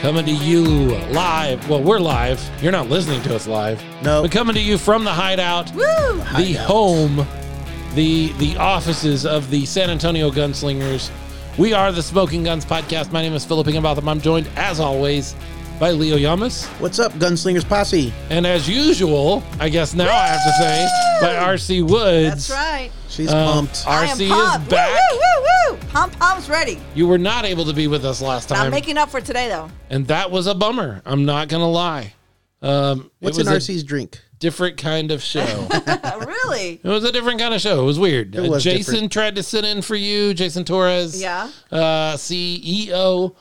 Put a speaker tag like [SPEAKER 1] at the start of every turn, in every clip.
[SPEAKER 1] coming to you live. Well, we're live. You're not listening to us live.
[SPEAKER 2] No.
[SPEAKER 1] But coming to you from the hideout,
[SPEAKER 3] Woo!
[SPEAKER 1] the home, the the offices of the San Antonio Gunslingers. We are the Smoking Guns Podcast. My name is Philip Higginbotham. I'm joined, as always, by Leo Yamas.
[SPEAKER 2] What's up, Gunslingers Posse?
[SPEAKER 1] And as usual, I guess now I have to say, by RC Woods.
[SPEAKER 3] That's right.
[SPEAKER 2] She's
[SPEAKER 1] Um,
[SPEAKER 2] pumped.
[SPEAKER 3] I am
[SPEAKER 1] RC
[SPEAKER 3] pumped.
[SPEAKER 1] is
[SPEAKER 3] Woo,
[SPEAKER 1] back.
[SPEAKER 3] Woo, woo, woo. Pom pom's ready.
[SPEAKER 1] You were not able to be with us last
[SPEAKER 3] But I'm
[SPEAKER 1] time,
[SPEAKER 3] making up for today though.
[SPEAKER 1] and that was a bummer. I'm not gonna lie. Um,
[SPEAKER 2] What's
[SPEAKER 1] it
[SPEAKER 2] in
[SPEAKER 1] was a
[SPEAKER 2] RC's drink?
[SPEAKER 1] different kind of show.
[SPEAKER 3] really?
[SPEAKER 1] It was a different kind of show. It was weird.
[SPEAKER 2] It was
[SPEAKER 1] Uh, Jason
[SPEAKER 2] different.
[SPEAKER 1] tried to sit in for you, Jason Torres.
[SPEAKER 3] Yeah.
[SPEAKER 1] Uh, CEO,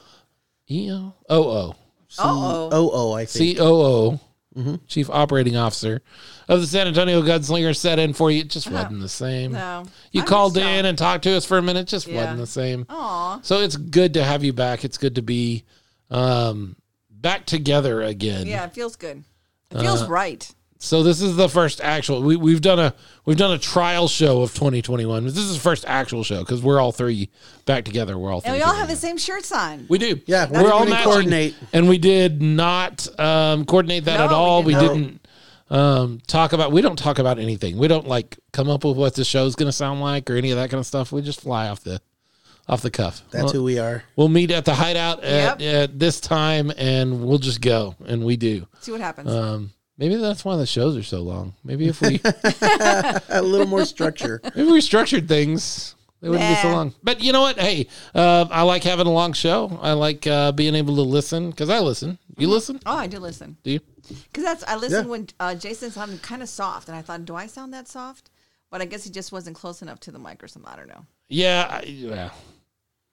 [SPEAKER 1] EO, OO,
[SPEAKER 3] Uh oh.
[SPEAKER 2] Oh, oh, I think.
[SPEAKER 1] COO,
[SPEAKER 2] Mm-hmm.
[SPEAKER 1] Chief Operating Officer of the San Antonio Gunslinger set in for you. It just wasn't the same.
[SPEAKER 3] Oh. No.
[SPEAKER 1] You
[SPEAKER 3] I
[SPEAKER 1] called
[SPEAKER 3] missed
[SPEAKER 1] in
[SPEAKER 3] y'all.
[SPEAKER 1] and talked to us for a minute. Just
[SPEAKER 3] Yeah. Oh.
[SPEAKER 1] wasn't the same.
[SPEAKER 3] Aw.
[SPEAKER 1] So it's good to have you back. It's good to be um, back together again.
[SPEAKER 3] Yeah, it feels good.
[SPEAKER 1] Uh,
[SPEAKER 3] It feels right.
[SPEAKER 1] So this is the first actual we, we've done a we've done a trial show of 2021. This is the first actual show because we're all three back together. We're all three.
[SPEAKER 3] And we all
[SPEAKER 1] together.
[SPEAKER 3] have the same shirts on.
[SPEAKER 1] we do.
[SPEAKER 2] Yeah,
[SPEAKER 1] we're,
[SPEAKER 2] we
[SPEAKER 1] all
[SPEAKER 2] didn't
[SPEAKER 1] matching,
[SPEAKER 2] coordinate.
[SPEAKER 1] and we did not um, coordinate that
[SPEAKER 3] No,
[SPEAKER 1] at all. We
[SPEAKER 3] we
[SPEAKER 1] didn't,
[SPEAKER 3] didn't.
[SPEAKER 1] um, talk about. We don't talk about anything. We don't like come up with what the show's going to sound like or any of that kind of stuff. We just fly off the off the cuff.
[SPEAKER 2] That's
[SPEAKER 1] Well,
[SPEAKER 2] who we are.
[SPEAKER 1] We'll meet at the hideout at,
[SPEAKER 3] Yep.
[SPEAKER 1] at this time, and we'll just go, and we do.
[SPEAKER 3] See what happens.
[SPEAKER 1] Um, maybe that's why the shows are so long. Maybe if we
[SPEAKER 2] A little more structure.
[SPEAKER 1] Maybe we structured things. They wouldn't be so
[SPEAKER 3] Nah.
[SPEAKER 1] long. But you know what? Hey, uh, I like having a long show. I like uh, being able to listen because I listen. You listen?
[SPEAKER 3] oh, I do listen.
[SPEAKER 1] Do you?
[SPEAKER 3] Because that's I listened
[SPEAKER 2] Yeah.
[SPEAKER 3] when uh, Jason sounded kind of soft, and I thought, do I sound that soft? But I guess he just wasn't close enough to the mic or something. I don't know.
[SPEAKER 1] Yeah. I, yeah.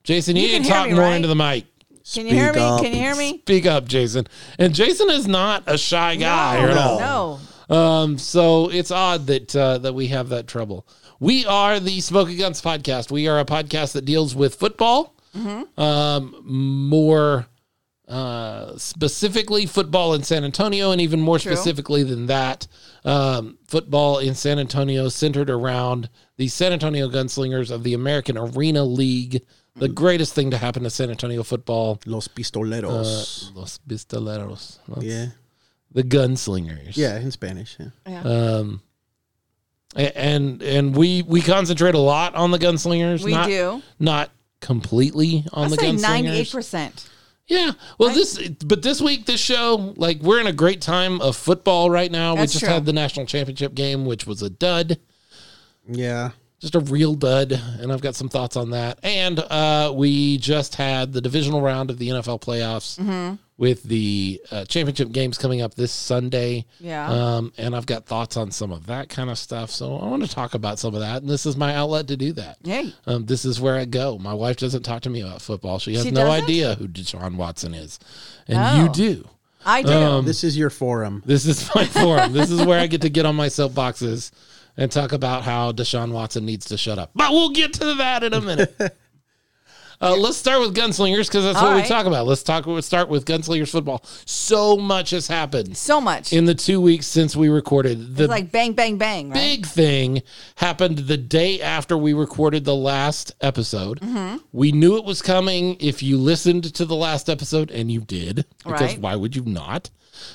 [SPEAKER 1] Jason, you,
[SPEAKER 3] You can
[SPEAKER 1] need to
[SPEAKER 3] hear
[SPEAKER 1] talk
[SPEAKER 3] me,
[SPEAKER 1] more
[SPEAKER 3] right?
[SPEAKER 1] into the mic.
[SPEAKER 3] Can you hear
[SPEAKER 2] Speak
[SPEAKER 3] me?
[SPEAKER 2] up.
[SPEAKER 3] Can you hear me?
[SPEAKER 1] Speak up, Jason. And Jason is not a shy guy at all.
[SPEAKER 3] No.
[SPEAKER 1] Um, so it's odd that uh, that we have that trouble. We are the Smoking Guns podcast. We are a podcast that deals with football,
[SPEAKER 2] Mm-hmm.
[SPEAKER 1] um, more uh, specifically football in San Antonio, and even more specifically than that, um, football in San Antonio centered around the San Antonio Gunslingers of the American Arena League. The
[SPEAKER 2] Mm-hmm.
[SPEAKER 1] greatest thing to happen to San Antonio football,
[SPEAKER 2] Los Pistoleros.
[SPEAKER 1] los pistoleros,
[SPEAKER 2] yeah.
[SPEAKER 1] the gunslingers.
[SPEAKER 2] Yeah, in Spanish. Yeah.
[SPEAKER 3] Yeah.
[SPEAKER 1] um a- and and we we concentrate a lot on the gunslingers
[SPEAKER 3] we
[SPEAKER 1] not,
[SPEAKER 3] do.
[SPEAKER 1] not completely on
[SPEAKER 3] I'd
[SPEAKER 1] the
[SPEAKER 3] say ninety-eight
[SPEAKER 1] gunslingers
[SPEAKER 3] percent.
[SPEAKER 1] yeah well this but this week this show like we're in a great time of football right now we
[SPEAKER 3] That's
[SPEAKER 1] just
[SPEAKER 3] true.
[SPEAKER 1] had the national championship game which was a dud
[SPEAKER 2] Yeah.
[SPEAKER 1] just a real dud and i've got some thoughts on that and uh we just had the divisional round of the nfl playoffs
[SPEAKER 3] Mm-hmm.
[SPEAKER 1] with the uh, championship games coming up this sunday
[SPEAKER 3] Yeah.
[SPEAKER 1] um, and I've got thoughts on some of that kind of stuff. So I want to talk about some of that. And this is my outlet to do that.
[SPEAKER 3] Hey.
[SPEAKER 1] Um, this is where I go. My wife doesn't talk to me about football. She has
[SPEAKER 3] She
[SPEAKER 1] no
[SPEAKER 3] doesn't?
[SPEAKER 1] idea who Deshaun Watson is. And
[SPEAKER 3] Oh.
[SPEAKER 1] you do.
[SPEAKER 3] I do.
[SPEAKER 1] Um,
[SPEAKER 2] This is your forum.
[SPEAKER 1] This is my forum. this is where I get to get on my soapboxes and talk about how Deshaun Watson needs to shut up. But we'll get to that in a minute. Uh, let's start with gunslingers because that's
[SPEAKER 3] All
[SPEAKER 1] what we
[SPEAKER 3] right.
[SPEAKER 1] talk about. Let's talk. Let's start with gunslingers football. So much has happened
[SPEAKER 3] so much.
[SPEAKER 1] in the two weeks since we recorded. The
[SPEAKER 3] it's like bang, bang, bang, right?
[SPEAKER 1] big thing happened the day after we recorded the last episode.
[SPEAKER 3] Mm-hmm.
[SPEAKER 1] We knew it was coming if you listened to the last episode, and you did. Because
[SPEAKER 3] Right.
[SPEAKER 1] why would you not?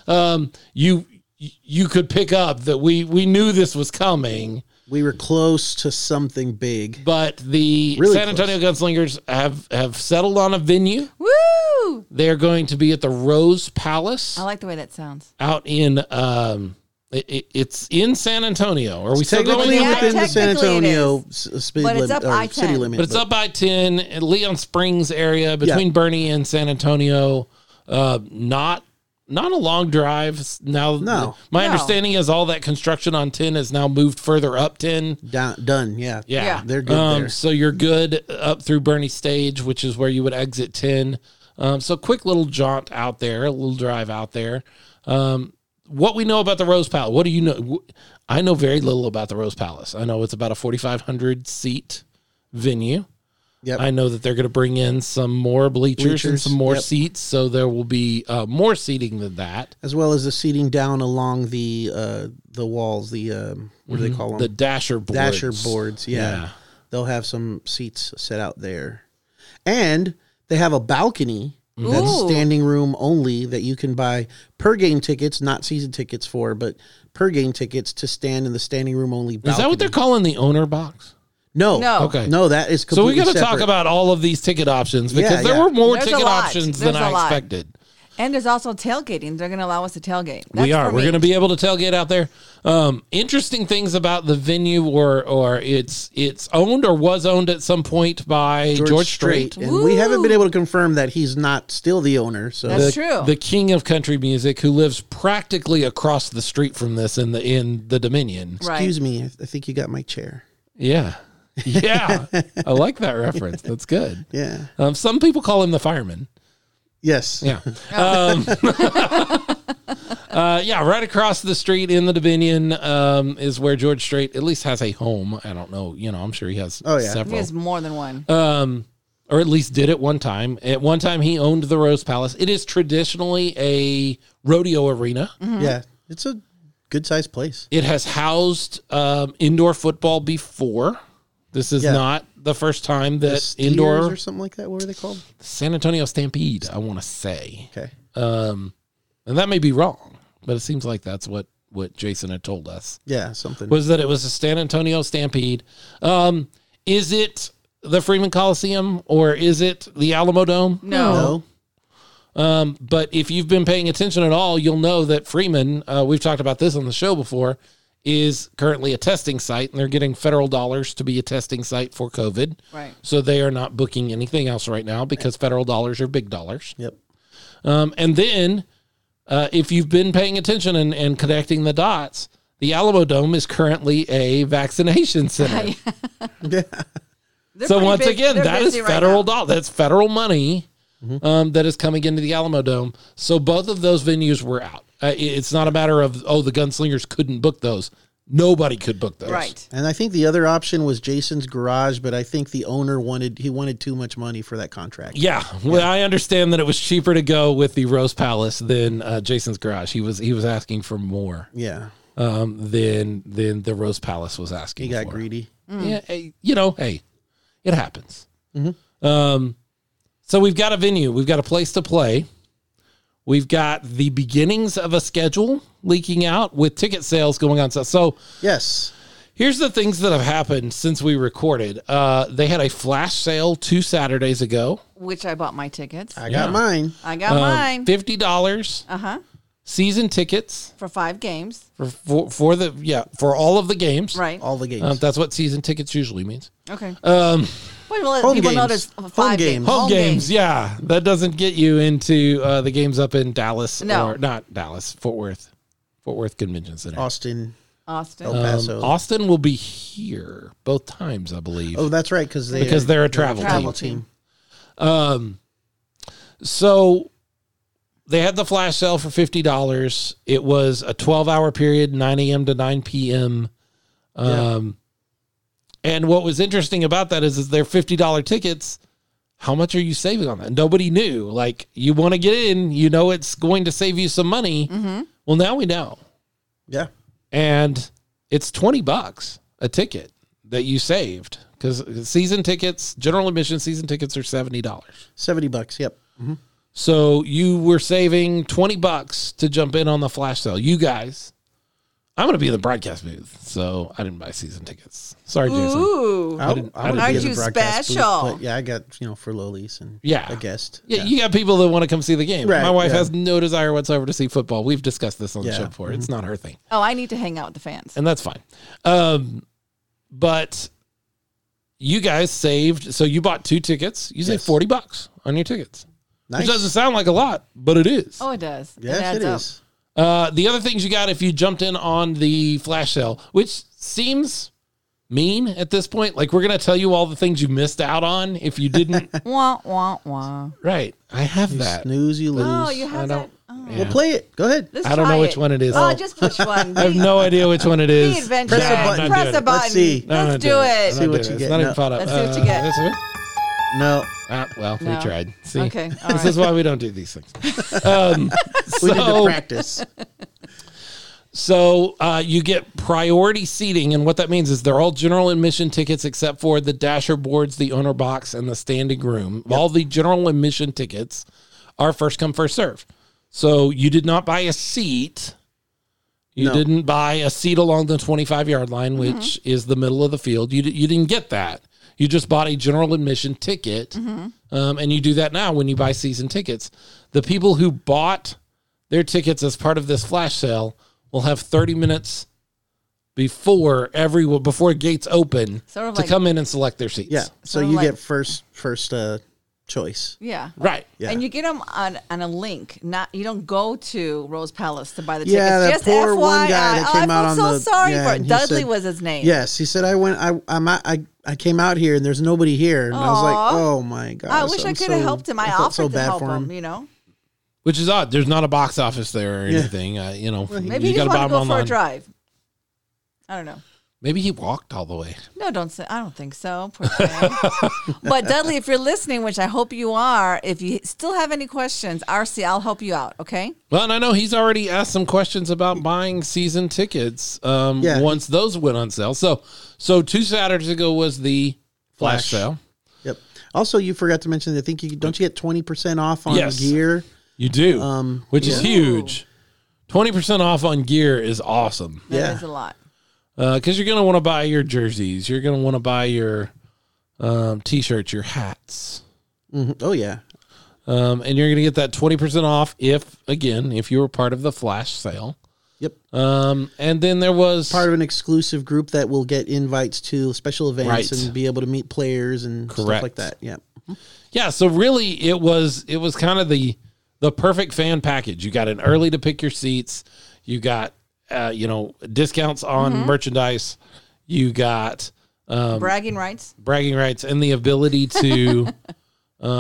[SPEAKER 1] Um, you you could pick up that we we knew this was coming,
[SPEAKER 2] We were close to something big.
[SPEAKER 1] but the
[SPEAKER 2] Really
[SPEAKER 1] San Antonio Gunslingers have have settled on a venue.
[SPEAKER 3] Woo!
[SPEAKER 1] They are going to be at the Rose Palace
[SPEAKER 3] I like the way that sounds.
[SPEAKER 1] out in. Um, it, it, it's in San Antonio. Are we still going?
[SPEAKER 2] Technically
[SPEAKER 1] there?
[SPEAKER 3] Yeah,
[SPEAKER 2] within the San
[SPEAKER 3] technically it
[SPEAKER 2] Antonio s- uh, speed
[SPEAKER 3] But it's
[SPEAKER 2] limit
[SPEAKER 3] up
[SPEAKER 2] or
[SPEAKER 3] I-10.
[SPEAKER 2] city limit.
[SPEAKER 1] But it's up by 10, at Leon Springs area between
[SPEAKER 2] Yeah.
[SPEAKER 1] Bernie and San Antonio. Uh, not not a long drive s- now.
[SPEAKER 2] No.
[SPEAKER 1] My
[SPEAKER 3] No.
[SPEAKER 1] understanding is all that construction on 10 is now moved further up 10.
[SPEAKER 2] down, done. Yeah.
[SPEAKER 1] Yeah.
[SPEAKER 3] Yeah.
[SPEAKER 2] They're good
[SPEAKER 1] Um,
[SPEAKER 2] there.
[SPEAKER 1] so you're good up through Bernie Stage, which is where you would exit 10. Um, so quick little jaunt out there, a little drive out there. Um, what we know about the Rose Palace, what do you know? w- I know very little about the Rose Palace. I know it's about a 4,500 seat venue.
[SPEAKER 2] Yep.
[SPEAKER 1] I know that they're going to bring in some more bleachers, and
[SPEAKER 2] Bleachers,
[SPEAKER 1] some more
[SPEAKER 2] yep.
[SPEAKER 1] seats, so there will be uh, more seating than that.
[SPEAKER 2] as well as the seating down along the uh, the walls, the um, what do they call them?
[SPEAKER 1] The dasher boards.
[SPEAKER 2] dasher boards. Yeah.
[SPEAKER 1] Yeah.
[SPEAKER 2] They'll have some seats set out there. And they have a balcony
[SPEAKER 1] Mm-hmm.
[SPEAKER 2] That's
[SPEAKER 3] Ooh.
[SPEAKER 2] standing room only that you can buy per game tickets, not season tickets for, but per game tickets to stand in the standing room only. Balcony.
[SPEAKER 1] Is that what they're calling the owner box?
[SPEAKER 2] No,
[SPEAKER 3] No.
[SPEAKER 1] Okay.
[SPEAKER 2] no, that is
[SPEAKER 1] So
[SPEAKER 2] completely
[SPEAKER 1] we got to talk
[SPEAKER 2] separate.
[SPEAKER 1] about all of these ticket options because
[SPEAKER 2] Yeah,
[SPEAKER 1] there
[SPEAKER 2] yeah.
[SPEAKER 1] were more
[SPEAKER 3] There's a
[SPEAKER 1] ticket
[SPEAKER 3] lot.
[SPEAKER 1] options than
[SPEAKER 3] There's a
[SPEAKER 1] I
[SPEAKER 3] lot.
[SPEAKER 1] expected.
[SPEAKER 3] And there's also tailgating. They're going to allow us to tailgate.
[SPEAKER 1] we
[SPEAKER 3] That's
[SPEAKER 1] are.
[SPEAKER 3] for
[SPEAKER 1] We're
[SPEAKER 3] me.
[SPEAKER 1] going to be able to tailgate out there. Um, interesting things about the venue, or or it's it's owned or was owned at some point by George, Strait.
[SPEAKER 2] and we haven't been
[SPEAKER 3] Woo.
[SPEAKER 2] able to confirm that he's not still the owner. So
[SPEAKER 3] That's
[SPEAKER 1] the,
[SPEAKER 3] true.
[SPEAKER 1] The king of country music, who lives practically across the street from this in the in the Dominion.
[SPEAKER 3] Right.
[SPEAKER 2] excuse me, I, I think you got my chair.
[SPEAKER 1] Yeah, yeah, I like that reference. That's good.
[SPEAKER 2] Yeah.
[SPEAKER 1] Um, some people call him the fireman.
[SPEAKER 2] Yes.
[SPEAKER 1] Yeah. Um, uh, yeah, right across the street in the Dominion um, is where George Strait at least has a home. I don't know. You know, I'm sure he has
[SPEAKER 2] Oh, yeah.
[SPEAKER 1] several.
[SPEAKER 3] He has more than one.
[SPEAKER 1] um, or at least did at one time. At one time, he owned the Rose Palace. It is traditionally a rodeo arena.
[SPEAKER 3] Mm-hmm.
[SPEAKER 2] Yeah. It's a good sized place.
[SPEAKER 1] It has housed um, indoor football before. This is
[SPEAKER 2] Yeah.
[SPEAKER 1] not the first time that
[SPEAKER 2] Steers
[SPEAKER 1] indoor
[SPEAKER 2] or something like that. What were they called?
[SPEAKER 1] San Antonio Stampede, I want to say.
[SPEAKER 2] Okay.
[SPEAKER 1] Um, and that may be wrong, but it seems like that's what what Jason had told us
[SPEAKER 2] Yeah, something.
[SPEAKER 1] was that it was a San Antonio Stampede. Um, is it the Freeman Coliseum or is it the Alamo Dome?
[SPEAKER 3] no.
[SPEAKER 1] oh.
[SPEAKER 2] no.
[SPEAKER 1] Um, but if you've been paying attention at all, you'll know that Freeman, uh, we've talked about this on the show before, is currently a testing site, and they're getting federal dollars to be a testing site for COVID.
[SPEAKER 3] Right.
[SPEAKER 1] So they are not booking anything else right now because federal dollars are big dollars.
[SPEAKER 2] Yep.
[SPEAKER 1] Um, and then, uh, if you've been paying attention and, and connecting the dots, the Alamo Dome is currently a vaccination center.
[SPEAKER 2] Yeah.
[SPEAKER 3] They're
[SPEAKER 1] so
[SPEAKER 3] pretty
[SPEAKER 1] once
[SPEAKER 3] bus-
[SPEAKER 1] again,
[SPEAKER 3] they're
[SPEAKER 1] that is
[SPEAKER 3] busy right
[SPEAKER 1] federal
[SPEAKER 3] now.
[SPEAKER 1] doll. That's federal money
[SPEAKER 2] Mm-hmm.
[SPEAKER 1] um, that is coming into the Alamo Dome. So both of those venues were out. Uh, it- it's not a matter of oh, the gunslingers couldn't book those. Nobody could book those.
[SPEAKER 3] Right.
[SPEAKER 2] And I think the other option was Jason's garage, but I think the owner wanted he wanted too much money for that contract.
[SPEAKER 1] Yeah, well, I understand that it was cheaper to go with the Rose Palace than uh, Jason's Garage. He was he was asking for more
[SPEAKER 2] Yeah.
[SPEAKER 1] um, than than the Rose Palace was asking.
[SPEAKER 2] He got
[SPEAKER 1] for.
[SPEAKER 2] greedy.
[SPEAKER 1] Yeah, hey, you know, hey, it happens. Um, so we've got a venue, we've got a place to play, we've got the beginnings of a schedule leaking out with ticket sales going on. So, so
[SPEAKER 2] Yes.
[SPEAKER 1] here's the things that have happened since we recorded. Uh, they had a flash sale two Saturdays ago.
[SPEAKER 3] Which I bought my tickets.
[SPEAKER 2] I
[SPEAKER 1] Yeah.
[SPEAKER 2] got mine.
[SPEAKER 3] I got
[SPEAKER 1] Uh, Um,
[SPEAKER 3] mine.
[SPEAKER 1] Fifty dollars
[SPEAKER 3] Uh huh.
[SPEAKER 1] season tickets
[SPEAKER 3] For five games.
[SPEAKER 1] for, for for the yeah for all of the games.
[SPEAKER 3] Right.
[SPEAKER 2] All the games.
[SPEAKER 1] Um, that's what season tickets usually means.
[SPEAKER 3] okay.
[SPEAKER 1] Um,
[SPEAKER 3] Wait, well,
[SPEAKER 2] home
[SPEAKER 3] people know
[SPEAKER 2] games.
[SPEAKER 3] there's
[SPEAKER 2] Home
[SPEAKER 3] five
[SPEAKER 2] games.
[SPEAKER 1] home, games, yeah that doesn't get you into uh, the games up in dallas
[SPEAKER 3] No.
[SPEAKER 1] or not dallas fort worth fort worth convention center
[SPEAKER 2] Austin.
[SPEAKER 3] Austin.
[SPEAKER 2] El
[SPEAKER 1] Um,
[SPEAKER 2] Paso.
[SPEAKER 1] austin will be here both times i believe
[SPEAKER 2] oh, that's right, because they
[SPEAKER 1] because they're a travel,
[SPEAKER 3] travel
[SPEAKER 1] team.
[SPEAKER 2] team.
[SPEAKER 1] um so they had the flash sale for $50 it was a 12 hour period 9 a.m to 9 p.m um and what was interesting about that is, is they're $50 tickets how much are you saving on that? Nobody knew. Like you want to get in, you know it's going to save you some money. Well, now we know,
[SPEAKER 2] Yeah.
[SPEAKER 1] and it's twenty bucks a ticket that you saved because season tickets, general admission season tickets are seventy dollars.
[SPEAKER 2] Seventy bucks. Yep.
[SPEAKER 1] So you were saving twenty bucks to jump in on the flash sale. You guys, I'm going to be in the broadcast booth, so I didn't buy season tickets. Sorry, Jason.
[SPEAKER 3] Ooh.
[SPEAKER 2] I,
[SPEAKER 1] didn't- I
[SPEAKER 2] would
[SPEAKER 1] didn't
[SPEAKER 2] be
[SPEAKER 1] get
[SPEAKER 2] in
[SPEAKER 1] it.
[SPEAKER 2] the
[SPEAKER 3] Aren't you
[SPEAKER 2] broadcast booth,
[SPEAKER 3] special?
[SPEAKER 2] but yeah, I got you know for lowlies and
[SPEAKER 1] Yeah.
[SPEAKER 2] a guest.
[SPEAKER 1] Yeah, you got people that want to come see the game.
[SPEAKER 2] Right,
[SPEAKER 1] My wife
[SPEAKER 2] yeah.
[SPEAKER 1] has no desire whatsoever to see football. We've discussed this on the
[SPEAKER 2] Yeah. Mm-hmm.
[SPEAKER 1] show before. It's not her thing.
[SPEAKER 3] Oh, I need to hang out with the fans.
[SPEAKER 1] and that's fine. Um, but you guys saved, so you bought two tickets. You saved
[SPEAKER 2] Yes.
[SPEAKER 1] forty bucks on your tickets,
[SPEAKER 2] nice.
[SPEAKER 1] which doesn't sound like a lot, but it is.
[SPEAKER 3] Oh, it does. it
[SPEAKER 2] yes,
[SPEAKER 3] adds
[SPEAKER 2] it
[SPEAKER 3] up.
[SPEAKER 2] is.
[SPEAKER 1] Uh, the other things you got if you jumped in on the flash sale, which seems mean at this point. Like we're gonna tell you all the things you missed out on if you didn't.
[SPEAKER 3] Wah, wah, wah.
[SPEAKER 1] right? I have that.
[SPEAKER 2] Snooze, you lose.
[SPEAKER 3] Oh, you have that.
[SPEAKER 1] don't-
[SPEAKER 3] Oh.
[SPEAKER 1] Yeah.
[SPEAKER 2] We'll play it. Go ahead.
[SPEAKER 3] Let's
[SPEAKER 1] I don't
[SPEAKER 3] try
[SPEAKER 1] know which one it is.
[SPEAKER 3] Oh,
[SPEAKER 1] Oh.
[SPEAKER 3] just which one.
[SPEAKER 1] I have no idea which one it is.
[SPEAKER 3] Be adventurous.
[SPEAKER 2] Press a button.
[SPEAKER 1] I'm not
[SPEAKER 3] Press
[SPEAKER 1] doing
[SPEAKER 3] a
[SPEAKER 1] it.
[SPEAKER 3] button.
[SPEAKER 2] Let's see.
[SPEAKER 1] No, I'm
[SPEAKER 3] Let's
[SPEAKER 1] not
[SPEAKER 3] do
[SPEAKER 1] doing
[SPEAKER 3] it.
[SPEAKER 1] I'm
[SPEAKER 2] See
[SPEAKER 1] not
[SPEAKER 2] what
[SPEAKER 1] doing
[SPEAKER 2] you
[SPEAKER 1] it.
[SPEAKER 2] get.
[SPEAKER 1] It's not even
[SPEAKER 2] No.
[SPEAKER 1] caught up.
[SPEAKER 3] Let's see what you
[SPEAKER 1] Uh,
[SPEAKER 3] get.
[SPEAKER 1] this is it?
[SPEAKER 2] No,
[SPEAKER 1] Ah, well,
[SPEAKER 3] No.
[SPEAKER 1] we tried. See,
[SPEAKER 3] Okay, all
[SPEAKER 1] this
[SPEAKER 3] right.
[SPEAKER 1] is why we don't do these things. Um,
[SPEAKER 2] we need to
[SPEAKER 1] so,
[SPEAKER 2] practice.
[SPEAKER 1] so uh, you get priority seating, and what that means is they're all general admission tickets except for the dasher boards, the owner box, and the standing room. All the general admission tickets are first come, first serve. So you did not buy a seat. You
[SPEAKER 2] No.
[SPEAKER 1] didn't buy a seat along the 25 yard line,
[SPEAKER 3] Mm-hmm.
[SPEAKER 1] which is the middle of the field. You, di- you didn't get that. You just bought a general admission ticket.
[SPEAKER 3] Mm-hmm.
[SPEAKER 1] Um, and you do that now when you buy season tickets. The people who bought their tickets as part of this flash sale will have 30 minutes before every before gates open
[SPEAKER 3] Sort of
[SPEAKER 1] to
[SPEAKER 3] like-
[SPEAKER 1] come in and select their seats.
[SPEAKER 2] Yeah. So
[SPEAKER 3] Sort of
[SPEAKER 2] you
[SPEAKER 3] like-
[SPEAKER 2] get first first uh choice.
[SPEAKER 3] Yeah.
[SPEAKER 1] Right.
[SPEAKER 2] Yeah.
[SPEAKER 3] And you get them on, on a link. Not you don't go to Rose Palace to buy the tickets.
[SPEAKER 2] Yeah, that
[SPEAKER 3] Just
[SPEAKER 2] poor
[SPEAKER 3] FYI.
[SPEAKER 2] one guy that
[SPEAKER 3] Oh,
[SPEAKER 2] came
[SPEAKER 3] I
[SPEAKER 2] out
[SPEAKER 3] feel
[SPEAKER 2] on
[SPEAKER 3] so
[SPEAKER 2] the-
[SPEAKER 3] sorry
[SPEAKER 2] yeah,
[SPEAKER 3] for
[SPEAKER 2] and
[SPEAKER 3] it.
[SPEAKER 2] he
[SPEAKER 3] Dudley
[SPEAKER 2] said-
[SPEAKER 3] was his name.
[SPEAKER 2] Yes, he said I went. I I'm out, I I came out here and there's nobody here, and I was like,
[SPEAKER 3] Aw.
[SPEAKER 2] oh my god.
[SPEAKER 3] I wish I could have helped him. I, offered
[SPEAKER 2] so
[SPEAKER 3] to
[SPEAKER 2] bad
[SPEAKER 3] help
[SPEAKER 2] for him.
[SPEAKER 3] You know,
[SPEAKER 1] Which is odd. There's not a box office there or
[SPEAKER 2] Yeah.
[SPEAKER 1] anything. Uh, you know,
[SPEAKER 3] maybe
[SPEAKER 1] you
[SPEAKER 3] he just
[SPEAKER 1] gotta
[SPEAKER 3] wanted
[SPEAKER 1] buy
[SPEAKER 3] to
[SPEAKER 1] them
[SPEAKER 3] go for
[SPEAKER 1] online.
[SPEAKER 3] a drive. I don't know.
[SPEAKER 1] Maybe he walked all the way.
[SPEAKER 3] No, don't say. I don't think so. Poor thing. but Dudley, if you're listening, which I hope you are, if you still have any questions, RC, I'll help you out. Okay.
[SPEAKER 1] Well, and I know he's already asked some questions about buying season tickets. Um,
[SPEAKER 2] Yeah.
[SPEAKER 1] once those went on sale. So, so two Saturdays ago was the flash,
[SPEAKER 2] Flash.
[SPEAKER 1] sale.
[SPEAKER 2] Yep. Also, you forgot to mention. I think you don't you get twenty percent off on
[SPEAKER 1] Yes.
[SPEAKER 2] gear.
[SPEAKER 1] You do,
[SPEAKER 2] Um,
[SPEAKER 1] which is
[SPEAKER 3] yeah.
[SPEAKER 1] huge. Twenty percent off on gear is awesome.
[SPEAKER 3] That
[SPEAKER 2] Yeah.
[SPEAKER 3] is a lot.
[SPEAKER 1] because you're going to want to buy your jerseys. You're going to want to buy your um, t-shirts, your hats,
[SPEAKER 2] Mhm. Oh yeah.
[SPEAKER 1] um, and you're going to get that twenty percent off if, again, if you were part of the flash sale.
[SPEAKER 2] Yep.
[SPEAKER 1] Um, and then there was
[SPEAKER 2] Part of an exclusive group that will get invites to special events
[SPEAKER 1] Right.
[SPEAKER 2] and be able to meet players and stuff
[SPEAKER 1] Correct.
[SPEAKER 2] like that. Yep.
[SPEAKER 1] yeah. So really, it was it was kind of the the perfect fan package. You got an early to pick your seats. You got uh, you know discounts on merchandise. You got Um,
[SPEAKER 3] Bragging rights.
[SPEAKER 1] bragging rights and the ability to um,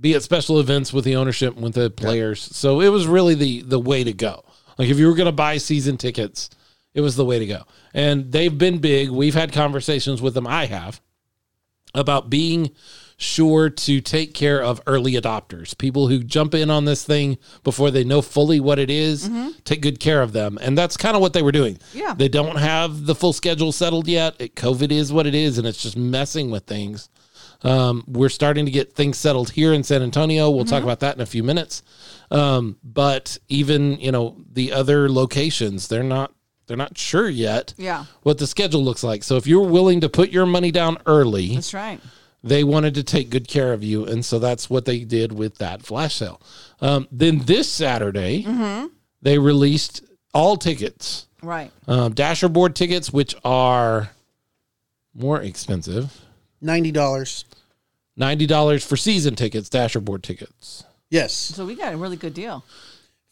[SPEAKER 1] be at special events with the ownership and with the players. So it was really the the way to go. Like if you were going to buy season tickets, it was the way to go. And they've been big. We've had conversations with them. I have about being sure to take care of early adopters, people who jump in on this thing before they know fully what it is, take good care of them. And that's kind of what they were doing.
[SPEAKER 3] Yeah.
[SPEAKER 1] They don't have the full schedule settled yet. It, COVID is what it is, and it's just messing with things. Um, we're starting to get things settled here in San Antonio. We'll
[SPEAKER 3] Mm-hmm.
[SPEAKER 1] talk about that in a few minutes. Um, but even you know the other locations, they're not they're not sure yet
[SPEAKER 3] Yeah.
[SPEAKER 1] what the schedule looks like. So if you're willing to put your money down early,
[SPEAKER 3] That's right.
[SPEAKER 1] they wanted to take good care of you, and so that's what they did with that flash sale. Um, then this Saturday,
[SPEAKER 3] Mm-hmm.
[SPEAKER 1] they released all tickets,
[SPEAKER 3] Right.
[SPEAKER 1] um, dasherboard tickets, which are more expensive.
[SPEAKER 2] Ninety dollars.
[SPEAKER 1] Ninety dollars for season tickets, dasherboard tickets.
[SPEAKER 2] Yes.
[SPEAKER 3] So we got a really good deal.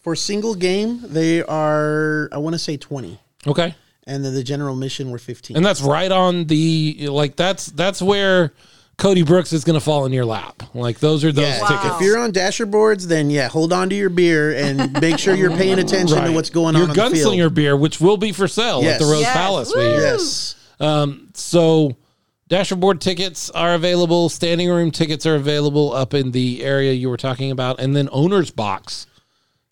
[SPEAKER 2] For single game, they are I want to say twenty,
[SPEAKER 1] Okay,
[SPEAKER 2] and then the general mission were fifteen.
[SPEAKER 1] and that's right on the like that's that's where Cody Brooks is going to fall in your lap. Like those are those
[SPEAKER 2] Yeah,
[SPEAKER 1] tickets.
[SPEAKER 3] Wow.
[SPEAKER 2] If you're on dasher boards, then yeah, hold on to your beer and make sure you're paying attention to
[SPEAKER 1] Right.
[SPEAKER 2] what's going
[SPEAKER 1] Your
[SPEAKER 2] on. on the field.
[SPEAKER 1] gunslinger beer, which will be for sale at
[SPEAKER 2] Yes.
[SPEAKER 1] the Rose
[SPEAKER 3] Yes.
[SPEAKER 1] Palace.
[SPEAKER 3] Woo.
[SPEAKER 1] We hear.
[SPEAKER 2] Yes.
[SPEAKER 1] So dasherboard tickets are available. Standing room tickets are available up in the area you were talking about, and then owner's box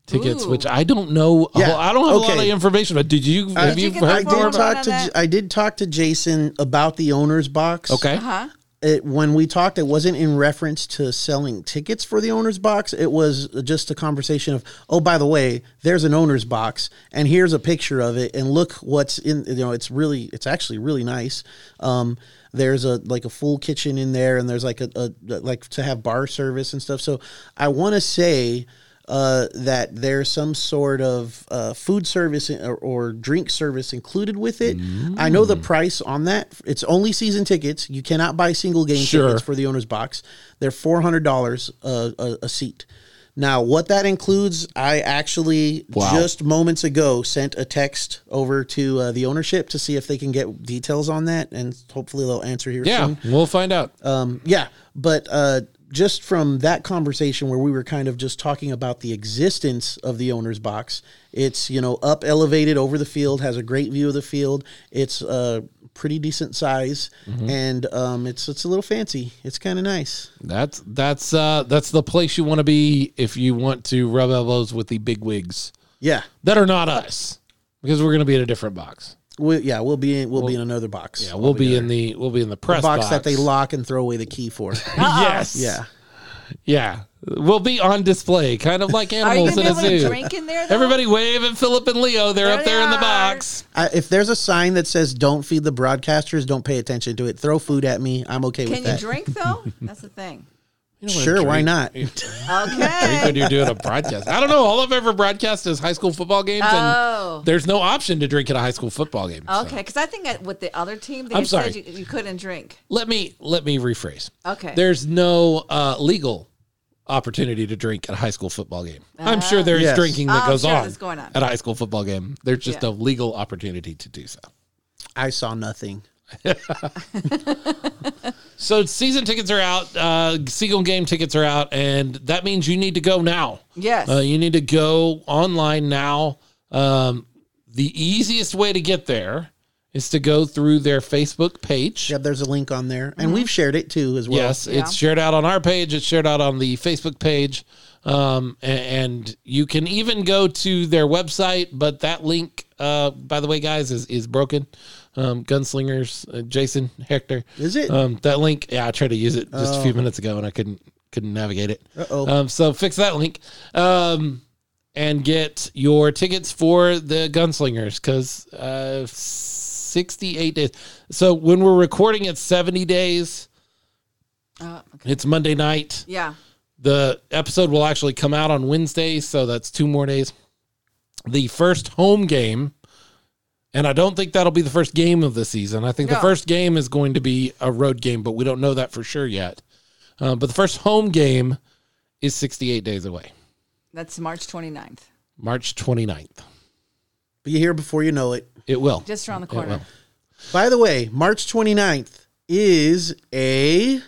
[SPEAKER 1] tickets,
[SPEAKER 3] Ooh.
[SPEAKER 1] which I don't know.
[SPEAKER 2] Yeah.
[SPEAKER 1] I don't have a lot
[SPEAKER 2] Okay. Uh,
[SPEAKER 1] of information. But did you have
[SPEAKER 2] Did
[SPEAKER 1] you
[SPEAKER 3] you get
[SPEAKER 1] heard
[SPEAKER 2] I
[SPEAKER 3] Go forward
[SPEAKER 2] did
[SPEAKER 1] more?
[SPEAKER 3] on
[SPEAKER 2] talk to
[SPEAKER 3] that.
[SPEAKER 2] J- I did talk to Jason about the owner's box.
[SPEAKER 1] Okay.
[SPEAKER 3] Uh huh.
[SPEAKER 2] It, when we talked, it wasn't in reference to selling tickets for the owner's box. It was just a conversation of, oh, by the way, there's an owner's box, and here's a picture of it, and look what's in. You know, it's really, it's actually really nice. Um, there's a like a full kitchen in there, and there's like a, a like to have bar service and stuff. So I want to say uh, that there's some sort of uh, food service or, or drink service included with it. I know
[SPEAKER 1] Mm.
[SPEAKER 2] the price on that. It's only season tickets. You cannot buy single game
[SPEAKER 1] Sure.
[SPEAKER 2] tickets for the owner's box. They're four hundred dollars a, a, a seat. Now, what that includes, I actually
[SPEAKER 1] Wow.
[SPEAKER 2] just moments ago sent a text over to uh, the ownership to see if they can get details on that, and hopefully they'll answer here
[SPEAKER 1] Yeah,
[SPEAKER 2] soon.
[SPEAKER 1] we'll find out.
[SPEAKER 2] Um, yeah, but uh, just from that conversation where we were kind of just talking about the existence of the owner's box, it's you know up elevated over the field, has a great view of the field. It's uh, pretty decent size, and um, it's it's a little fancy. It's kind of nice.
[SPEAKER 1] That's that's uh that's the place you want to be if you want to rub elbows with the big wigs
[SPEAKER 2] Yeah,
[SPEAKER 1] that are not us because we're going to be in a different box.
[SPEAKER 2] we, yeah, we'll be in, we'll, be in another box.
[SPEAKER 1] Yeah, we'll be in the we'll be in the press
[SPEAKER 2] box, that they lock and throw away the key for.
[SPEAKER 1] yes.
[SPEAKER 2] yeah,
[SPEAKER 1] Yeah, will be on display, kind of like
[SPEAKER 3] Are you
[SPEAKER 1] animals
[SPEAKER 3] gonna
[SPEAKER 1] in
[SPEAKER 3] be
[SPEAKER 1] a
[SPEAKER 3] able to
[SPEAKER 1] zoo.
[SPEAKER 3] drink in there? Though?
[SPEAKER 1] Everybody wave at Philip and Leo. They're
[SPEAKER 3] There
[SPEAKER 1] up
[SPEAKER 3] they
[SPEAKER 1] there in the
[SPEAKER 3] are.
[SPEAKER 1] box.
[SPEAKER 2] I, if there's a sign that says "Don't feed the broadcasters," don't pay attention to it. Throw food at me. I'm okay
[SPEAKER 3] Can
[SPEAKER 2] with
[SPEAKER 3] you
[SPEAKER 2] that.
[SPEAKER 3] drink though? That's the thing.
[SPEAKER 1] You don't wanna
[SPEAKER 2] Sure, why
[SPEAKER 1] drink
[SPEAKER 2] not?
[SPEAKER 1] When
[SPEAKER 3] Okay.
[SPEAKER 1] you're doing a broadcast, I don't know. All I've ever broadcast is high school football games,
[SPEAKER 3] Oh.
[SPEAKER 1] and there's no option to drink at a high school football game. so.
[SPEAKER 3] Okay, because I think at- with the other team, they
[SPEAKER 1] I'm
[SPEAKER 3] had
[SPEAKER 1] sorry.
[SPEAKER 3] said you, you couldn't drink.
[SPEAKER 1] Let me let me rephrase.
[SPEAKER 3] Okay.
[SPEAKER 1] There's no uh, legal opportunity to drink at a high school football game. I'm sure there is
[SPEAKER 2] Yes.
[SPEAKER 1] drinking that
[SPEAKER 3] Oh, I'm
[SPEAKER 1] goes
[SPEAKER 3] sure
[SPEAKER 1] on,
[SPEAKER 3] that's going on.
[SPEAKER 1] at a high school football game. There's just
[SPEAKER 3] Yeah.
[SPEAKER 1] no legal opportunity to do so.
[SPEAKER 2] I saw nothing.
[SPEAKER 1] So season tickets are out. Uh, Seagull game tickets are out, and that means you need to go now.
[SPEAKER 3] Yes.
[SPEAKER 1] Uh, you need to go online now. Um, the easiest way to get there is to go through their Facebook page.
[SPEAKER 2] Yeah, there's a link on there, and we've shared it too as well.
[SPEAKER 1] Mm-hmm. Yes, it's shared out on our page. It's shared out on the Facebook page, um, a- and, you can even go to their website. But that link, uh, by the way, guys, is is broken. Um, Gunslingers, uh, Jason Hector,
[SPEAKER 2] Is it? Oh.
[SPEAKER 1] um, that link? Yeah, I tried to use it just a few minutes ago, and I couldn't couldn't navigate it.
[SPEAKER 2] Uh-oh.
[SPEAKER 1] Um, so fix that link. Um, and get your tickets for the gunslingers because uh, 68 days so when we're recording it's 70 days
[SPEAKER 3] Oh, okay.
[SPEAKER 1] it's Monday night.
[SPEAKER 3] Yeah.
[SPEAKER 1] The episode will actually come out on Wednesday, so that's two more days. The first home game, and I don't think that'll be the first game of the season. I think the
[SPEAKER 3] No.
[SPEAKER 1] first game is going to be a road game, but we don't know that for sure yet. Uh, but the first home game is 68 days away,
[SPEAKER 3] That's March 29th.
[SPEAKER 1] March 29th.
[SPEAKER 2] Be here before you know it.
[SPEAKER 1] It will.
[SPEAKER 3] Just around the corner.
[SPEAKER 1] well.
[SPEAKER 2] By the way, March 29th is a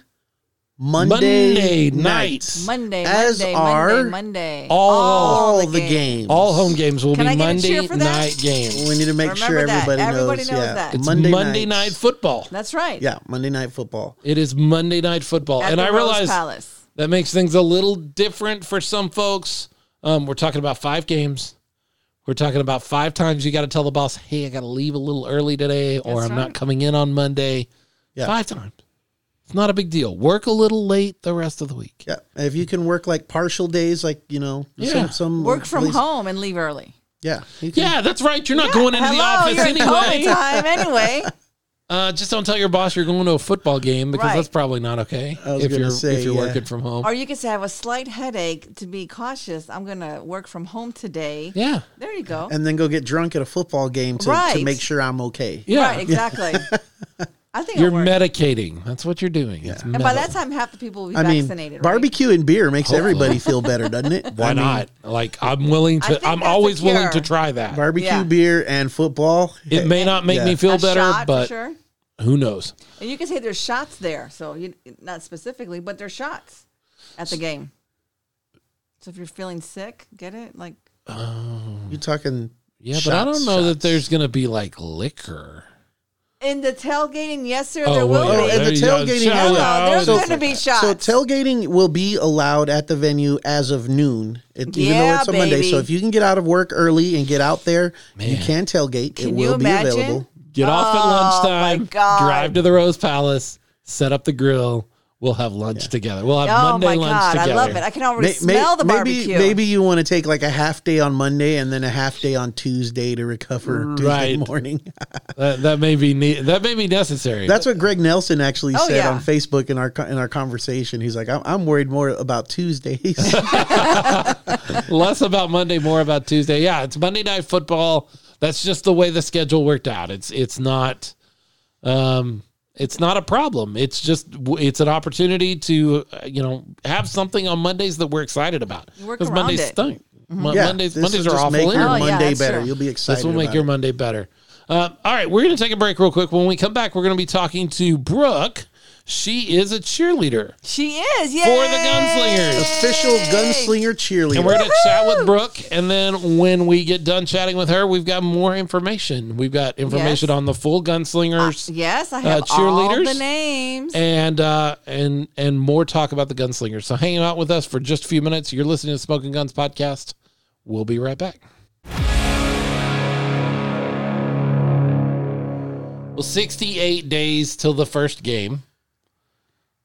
[SPEAKER 2] Monday,
[SPEAKER 1] Monday
[SPEAKER 2] night.
[SPEAKER 1] night.
[SPEAKER 3] Monday,
[SPEAKER 2] As
[SPEAKER 3] Monday,
[SPEAKER 2] are
[SPEAKER 3] Monday, Monday.
[SPEAKER 1] all-
[SPEAKER 2] All the games.
[SPEAKER 1] All home games will
[SPEAKER 3] Can
[SPEAKER 1] be
[SPEAKER 3] I get a cheer
[SPEAKER 1] Monday
[SPEAKER 3] for that?
[SPEAKER 1] night games.
[SPEAKER 2] We need to make
[SPEAKER 3] Remember
[SPEAKER 2] sure
[SPEAKER 3] that.
[SPEAKER 2] everybody,
[SPEAKER 3] Everybody
[SPEAKER 2] knows.
[SPEAKER 3] knows
[SPEAKER 2] yeah.
[SPEAKER 3] that.
[SPEAKER 1] It's
[SPEAKER 2] Monday,
[SPEAKER 1] Monday, night
[SPEAKER 2] nights.
[SPEAKER 1] football.
[SPEAKER 3] That's right.
[SPEAKER 2] Yeah, Monday night football.
[SPEAKER 1] It is Monday night football,
[SPEAKER 3] At
[SPEAKER 1] and
[SPEAKER 3] the
[SPEAKER 1] I
[SPEAKER 3] Rose
[SPEAKER 1] realize
[SPEAKER 3] Palace.
[SPEAKER 1] That makes things a little different for some folks. Um, we're talking about five games. We're talking about five times you got to tell the boss, "Hey, I got to leave a little early today, or
[SPEAKER 3] That's
[SPEAKER 1] I'm not
[SPEAKER 3] right.
[SPEAKER 1] coming in on Monday."
[SPEAKER 2] Yeah.
[SPEAKER 1] Five times. It's not a big deal. Work a little late the rest of the week.
[SPEAKER 2] Yeah, if you can work like partial days, like you know,
[SPEAKER 1] Yeah.
[SPEAKER 2] some, some
[SPEAKER 3] Work from
[SPEAKER 2] place-
[SPEAKER 3] home and leave early.
[SPEAKER 2] Yeah, you can-
[SPEAKER 1] Yeah, that's right. You're not going into the
[SPEAKER 3] Hello,
[SPEAKER 1] office
[SPEAKER 3] you're in COVID
[SPEAKER 1] anyway.
[SPEAKER 3] time anyway.
[SPEAKER 1] Uh, just don't tell your boss you're going to a football game because
[SPEAKER 3] Right.
[SPEAKER 1] that's probably not okay
[SPEAKER 2] I was
[SPEAKER 1] if
[SPEAKER 2] gonna
[SPEAKER 1] you're
[SPEAKER 2] say,
[SPEAKER 1] if you're
[SPEAKER 2] yeah.
[SPEAKER 1] working from home.
[SPEAKER 3] or you could say I have a slight headache to be cautious. I'm going to work from home today.
[SPEAKER 1] yeah,
[SPEAKER 3] There you go.
[SPEAKER 2] and then go get drunk at a football game to, to
[SPEAKER 3] Right.
[SPEAKER 2] make sure I'm okay.
[SPEAKER 1] yeah.
[SPEAKER 3] Right, exactly. I think
[SPEAKER 1] You're
[SPEAKER 3] it'll work.
[SPEAKER 1] medicating. That's what you're doing. It's
[SPEAKER 3] and by
[SPEAKER 1] metal.
[SPEAKER 3] that time, half the people will be
[SPEAKER 2] I mean,
[SPEAKER 3] vaccinated. right?
[SPEAKER 2] barbecue and beer makes everybody feel better, doesn't it?
[SPEAKER 1] Why
[SPEAKER 2] I mean,
[SPEAKER 1] not? Like I'm willing
[SPEAKER 3] I
[SPEAKER 1] to.
[SPEAKER 3] think
[SPEAKER 1] I'm
[SPEAKER 3] that's a
[SPEAKER 1] always willing to
[SPEAKER 3] cure.
[SPEAKER 1] try that.
[SPEAKER 2] Barbecue,
[SPEAKER 3] Yeah.
[SPEAKER 2] beer, and football.
[SPEAKER 1] it may not make
[SPEAKER 2] Yeah.
[SPEAKER 1] me feel
[SPEAKER 3] A
[SPEAKER 1] better,
[SPEAKER 3] shot
[SPEAKER 1] but
[SPEAKER 3] for sure.
[SPEAKER 1] who knows?
[SPEAKER 3] And you can say there's shots there, so you, not specifically, but there's shots at the game. So if you're feeling sick, get it like
[SPEAKER 2] You talking?
[SPEAKER 1] Yeah, but I
[SPEAKER 2] shots,
[SPEAKER 1] don't know that
[SPEAKER 2] shots.
[SPEAKER 1] there's gonna be like liquor.
[SPEAKER 3] in the tailgating. Yes, sir,
[SPEAKER 1] Oh,
[SPEAKER 3] there will
[SPEAKER 1] well,
[SPEAKER 2] Oh,
[SPEAKER 3] be.
[SPEAKER 2] and the
[SPEAKER 1] you go.
[SPEAKER 2] tailgating
[SPEAKER 1] Shot-
[SPEAKER 2] area.
[SPEAKER 1] I
[SPEAKER 3] Hello, there's
[SPEAKER 1] would-
[SPEAKER 3] going to be shots.
[SPEAKER 2] So tailgating will be allowed at the venue as of noon, it, even though
[SPEAKER 3] Yeah,
[SPEAKER 2] it's a Monday.
[SPEAKER 3] baby.
[SPEAKER 2] So if you can get out of work early and get out there, you can tailgate. it
[SPEAKER 3] Can
[SPEAKER 2] will
[SPEAKER 3] you
[SPEAKER 2] be
[SPEAKER 3] imagine?
[SPEAKER 2] available.
[SPEAKER 1] Get off at
[SPEAKER 3] Oh, my
[SPEAKER 1] lunchtime.
[SPEAKER 3] God.
[SPEAKER 1] Drive to the Rose Palace. Set up the grill. We'll have lunch together. We'll have
[SPEAKER 3] oh
[SPEAKER 1] Monday
[SPEAKER 3] my
[SPEAKER 1] lunch
[SPEAKER 3] god,
[SPEAKER 1] together.
[SPEAKER 3] I love it. I can already
[SPEAKER 2] May- may-
[SPEAKER 3] smell the barbecue.
[SPEAKER 2] Maybe, maybe you want to take like a half day on Monday and then a half day on Tuesday to recover
[SPEAKER 3] Mm.
[SPEAKER 2] Tuesday
[SPEAKER 1] Right.
[SPEAKER 2] morning.
[SPEAKER 1] that, that may be ne- that may be necessary.
[SPEAKER 2] That's what Greg Nelson actually
[SPEAKER 3] Oh,
[SPEAKER 2] said
[SPEAKER 3] yeah.
[SPEAKER 2] on Facebook in our co- in our conversation. He's like, I'm, I'm worried more about Tuesdays.
[SPEAKER 1] Less about Monday, more about Tuesday. Yeah, it's Monday night football. That's just the way the schedule worked out. It's it's not um it's not a problem. It's just w- it's an opportunity to uh, you know have something on Mondays that we're excited about.
[SPEAKER 3] You work
[SPEAKER 1] Because
[SPEAKER 3] around
[SPEAKER 1] Mondays
[SPEAKER 3] it.
[SPEAKER 1] stink. Mon-
[SPEAKER 2] Mm-hmm. yeah,
[SPEAKER 1] Mondays
[SPEAKER 2] this
[SPEAKER 1] Mondays
[SPEAKER 2] will
[SPEAKER 1] are
[SPEAKER 2] just
[SPEAKER 1] awful.
[SPEAKER 2] Make your
[SPEAKER 1] anyway.
[SPEAKER 3] Oh, yeah,
[SPEAKER 2] Monday
[SPEAKER 3] that's
[SPEAKER 2] better.
[SPEAKER 3] true.
[SPEAKER 2] You'll be excited.
[SPEAKER 1] This will make
[SPEAKER 2] about
[SPEAKER 1] your
[SPEAKER 2] it.
[SPEAKER 1] Monday better. Uh, all right, we're going to take a break real quick. When we come back, we're going to be talking to Brooke. She is a cheerleader
[SPEAKER 3] she is. Yeah,
[SPEAKER 1] for the Gunslingers.
[SPEAKER 2] official gunslinger cheerleader.
[SPEAKER 1] And we're going to chat with Brooke. And then when we get done chatting with her, we've got more information. We've got information
[SPEAKER 3] Yes. Uh,
[SPEAKER 1] on the full gunslingers
[SPEAKER 3] Yes, I have all
[SPEAKER 1] Uh, cheerleaders.
[SPEAKER 3] the names.
[SPEAKER 1] and uh, and and more talk about the gunslingers. So hanging out with us for just a few minutes. You're listening to Smoking Guns podcast. We'll be right back. Well, 68 days till the first game.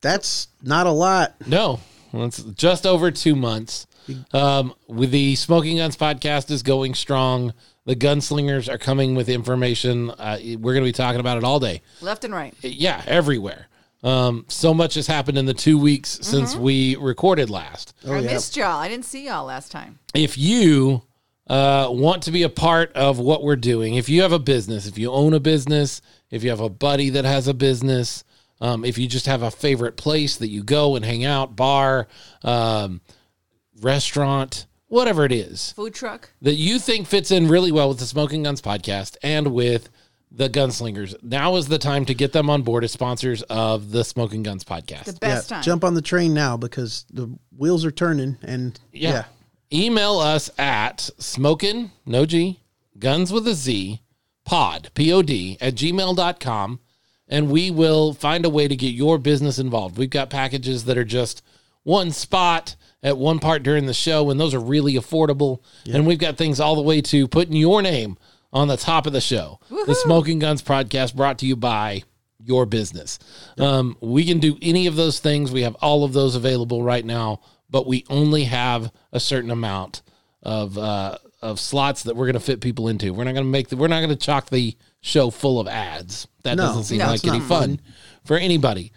[SPEAKER 2] That's not a lot.
[SPEAKER 1] No, It's just over two months. Um, with the Smoking Guns podcast is going strong. The gunslingers are coming with information. Uh, we're going to be talking about it all day.
[SPEAKER 3] Left and right.
[SPEAKER 1] Yeah, everywhere. Um, so much has happened in the two weeks since we recorded last
[SPEAKER 2] Oh,
[SPEAKER 3] I
[SPEAKER 2] yeah.
[SPEAKER 3] missed y'all. I didn't see y'all last time.
[SPEAKER 1] if you uh, want to be a part of what we're doing, if you have a business, if you own a business, if you have a buddy that has a business, um, if you just have a favorite place that you go and hang out, bar, um, restaurant, whatever it is
[SPEAKER 3] Food truck.
[SPEAKER 1] that you think fits in really well with the Smoking Guns podcast and with the Gunslingers, now is the time to get them on board as sponsors of the Smoking Guns podcast.
[SPEAKER 3] The best time.
[SPEAKER 2] Jump on the train now because the wheels are turning and yeah.
[SPEAKER 1] Yeah. Email us at smokin, no G, guns with a Z, pod, P O D, at gmail.com, and we will find a way to get your business involved. We've got packages that are just one spot at one part during the show, and those are really affordable. And we've got things all the way to putting your name on the top of the show. The Smoking Guns podcast brought to you by your business. Um, we can do any of those things. We have all of those available right now, but we only have a certain amount of uh, of slots that we're going to fit people into. We're not going to make the, we're not going to chalk the show full of ads. That
[SPEAKER 2] No,
[SPEAKER 1] doesn't seem
[SPEAKER 2] no,
[SPEAKER 1] like
[SPEAKER 2] it's
[SPEAKER 1] any
[SPEAKER 2] not
[SPEAKER 1] fun for anybody.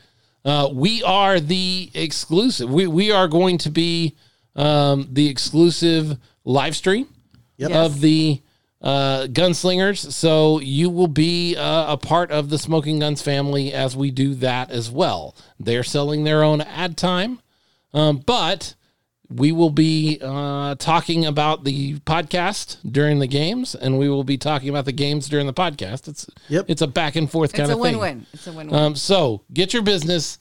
[SPEAKER 1] Uh, we are the exclusive. We we are going to be um, the exclusive live stream of the uh, gunslingers. So you will be uh, a part of the Smoking Guns family as we do that as well. They're selling their own ad time, um, but we will be uh, talking about the podcast during the games, and we will be talking about the games during the podcast. It's
[SPEAKER 2] Yep.
[SPEAKER 1] it's a back and forth
[SPEAKER 3] it's
[SPEAKER 1] kind
[SPEAKER 3] a
[SPEAKER 1] of thing.
[SPEAKER 3] win-win. It's a win-win.
[SPEAKER 1] Um, so get your business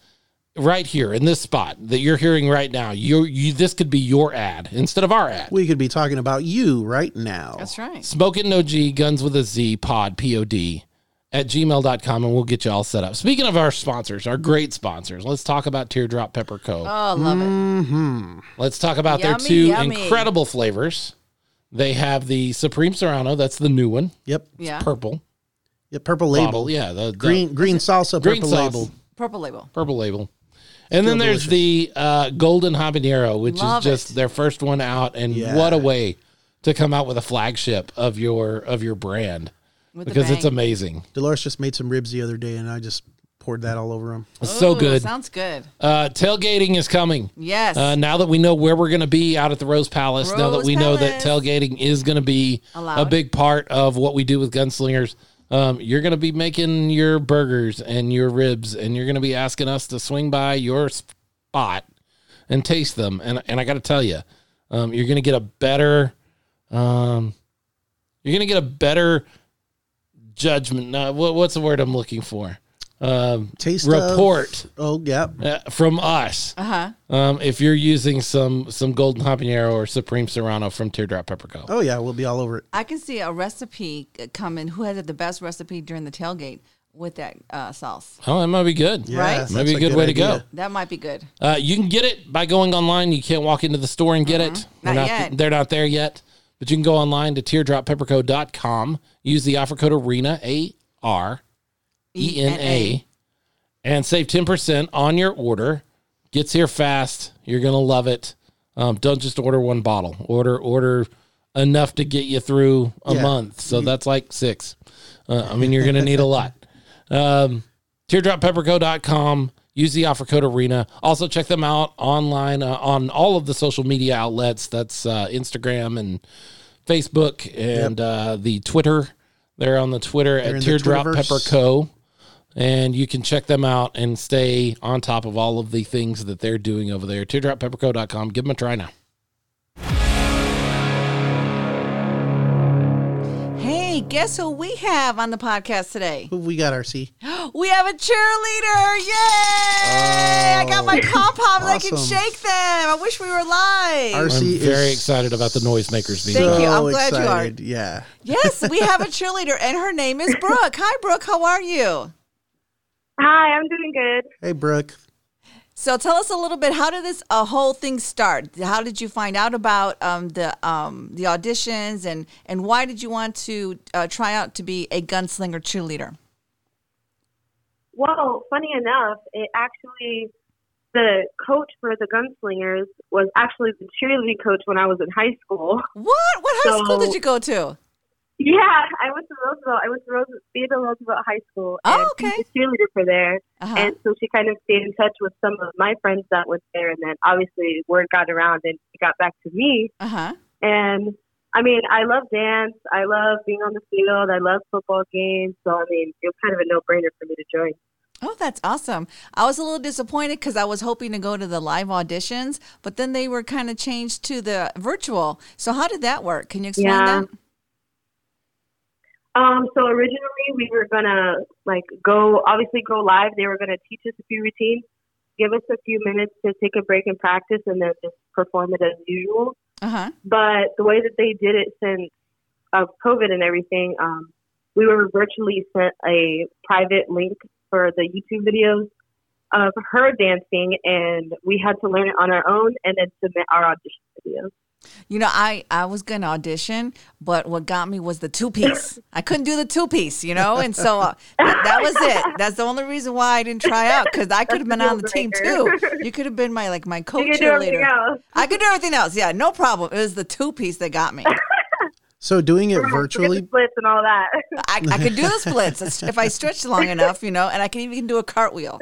[SPEAKER 1] right here in this spot that you're hearing right now. You you this could be your ad instead of our ad.
[SPEAKER 2] We could be talking about you right now.
[SPEAKER 3] That's right.
[SPEAKER 1] Smoking no G, guns with a Z, pod, P O D, at gmail.com, and we'll get you all set up. Speaking of our sponsors, our great sponsors, let's talk about Teardrop Pepper Co.
[SPEAKER 3] Oh, love
[SPEAKER 1] mm,
[SPEAKER 3] it.
[SPEAKER 1] let's talk about their
[SPEAKER 3] yummy,
[SPEAKER 1] two
[SPEAKER 3] yummy.
[SPEAKER 1] incredible flavors. They have the Supreme Serrano, that's the new one,
[SPEAKER 2] Yep.
[SPEAKER 3] Yeah.
[SPEAKER 1] purple
[SPEAKER 2] Yeah, purple label.
[SPEAKER 1] bottle. Yeah, the, the
[SPEAKER 2] Green green salsa,
[SPEAKER 1] green
[SPEAKER 2] purple
[SPEAKER 1] sauce,
[SPEAKER 2] label.
[SPEAKER 3] Purple label.
[SPEAKER 1] purple label. And then there's the uh, Golden Habanero, which
[SPEAKER 3] Love
[SPEAKER 1] is just
[SPEAKER 3] it.
[SPEAKER 1] their first one out, and
[SPEAKER 2] Yeah.
[SPEAKER 1] what a way to come out with a flagship of your of your brand
[SPEAKER 3] With the
[SPEAKER 1] because it's
[SPEAKER 3] bang.
[SPEAKER 1] amazing.
[SPEAKER 2] Dolores just made some ribs the other day, and I just poured that all over them.
[SPEAKER 1] It's so
[SPEAKER 3] Ooh,
[SPEAKER 1] good.
[SPEAKER 3] Sounds good.
[SPEAKER 1] Uh, tailgating is coming.
[SPEAKER 3] Yes.
[SPEAKER 1] Uh, now that we know where we're going to be out at the Rose Palace, now that
[SPEAKER 3] Rose
[SPEAKER 1] we know that
[SPEAKER 3] Palace.
[SPEAKER 1] tailgating is going to be a
[SPEAKER 3] Allowed.
[SPEAKER 1] big part of what we do with gunslingers, um, you're going to be making your burgers and your ribs, and you're going to be asking us to swing by your spot and taste them. And and I got to tell you, um, you're going to get a better, um, you're going to get a better judgment. No, what, what's the word I'm looking for? Um,
[SPEAKER 2] Taste of-
[SPEAKER 1] report
[SPEAKER 2] oh, yeah.
[SPEAKER 1] uh, from us
[SPEAKER 3] huh.
[SPEAKER 1] um, if you're using some some golden habanero or supreme serrano from Teardrop Pepperco.
[SPEAKER 2] Oh, yeah. We'll be all over it.
[SPEAKER 3] I can see a recipe uh, coming. Who had the best recipe during the tailgate with that uh, sauce?
[SPEAKER 1] Oh, that might be good.
[SPEAKER 2] Yeah,
[SPEAKER 3] Right?
[SPEAKER 2] that's
[SPEAKER 1] Maybe a good, way to
[SPEAKER 2] idea.
[SPEAKER 3] That might be good.
[SPEAKER 1] go. Uh, you can get it by going online. You can't walk into the store and get it. They're
[SPEAKER 3] Not yet.
[SPEAKER 1] They're Mm-hmm. not there yet. But you can go online to teardroppepperco.com. Use the offer code ARENA, A R E N A, and save 10% on your order. Gets here fast. You're going to love it. Um, don't just order one bottle. Order order enough to get you through a
[SPEAKER 2] Yeah.
[SPEAKER 1] month. So that's like six. Uh, I mean, you're going to need a lot. Um, teardroppepperco.com. Use the offer code ARENA. Also, check them out online uh, on all of the social media outlets. That's uh, Instagram and Facebook and uh, the Twitter. They're on the Twitter at
[SPEAKER 2] in the
[SPEAKER 1] Teardrop
[SPEAKER 2] Twitterverse.
[SPEAKER 1] Pepper Co. And you can check them out and stay on top of all of the things that they're doing over there. Teardroppepperco.com. Give them a try now.
[SPEAKER 3] Hey, guess who we have on the podcast today?
[SPEAKER 2] Who we got, RC?
[SPEAKER 3] We have a cheerleader! Yay! I got my pom poms. I can
[SPEAKER 2] awesome.
[SPEAKER 3] shake them. I wish we were live.
[SPEAKER 1] I'm
[SPEAKER 2] RC
[SPEAKER 1] very
[SPEAKER 2] is
[SPEAKER 1] excited about the noisemakers being
[SPEAKER 3] Thank
[SPEAKER 1] back.
[SPEAKER 3] you. I'm
[SPEAKER 2] so
[SPEAKER 3] glad you are.
[SPEAKER 2] excited. Yeah.
[SPEAKER 3] yes, we have a cheerleader, and her name is Brooke. Hi, Brooke. How are you?
[SPEAKER 4] Hi, I'm doing good.
[SPEAKER 2] Hey, Brooke.
[SPEAKER 3] So tell us a little bit. How did this uh, whole thing start? How did you find out about um, the um, the auditions, and and why did you want to uh, try out to be a gunslinger cheerleader?
[SPEAKER 4] Well, funny enough, it actually the coach for the Gunslingers was actually the cheerleading coach when I was in high school.
[SPEAKER 3] What? What high school did
[SPEAKER 4] So-
[SPEAKER 3] you go to?
[SPEAKER 4] Yeah, I went to Roosevelt. I went to Roosevelt, Theodore Roosevelt High School,
[SPEAKER 3] Oh,
[SPEAKER 4] and
[SPEAKER 3] okay.
[SPEAKER 4] she's a cheerleader for there.
[SPEAKER 3] Uh-huh.
[SPEAKER 4] And so she kind of stayed in touch with some of my friends that was there, and then obviously word got around and it got back to me.
[SPEAKER 3] uh huh.
[SPEAKER 4] And I mean, I love dance. I love being on the field. I love football games. So I mean, it was kind of a no-brainer for me to join.
[SPEAKER 3] Oh, that's awesome. I was a little disappointed because I was hoping to go to the live auditions, but then they were kind of changed to the virtual. So, how did that work? Can you explain
[SPEAKER 4] Yeah.
[SPEAKER 3] that?
[SPEAKER 4] Um, so originally we were gonna like go obviously go live. They were gonna teach us a few routines, give us a few minutes to take a break and practice, and then just perform it as usual.
[SPEAKER 3] Uh huh.
[SPEAKER 4] But the way that they did it since of COVID and everything, um, we were virtually sent a private link for the YouTube videos of her dancing, and we had to learn it on our own and then submit our audition videos.
[SPEAKER 3] You know, I, I was going to audition, but what got me was the two piece. I couldn't do the two piece, you know? And so uh, that, that was it. That's the only reason why I didn't try out because I could have been on the team too.
[SPEAKER 4] deal
[SPEAKER 3] You could have been my, like, my co
[SPEAKER 4] You can do everything
[SPEAKER 3] cheerleader.
[SPEAKER 4] else.
[SPEAKER 3] I could do everything else. Yeah, no problem. It was the two piece that got me.
[SPEAKER 2] So doing it
[SPEAKER 4] Forget the
[SPEAKER 2] virtually,
[SPEAKER 4] splits and all that.
[SPEAKER 3] I, I could do the splits if I stretched long enough, you know, and I could even do a cartwheel.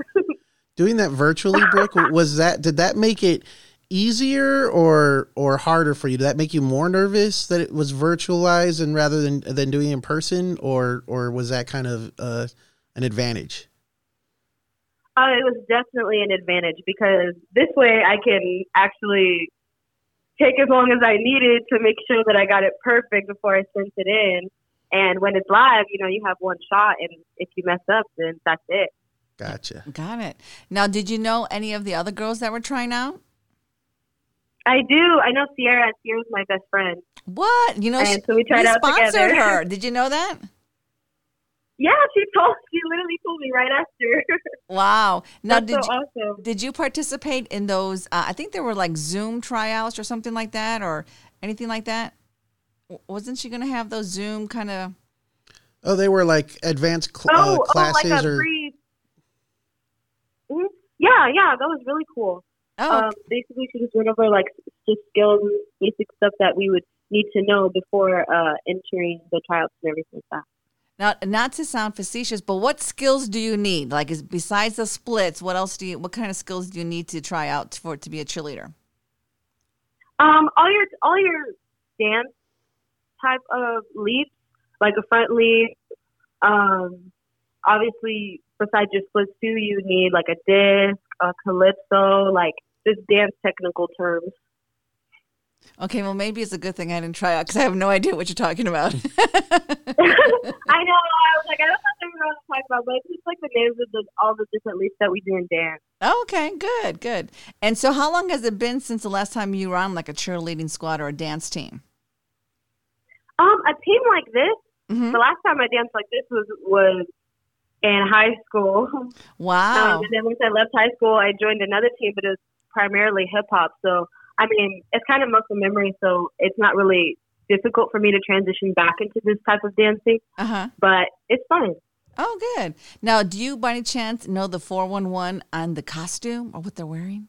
[SPEAKER 2] doing that virtually, Brooke, was that did that make it easier or or harder for you? Did that make you more nervous that it was virtualized and rather than than doing it in person, or or was that kind of uh, an advantage?
[SPEAKER 4] Oh, it was definitely an advantage because this way I can actually take as long as I needed to make sure that I got it perfect before I sent it in. And when it's live, you know, you have one shot, and if you mess up, then that's it.
[SPEAKER 2] Gotcha.
[SPEAKER 3] Got it. Now, did you know any of the other girls that were trying out?
[SPEAKER 4] I do. I know Sierra. and Sierra's my best friend.
[SPEAKER 3] What? You know,
[SPEAKER 4] And
[SPEAKER 3] she-
[SPEAKER 4] so we tried
[SPEAKER 3] we
[SPEAKER 4] out
[SPEAKER 3] sponsored
[SPEAKER 4] together.
[SPEAKER 3] her. Did you know that?
[SPEAKER 4] Yeah, she told. She literally told me right after.
[SPEAKER 3] Wow. Now,
[SPEAKER 4] that's
[SPEAKER 3] did
[SPEAKER 4] so
[SPEAKER 3] you,
[SPEAKER 4] awesome.
[SPEAKER 3] did you participate in those? Uh, I think there were like Zoom tryouts or something like that, or anything like that. W- Wasn't she going to have those Zoom kind of?
[SPEAKER 2] Oh, they were like advanced cl-
[SPEAKER 4] Oh,
[SPEAKER 2] uh, classes
[SPEAKER 4] oh, like a
[SPEAKER 2] or
[SPEAKER 4] free. Mhm. Yeah, yeah, that was really cool.
[SPEAKER 3] Oh,
[SPEAKER 4] Um, basically, she just went over like s- just skills and basic stuff that we would need to know before uh, entering the tryouts and everything like that.
[SPEAKER 3] now not to sound facetious, but what skills do you need? Like, is, besides the splits, what else do you? What kind of skills do you need to try out for to be a cheerleader?
[SPEAKER 4] Um, all your all your dance type of leaps, like a front leap. Um, obviously, besides your splits too, you need like a disc, a calypso, like just dance technical terms.
[SPEAKER 3] Okay, well maybe it's a good thing I didn't try out because I have no idea what you're talking about.
[SPEAKER 4] I know. I was like, I don't know what I'm talking about, but it's just like the names of the, all the different leaps that we do in dance.
[SPEAKER 3] okay, good, good. And so, how long has it been since the last time you were on like a cheerleading squad or a dance team?
[SPEAKER 4] Um, a team like this.
[SPEAKER 3] Mhm.
[SPEAKER 4] The last time I danced like this was was in high school.
[SPEAKER 3] Wow.
[SPEAKER 4] Um, and then once I left high school, I joined another team, but it was primarily hip hop. So I mean, it's kind of muscle memory, so it's not really difficult for me to transition back into this type of dancing.
[SPEAKER 3] Uh huh.
[SPEAKER 4] But it's fun.
[SPEAKER 3] Oh, good. Now, do you by any chance know the 411 on the costume or what they're wearing?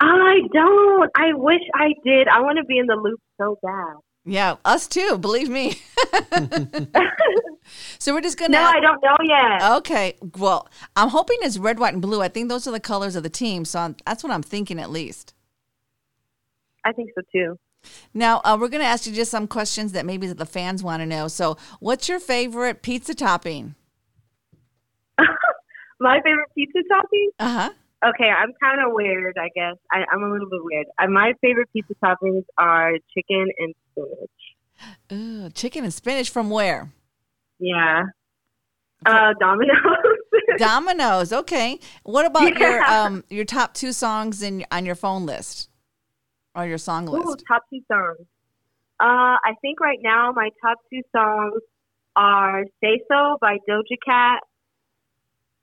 [SPEAKER 4] I don't. I wish I did. I want to be in the loop so bad.
[SPEAKER 3] Yeah, us too, believe me. so, we're just going
[SPEAKER 4] No, I don't know yet.
[SPEAKER 3] Okay. Well, I'm hoping it's red, white, and blue. I think those are the colors of the team. So, I'm, that's what I'm thinking at least.
[SPEAKER 4] I think so too.
[SPEAKER 3] Now, uh, we're going to ask you just some questions that maybe the fans want to know. So, what's your favorite pizza topping?
[SPEAKER 4] My favorite pizza topping.
[SPEAKER 3] Uh huh.
[SPEAKER 4] Okay, I'm kind of weird, I guess. I, I'm a little bit weird. Uh, my favorite pizza toppings are chicken and spinach.
[SPEAKER 3] Ooh, chicken and spinach from where?
[SPEAKER 4] Yeah. Uh, Domino's.
[SPEAKER 3] Domino's. Okay. What about your
[SPEAKER 4] Yeah.
[SPEAKER 3] um your top two songs in on your phone list or your song
[SPEAKER 4] Ooh,
[SPEAKER 3] list?
[SPEAKER 4] top two songs. Uh, I think right now my top two songs are Say So by Doja Cat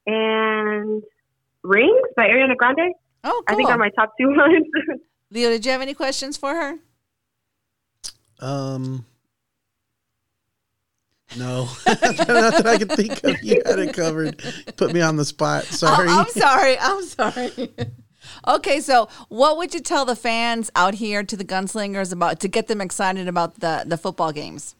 [SPEAKER 4] and Rings by Ariana Grande.
[SPEAKER 3] Oh, cool.
[SPEAKER 4] I think are my top two ones.
[SPEAKER 3] Leo, did you have any questions for her?
[SPEAKER 2] um. No, not that I could think of. You had it covered. Put me on the spot. Sorry.
[SPEAKER 3] Oh, I'm sorry. I'm sorry. okay, so what would you tell the fans out here to the gunslingers about to get them excited about the, the football games?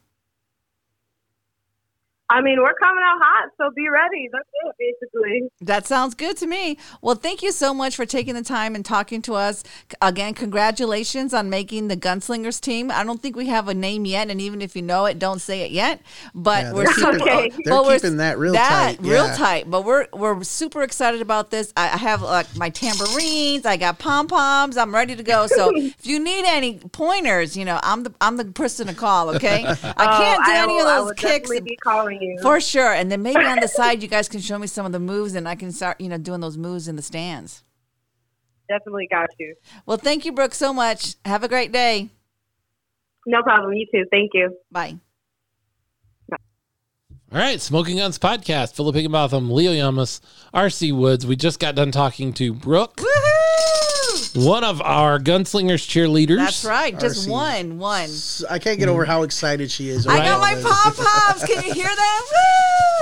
[SPEAKER 4] I mean, we're coming out hot, so be ready. That's it, basically.
[SPEAKER 3] That sounds good to me. Well, thank you so much for taking the time and talking to us. C- Again, congratulations on making the Gunslingers team. I don't think we have a name yet, and even if you know it, don't say it yet. But
[SPEAKER 2] Yeah,
[SPEAKER 3] we're
[SPEAKER 2] they're
[SPEAKER 3] super,
[SPEAKER 4] keeping- Okay.
[SPEAKER 2] they're
[SPEAKER 3] we're-
[SPEAKER 2] keeping that real tight,
[SPEAKER 3] real
[SPEAKER 2] yeah.
[SPEAKER 3] tight. But we're we're super excited about this. I I have like my tambourines. I got pom poms. I'm ready to go. So if you need any pointers, you know, I'm the I'm the person to call. Okay, I can't do
[SPEAKER 4] Oh, I
[SPEAKER 3] any
[SPEAKER 4] will- I
[SPEAKER 3] of
[SPEAKER 4] will
[SPEAKER 3] those kicks.
[SPEAKER 4] definitely be calling you.
[SPEAKER 3] For sure. And then maybe on the side, you guys can show me some of the moves and I can start, you know, doing those moves in the stands.
[SPEAKER 4] definitely got you.
[SPEAKER 3] Well, thank you, Brooke, so much. Have a great day.
[SPEAKER 4] No problem. You too. Thank you.
[SPEAKER 3] Bye.
[SPEAKER 1] All right, Smoking Guns Podcast. Philip Higginbotham, Leo Yamas, RC Woods. We just got done talking to Brooke, one of our gunslingers cheerleaders.
[SPEAKER 3] That's right. Just
[SPEAKER 2] RC.
[SPEAKER 3] one, one.
[SPEAKER 2] I can't get over how excited she is.
[SPEAKER 3] I
[SPEAKER 2] over
[SPEAKER 3] got
[SPEAKER 2] all
[SPEAKER 3] my
[SPEAKER 2] this.
[SPEAKER 3] pom poms. Can you hear that? Woo!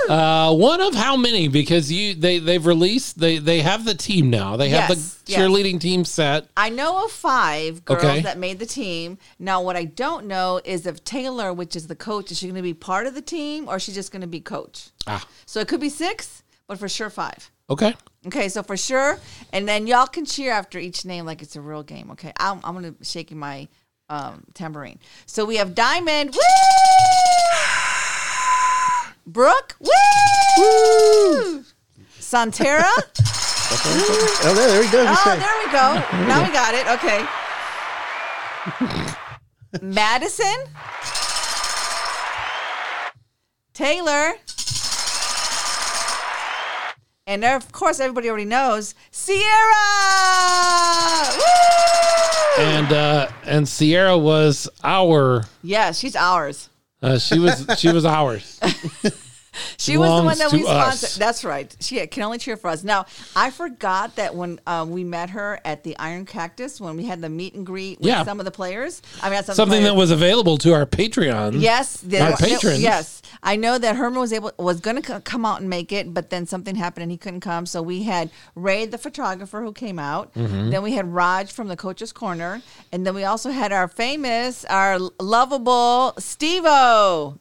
[SPEAKER 1] Uh, one of how many? Because you they they've released they they have the team now. They have
[SPEAKER 3] Yes,
[SPEAKER 1] the
[SPEAKER 3] yes.
[SPEAKER 1] cheerleading team set.
[SPEAKER 3] I know of five girls
[SPEAKER 1] Okay.
[SPEAKER 3] that made the team. Now, what I don't know is if Taylor, which is the coach, is she going to be part of the team or is she just going to be coach?
[SPEAKER 1] Ah,
[SPEAKER 3] So it could be six, but for sure five.
[SPEAKER 1] okay.
[SPEAKER 3] Okay, so for sure, and then y'all can cheer after each name like it's a real game. Okay, I'm, I'm gonna be shaking my um, tambourine. So we have Diamond, woo! Brooke, woo! Santera.
[SPEAKER 2] Oh, there, there he goes.
[SPEAKER 3] Oh,
[SPEAKER 2] He's saying-
[SPEAKER 3] there we go. Now we got it. Okay. Madison. Taylor. And of course, everybody already knows Sierra. Woo!
[SPEAKER 1] And uh, and Sierra was our.
[SPEAKER 3] Yeah, she's ours.
[SPEAKER 1] Uh, she was she was ours.
[SPEAKER 3] She was the one
[SPEAKER 1] belongs
[SPEAKER 3] that we
[SPEAKER 1] to us.
[SPEAKER 3] sponsored. That's right. She can only cheer for us. Now, I forgot that when um, we met her at the Iron Cactus, when we had the meet and greet with
[SPEAKER 1] Yeah.
[SPEAKER 3] some of the players, I mean, some
[SPEAKER 1] Something
[SPEAKER 3] players,
[SPEAKER 1] that was available to our Patreon.
[SPEAKER 3] Yes, there
[SPEAKER 1] Our
[SPEAKER 3] were- there-
[SPEAKER 1] Mm-hmm. patrons.
[SPEAKER 3] yes, I know that Herman was able was going to come out and make it, but then something happened and he couldn't come. So we had Ray, the photographer, who came out.
[SPEAKER 1] Mm-hmm.
[SPEAKER 3] Then we had Raj from the Coach's Corner, and then we also had our famous, our lovable Stevo.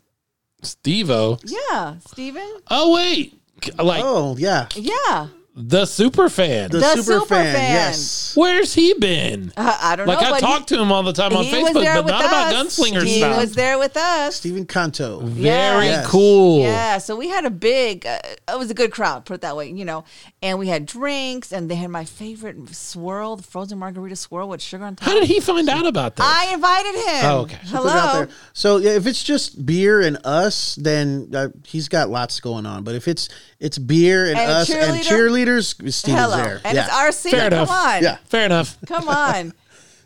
[SPEAKER 1] Stevo.
[SPEAKER 3] Yeah, Steven?
[SPEAKER 1] Oh wait, like
[SPEAKER 2] Oh, yeah.
[SPEAKER 3] Yeah,
[SPEAKER 1] the super fan.
[SPEAKER 2] The,
[SPEAKER 3] The
[SPEAKER 2] super,
[SPEAKER 3] super
[SPEAKER 2] fan.
[SPEAKER 3] fan.
[SPEAKER 2] Yes.
[SPEAKER 1] Where's he been?
[SPEAKER 3] Uh, I don't
[SPEAKER 1] Like
[SPEAKER 3] know.
[SPEAKER 1] I
[SPEAKER 3] but he-
[SPEAKER 1] talk to him all the time on
[SPEAKER 3] he
[SPEAKER 1] Facebook,
[SPEAKER 3] was there
[SPEAKER 1] but
[SPEAKER 3] with
[SPEAKER 1] not about
[SPEAKER 3] us.
[SPEAKER 1] gunslinger
[SPEAKER 3] he
[SPEAKER 1] stuff.
[SPEAKER 3] was there with us.
[SPEAKER 2] Stephen Kanto.
[SPEAKER 1] Very
[SPEAKER 2] Yes.
[SPEAKER 1] cool.
[SPEAKER 3] Yeah, so we had a big, uh, it was a good crowd, put it that way, you know. And we had drinks, and they had my favorite swirl, the frozen margarita swirl with sugar on top.
[SPEAKER 1] How did he find out about that?
[SPEAKER 3] I invited him.
[SPEAKER 1] Oh, okay.
[SPEAKER 2] Put it out
[SPEAKER 3] Hello.
[SPEAKER 2] there. So yeah, if it's just beer and us, then uh, he's got lots going on. But if it's it's beer and,
[SPEAKER 3] And a
[SPEAKER 2] us and cheerleaders, Steven's
[SPEAKER 3] Hello.
[SPEAKER 2] there.
[SPEAKER 3] And
[SPEAKER 2] yeah.
[SPEAKER 3] it's RC.
[SPEAKER 1] Fair
[SPEAKER 3] Come
[SPEAKER 1] enough.
[SPEAKER 3] on.
[SPEAKER 2] Yeah.
[SPEAKER 1] Fair enough.
[SPEAKER 3] Come on.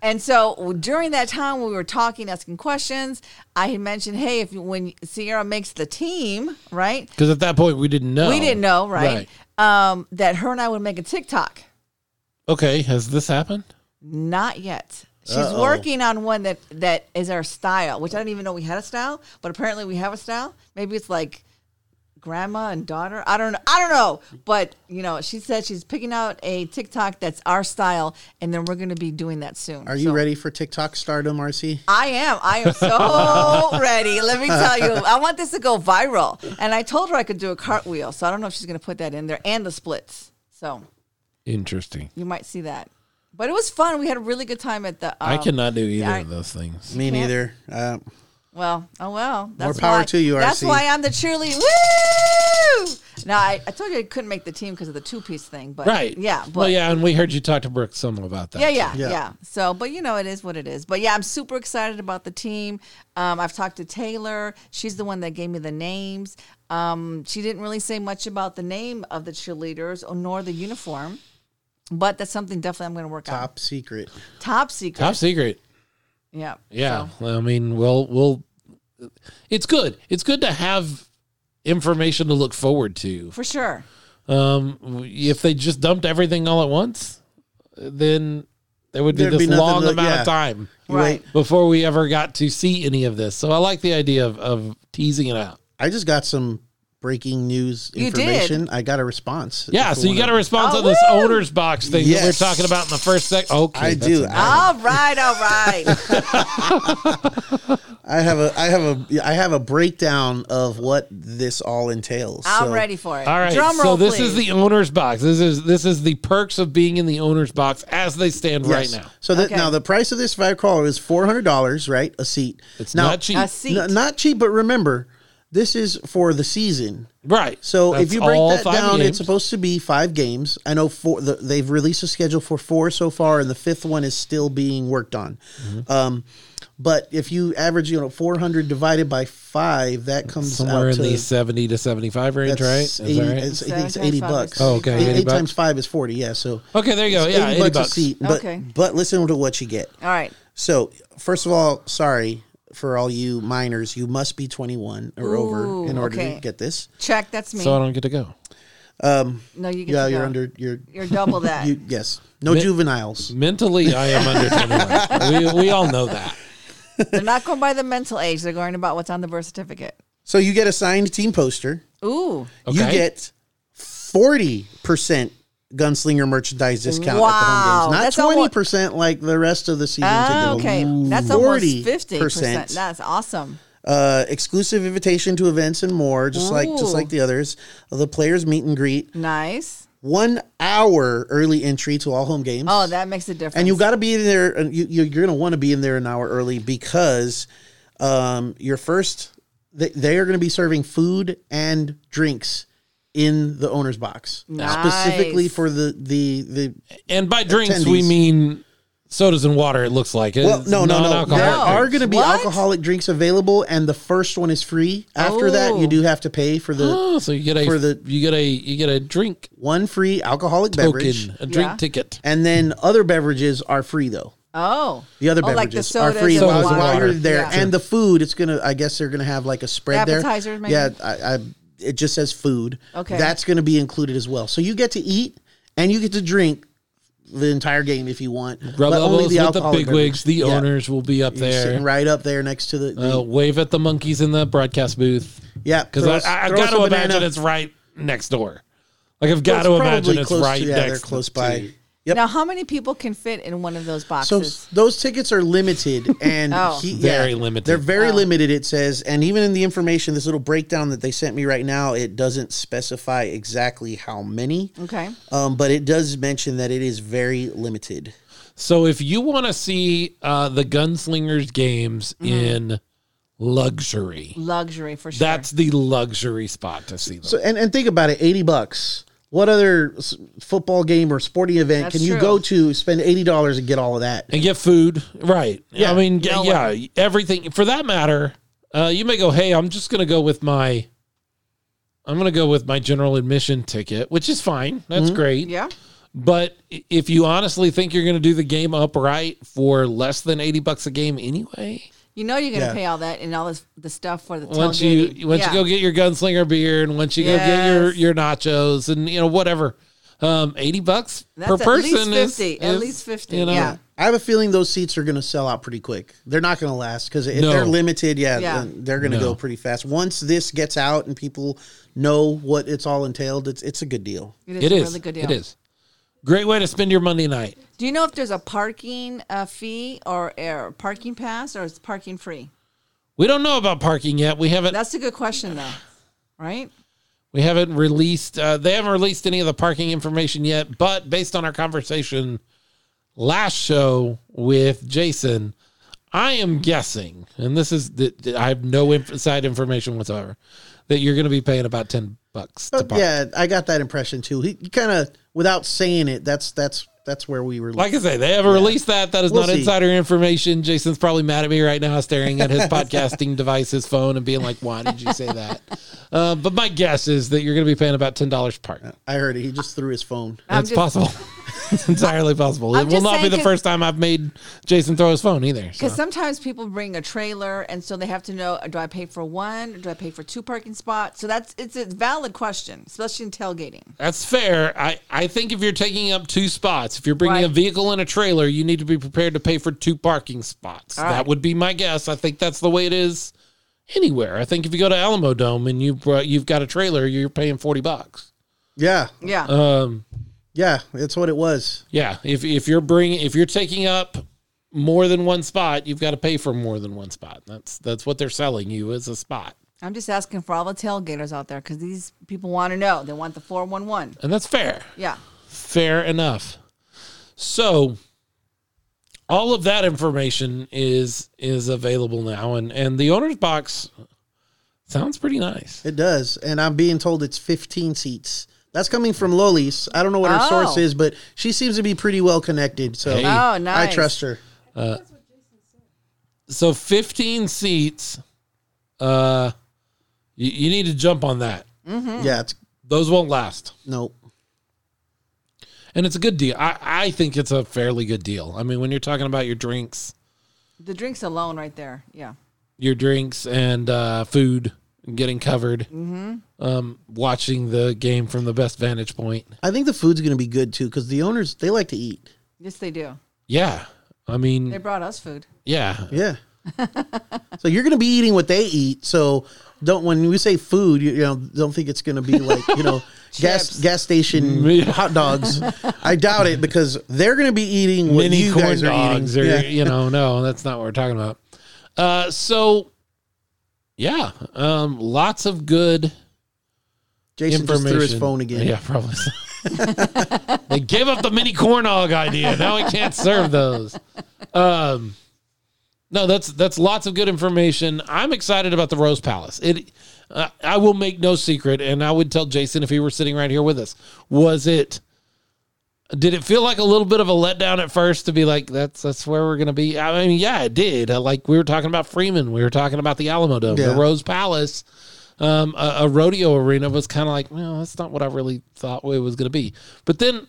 [SPEAKER 3] And so during that time when we were talking, asking questions, I had mentioned, hey, if you, when Sierra makes the team, right?
[SPEAKER 1] Because at that point we didn't know.
[SPEAKER 3] We didn't know, right? Um, that her and I would make a TikTok.
[SPEAKER 1] Okay. Has this happened?
[SPEAKER 3] Not yet. She's
[SPEAKER 2] Uh-oh.
[SPEAKER 3] working on one that that is our style, which I didn't even know we had a style, but apparently we have a style. Maybe it's like grandma and daughter. I don't know. I don't know. But you know, she said she's picking out a TikTok that's our style, and then we're going to be doing that soon.
[SPEAKER 2] Are you
[SPEAKER 3] So-
[SPEAKER 2] ready for TikTok stardom, RC?
[SPEAKER 3] I am. I am so ready. Let me tell you, I want this to go viral. And I told her I could do a cartwheel, so I don't know if she's going to put that in there and the splits. So
[SPEAKER 1] Interesting.
[SPEAKER 3] you might see that. But it was fun. We had a really good time at the. Um,
[SPEAKER 1] I cannot do either
[SPEAKER 3] I-
[SPEAKER 1] of those things.
[SPEAKER 2] Me
[SPEAKER 3] can't.
[SPEAKER 2] neither. Uh,
[SPEAKER 3] Well, oh well. That's
[SPEAKER 2] power
[SPEAKER 3] why,
[SPEAKER 2] to you,
[SPEAKER 3] That's
[SPEAKER 2] RC.
[SPEAKER 3] why I'm the cheerleader. Woo! Now I, I told you I couldn't make the team because of the two piece thing, but
[SPEAKER 1] Right.
[SPEAKER 3] yeah, but
[SPEAKER 1] well, yeah, and we heard you talk to Brooke some about that.
[SPEAKER 3] yeah, yeah,
[SPEAKER 2] Yeah.
[SPEAKER 3] yeah, So, but you know, it is what it is. But yeah, I'm super excited about the team. Um, I've talked to Taylor. She's the one that gave me the names. Um, she didn't really say much about the name of the cheerleaders or nor the uniform, but that's something definitely I'm going to work on.
[SPEAKER 2] top secret.
[SPEAKER 3] Top secret.
[SPEAKER 1] Top secret.
[SPEAKER 3] Yeah.
[SPEAKER 1] Yeah.
[SPEAKER 3] So,
[SPEAKER 1] Well, I mean, we'll we'll. It's good. It's good to have information to look forward to.
[SPEAKER 3] for sure.
[SPEAKER 1] Um, if they just dumped everything all at once, then there would be
[SPEAKER 2] There'd
[SPEAKER 1] this
[SPEAKER 2] be nothing
[SPEAKER 1] long
[SPEAKER 2] to-
[SPEAKER 1] amount
[SPEAKER 2] yeah.
[SPEAKER 1] of time
[SPEAKER 2] You
[SPEAKER 3] Right.
[SPEAKER 2] wait.
[SPEAKER 1] before we ever got to see any of this. So I like the idea of, of teasing it out.
[SPEAKER 2] I just got some breaking news
[SPEAKER 3] You did.
[SPEAKER 2] information. I got a response.
[SPEAKER 1] Yeah,
[SPEAKER 2] If
[SPEAKER 1] so
[SPEAKER 2] you
[SPEAKER 1] you got a
[SPEAKER 2] wanna-
[SPEAKER 1] response
[SPEAKER 3] Oh,
[SPEAKER 1] on this
[SPEAKER 3] woo!
[SPEAKER 1] owner's box thing that
[SPEAKER 2] Yes.
[SPEAKER 1] we're talking about in the first sec. Okay,
[SPEAKER 2] I
[SPEAKER 1] that's
[SPEAKER 2] do.
[SPEAKER 1] enough.
[SPEAKER 2] I,
[SPEAKER 3] All right, all right.
[SPEAKER 2] I have a. I have a. I have a breakdown of what this all entails.
[SPEAKER 3] I'm
[SPEAKER 2] So-
[SPEAKER 3] ready for it.
[SPEAKER 1] All right,
[SPEAKER 3] Drum
[SPEAKER 1] so
[SPEAKER 3] roll,
[SPEAKER 1] this
[SPEAKER 3] please.
[SPEAKER 1] is the owner's box. This is this is the perks of being in the owner's box as they stand
[SPEAKER 2] Yes.
[SPEAKER 1] right now.
[SPEAKER 2] So that
[SPEAKER 3] Okay.
[SPEAKER 2] now the price of this five caller is four hundred dollars, right? A seat.
[SPEAKER 1] It's
[SPEAKER 2] now,
[SPEAKER 1] not cheap,
[SPEAKER 3] a seat.
[SPEAKER 2] n- not cheap, but remember, this is for the season.
[SPEAKER 1] right?
[SPEAKER 2] So if
[SPEAKER 1] That's
[SPEAKER 2] you break
[SPEAKER 1] all
[SPEAKER 2] that
[SPEAKER 1] five
[SPEAKER 2] down, it's
[SPEAKER 1] games.
[SPEAKER 2] supposed to be five games. I know four. The, they've released a schedule for four so far, and the fifth one is still being worked on.
[SPEAKER 1] Mm-hmm.
[SPEAKER 2] Um, but if you average, you know, four hundred divided by five, that comes
[SPEAKER 1] somewhere
[SPEAKER 2] out
[SPEAKER 1] in
[SPEAKER 2] to
[SPEAKER 1] the seventy to seventy-five range, right? Is
[SPEAKER 2] that's
[SPEAKER 1] that
[SPEAKER 2] 80,
[SPEAKER 1] right?
[SPEAKER 2] it's, I
[SPEAKER 3] So
[SPEAKER 2] think it's
[SPEAKER 3] times
[SPEAKER 2] eighty
[SPEAKER 3] five
[SPEAKER 2] bucks.
[SPEAKER 3] is Oh,
[SPEAKER 1] okay,
[SPEAKER 2] Eight,
[SPEAKER 1] 80
[SPEAKER 2] eight
[SPEAKER 1] bucks.
[SPEAKER 2] times five is forty. Yeah, so
[SPEAKER 1] okay, there you go. Yeah, eighty, bucks.
[SPEAKER 2] a seat. But
[SPEAKER 3] Okay.
[SPEAKER 2] but listen to what you get.
[SPEAKER 3] all right.
[SPEAKER 2] So, first of all, sorry for all you minors. You must be 21 or over
[SPEAKER 3] Ooh,
[SPEAKER 2] in order
[SPEAKER 3] okay.
[SPEAKER 2] to get this.
[SPEAKER 3] Check. That's me.
[SPEAKER 1] So I don't get to go.
[SPEAKER 3] no, you get
[SPEAKER 2] Yeah,
[SPEAKER 3] to
[SPEAKER 2] you're
[SPEAKER 3] go.
[SPEAKER 2] under. You're
[SPEAKER 3] You're double that.
[SPEAKER 2] you. Yes, no
[SPEAKER 1] Mi-
[SPEAKER 2] juveniles.
[SPEAKER 1] Mentally, I am under twenty-one. we, we all know that.
[SPEAKER 3] they're not going by the mental age. They're going about what's on the birth certificate.
[SPEAKER 2] So you get a signed team poster.
[SPEAKER 3] Ooh.
[SPEAKER 1] Okay,
[SPEAKER 2] You get 40 percent gunslinger merchandise discount at the
[SPEAKER 3] Wow,
[SPEAKER 2] home games. Not
[SPEAKER 3] that's almost-
[SPEAKER 2] 20 percent like the rest of the season.
[SPEAKER 3] Oh,
[SPEAKER 2] ticket
[SPEAKER 3] okay.
[SPEAKER 2] holders.
[SPEAKER 3] That's almost 50%.
[SPEAKER 2] 40%.
[SPEAKER 3] That's awesome.
[SPEAKER 2] Uh, exclusive invitation to events and more, just like
[SPEAKER 3] Ooh.
[SPEAKER 2] just like the others. The players meet and greet.
[SPEAKER 3] Nice.
[SPEAKER 2] One hour early entry to all home games.
[SPEAKER 3] Oh, that makes a difference.
[SPEAKER 2] and you got to be in there and you, you you're going to want to be in there an hour early because um your first they, they are going to be serving food and drinks in the owner's box specifically
[SPEAKER 3] Nice.
[SPEAKER 2] for the the the
[SPEAKER 1] and by drinks we
[SPEAKER 2] Attendees.
[SPEAKER 1] mean sodas and water. It looks like
[SPEAKER 2] well
[SPEAKER 1] It's
[SPEAKER 2] no no no
[SPEAKER 1] non-alcoholic
[SPEAKER 2] there
[SPEAKER 3] No.
[SPEAKER 2] are going to be
[SPEAKER 3] What?
[SPEAKER 2] alcoholic drinks available and the first one is free after that you
[SPEAKER 3] Oh.
[SPEAKER 2] do have to pay for the
[SPEAKER 1] Oh, so you get a
[SPEAKER 2] For the-
[SPEAKER 1] you get a you get a drink
[SPEAKER 2] one free alcoholic
[SPEAKER 1] token,
[SPEAKER 2] beverage
[SPEAKER 1] a drink
[SPEAKER 3] Yeah.
[SPEAKER 1] ticket.
[SPEAKER 2] and then other beverages are free though
[SPEAKER 3] oh.
[SPEAKER 2] The other
[SPEAKER 3] oh, like the
[SPEAKER 2] beverages are
[SPEAKER 3] sodas
[SPEAKER 2] free
[SPEAKER 3] and
[SPEAKER 2] while,
[SPEAKER 1] Sodas and
[SPEAKER 2] while
[SPEAKER 1] water.
[SPEAKER 2] you're there,
[SPEAKER 3] Yeah.
[SPEAKER 2] and the food. It's gonna. I guess they're gonna have like a spread
[SPEAKER 3] Appetizers,
[SPEAKER 2] there.
[SPEAKER 3] maybe?
[SPEAKER 2] Yeah, I, I, it just says food.
[SPEAKER 3] Okay.
[SPEAKER 2] that's gonna be included as well. So you get to eat and you get to drink the entire game if you want.
[SPEAKER 1] Rub
[SPEAKER 2] but
[SPEAKER 1] elbows with the
[SPEAKER 2] alcoholic
[SPEAKER 1] big wigs.
[SPEAKER 2] beverage.
[SPEAKER 1] The
[SPEAKER 2] Yeah,
[SPEAKER 1] owners will be up
[SPEAKER 2] you're sitting
[SPEAKER 1] there.
[SPEAKER 2] right up there next to the. the
[SPEAKER 1] Uh, wave at the monkeys in the broadcast booth
[SPEAKER 2] yeah,
[SPEAKER 1] because I, I, I've got to imagine it's right next door. Like I've got to imagine it's right
[SPEAKER 2] yeah,
[SPEAKER 1] next
[SPEAKER 2] they're close
[SPEAKER 1] to-
[SPEAKER 2] by. Yep.
[SPEAKER 3] Now, how many people can fit in one of those
[SPEAKER 2] So
[SPEAKER 3] boxes?
[SPEAKER 2] those tickets are limited and
[SPEAKER 3] Oh.
[SPEAKER 2] he-
[SPEAKER 1] Very
[SPEAKER 2] yeah,
[SPEAKER 1] limited.
[SPEAKER 2] They're very limited, it says. And even in the information, this little breakdown that they sent me right now, it doesn't specify exactly how many.
[SPEAKER 3] okay.
[SPEAKER 2] Um, but it does mention that it is very limited.
[SPEAKER 1] So if you want to see uh, the Gunslingers games in luxury,
[SPEAKER 3] Luxury for sure.
[SPEAKER 1] that's the luxury spot to see them.
[SPEAKER 2] So and, and think about it, eighty bucks. What other s- football game or sporting event
[SPEAKER 3] That's
[SPEAKER 2] can you
[SPEAKER 3] true.
[SPEAKER 2] go to spend eighty dollars and get all of that?
[SPEAKER 1] and get food. Right. I mean,
[SPEAKER 3] No
[SPEAKER 1] yeah, everything for that matter. Uh, you may go, hey, I'm just gonna go with my, I'm gonna go with my general admission ticket, which is fine. That's great.
[SPEAKER 3] Mm-hmm. yeah.
[SPEAKER 1] But i- if you honestly think you're gonna do the game upright for less than eighty bucks a game anyway,
[SPEAKER 3] You know you're going to
[SPEAKER 2] Yeah.
[SPEAKER 3] pay all that and all this the stuff for the
[SPEAKER 1] once
[SPEAKER 3] tailgating.
[SPEAKER 1] you once
[SPEAKER 3] Yeah.
[SPEAKER 1] you go get your gunslinger beer and once you go get your
[SPEAKER 3] Yes.
[SPEAKER 1] your nachos and you know whatever, um, eighty bucks
[SPEAKER 3] That's
[SPEAKER 1] per
[SPEAKER 3] at
[SPEAKER 1] person
[SPEAKER 3] least
[SPEAKER 1] is-
[SPEAKER 3] 50, at
[SPEAKER 1] is,
[SPEAKER 3] least 50,
[SPEAKER 1] you know,
[SPEAKER 3] yeah.
[SPEAKER 2] I have a feeling those seats are going to sell out pretty quick. They're not going to last because if
[SPEAKER 1] No.
[SPEAKER 2] they're limited, yeah,
[SPEAKER 3] Yeah.
[SPEAKER 2] then they're going to
[SPEAKER 1] No.
[SPEAKER 2] go pretty fast. Once this gets out and people know what it's all entailed, it's it's a good deal.
[SPEAKER 3] it is
[SPEAKER 1] It
[SPEAKER 3] a
[SPEAKER 1] is.
[SPEAKER 3] really good deal.
[SPEAKER 1] It is. Great way to spend your Monday night.
[SPEAKER 3] Do you know if there's a parking uh, fee or a parking pass or is parking free?
[SPEAKER 1] We don't know about parking yet. We haven't
[SPEAKER 3] That's a good question though. Right?
[SPEAKER 1] we haven't released uh, they haven't released any of the parking information yet, but based on our conversation last show with Jason, I am guessing, and this is that I have no inside information whatsoever, that you're going to be paying about 10 bucks to
[SPEAKER 2] But
[SPEAKER 1] park.
[SPEAKER 2] Oh, yeah, I got that impression too. He kind of without saying it, that's that's that's where we were.
[SPEAKER 1] Like I say, they haven't released that. That is
[SPEAKER 2] We'll
[SPEAKER 1] not
[SPEAKER 2] see.
[SPEAKER 1] insider information. Jason's probably mad at me right now, staring at his podcasting device, his phone, and being like, "Why did you say that?" Uh, but my guess is that you're going to be paying about ten dollars park.
[SPEAKER 2] I heard it. He just threw his phone.
[SPEAKER 3] I'm
[SPEAKER 1] It's
[SPEAKER 3] just-
[SPEAKER 1] possible. it's entirely possible.
[SPEAKER 3] I'm
[SPEAKER 1] it will
[SPEAKER 3] just
[SPEAKER 1] not be
[SPEAKER 3] saying
[SPEAKER 1] the
[SPEAKER 3] 'cause-
[SPEAKER 1] first time I've made Jason throw his phone either. so.
[SPEAKER 3] Because sometimes people bring a trailer, and so they have to know: uh, Do I pay for one? Or do I pay for two parking spots? So that's it's a valid question, especially in tailgating.
[SPEAKER 1] That's fair. I, I think if you're taking up two spots, if you're bringing a
[SPEAKER 3] Right.
[SPEAKER 1] vehicle and a trailer, you need to be prepared to pay for two parking spots.
[SPEAKER 3] All
[SPEAKER 1] that
[SPEAKER 3] right.
[SPEAKER 1] would be my guess. I think that's the way it is anywhere. I think if you go to Alamo Dome and you uh, you've got a trailer, you're paying forty bucks.
[SPEAKER 2] Yeah,
[SPEAKER 3] Yeah.
[SPEAKER 1] Um,
[SPEAKER 2] yeah, that's what it was.
[SPEAKER 1] yeah, if if you're bringing if you're taking up more than one spot, you've got to pay for more than one spot. That's that's what they're selling you as a spot,
[SPEAKER 3] I'm just asking for all the tailgaters out there because these people want to know. They want the 411.
[SPEAKER 1] and that's fair.
[SPEAKER 3] Yeah.
[SPEAKER 1] Fair enough. So all of that information is is available now and and the owner's box sounds pretty nice.
[SPEAKER 2] It does, and I'm being told it's 15 seats. That's coming from Lolis. I don't know what her
[SPEAKER 3] Oh.
[SPEAKER 2] source is, but she seems to be pretty well connected. So
[SPEAKER 1] Hey.
[SPEAKER 3] Oh, nice.
[SPEAKER 2] I trust her.
[SPEAKER 1] So 15 seats uh you, you need to jump on that.
[SPEAKER 3] Mm-hmm.
[SPEAKER 2] Yeah, it's
[SPEAKER 1] Those won't last.
[SPEAKER 2] nope.
[SPEAKER 1] And it's a good deal. I I think it's a fairly good deal. I mean when you're talking about your drinks,
[SPEAKER 3] The drinks alone, right there. Yeah.
[SPEAKER 1] your drinks and uh food getting covered. Um watching the game from the best vantage point.
[SPEAKER 2] I think the food's going to be good too because the owners they like to eat.
[SPEAKER 3] Yes, they do.
[SPEAKER 1] Yeah. I
[SPEAKER 3] They
[SPEAKER 1] mean,
[SPEAKER 3] brought us food.
[SPEAKER 1] yeah.
[SPEAKER 2] Yeah. so you're going to be eating what they eat. So don't when we say food, you, you know, don't think it's going to be like you know gas
[SPEAKER 3] Chips.
[SPEAKER 2] gas station
[SPEAKER 1] Yeah.
[SPEAKER 2] hot dogs. I doubt it because they're going to be eating what
[SPEAKER 1] mini
[SPEAKER 2] you
[SPEAKER 1] corn
[SPEAKER 2] guys are
[SPEAKER 1] dogs or
[SPEAKER 2] eating. Yeah.
[SPEAKER 1] you know no that's not what we're talking about uh so yeah um lots of good
[SPEAKER 2] Jason just
[SPEAKER 1] information
[SPEAKER 2] threw his phone again.
[SPEAKER 1] yeah probably so. they gave up the mini corn dog idea now we can't serve those um no that's that's lots of good information i'm excited about the rose palace it uh, i will make no secret and i would tell jason if he were sitting right here with us was it did it feel like a little bit of a letdown at first to be like that's that's where we're gonna be? I mean, yeah, it did. Uh, Like we were talking about Freeman, we were talking about the Alamo Dome,
[SPEAKER 2] Yeah.
[SPEAKER 1] the Rose Palace, um, a, a rodeo arena was kind of like, well, that's not what I really thought it was gonna be. But then,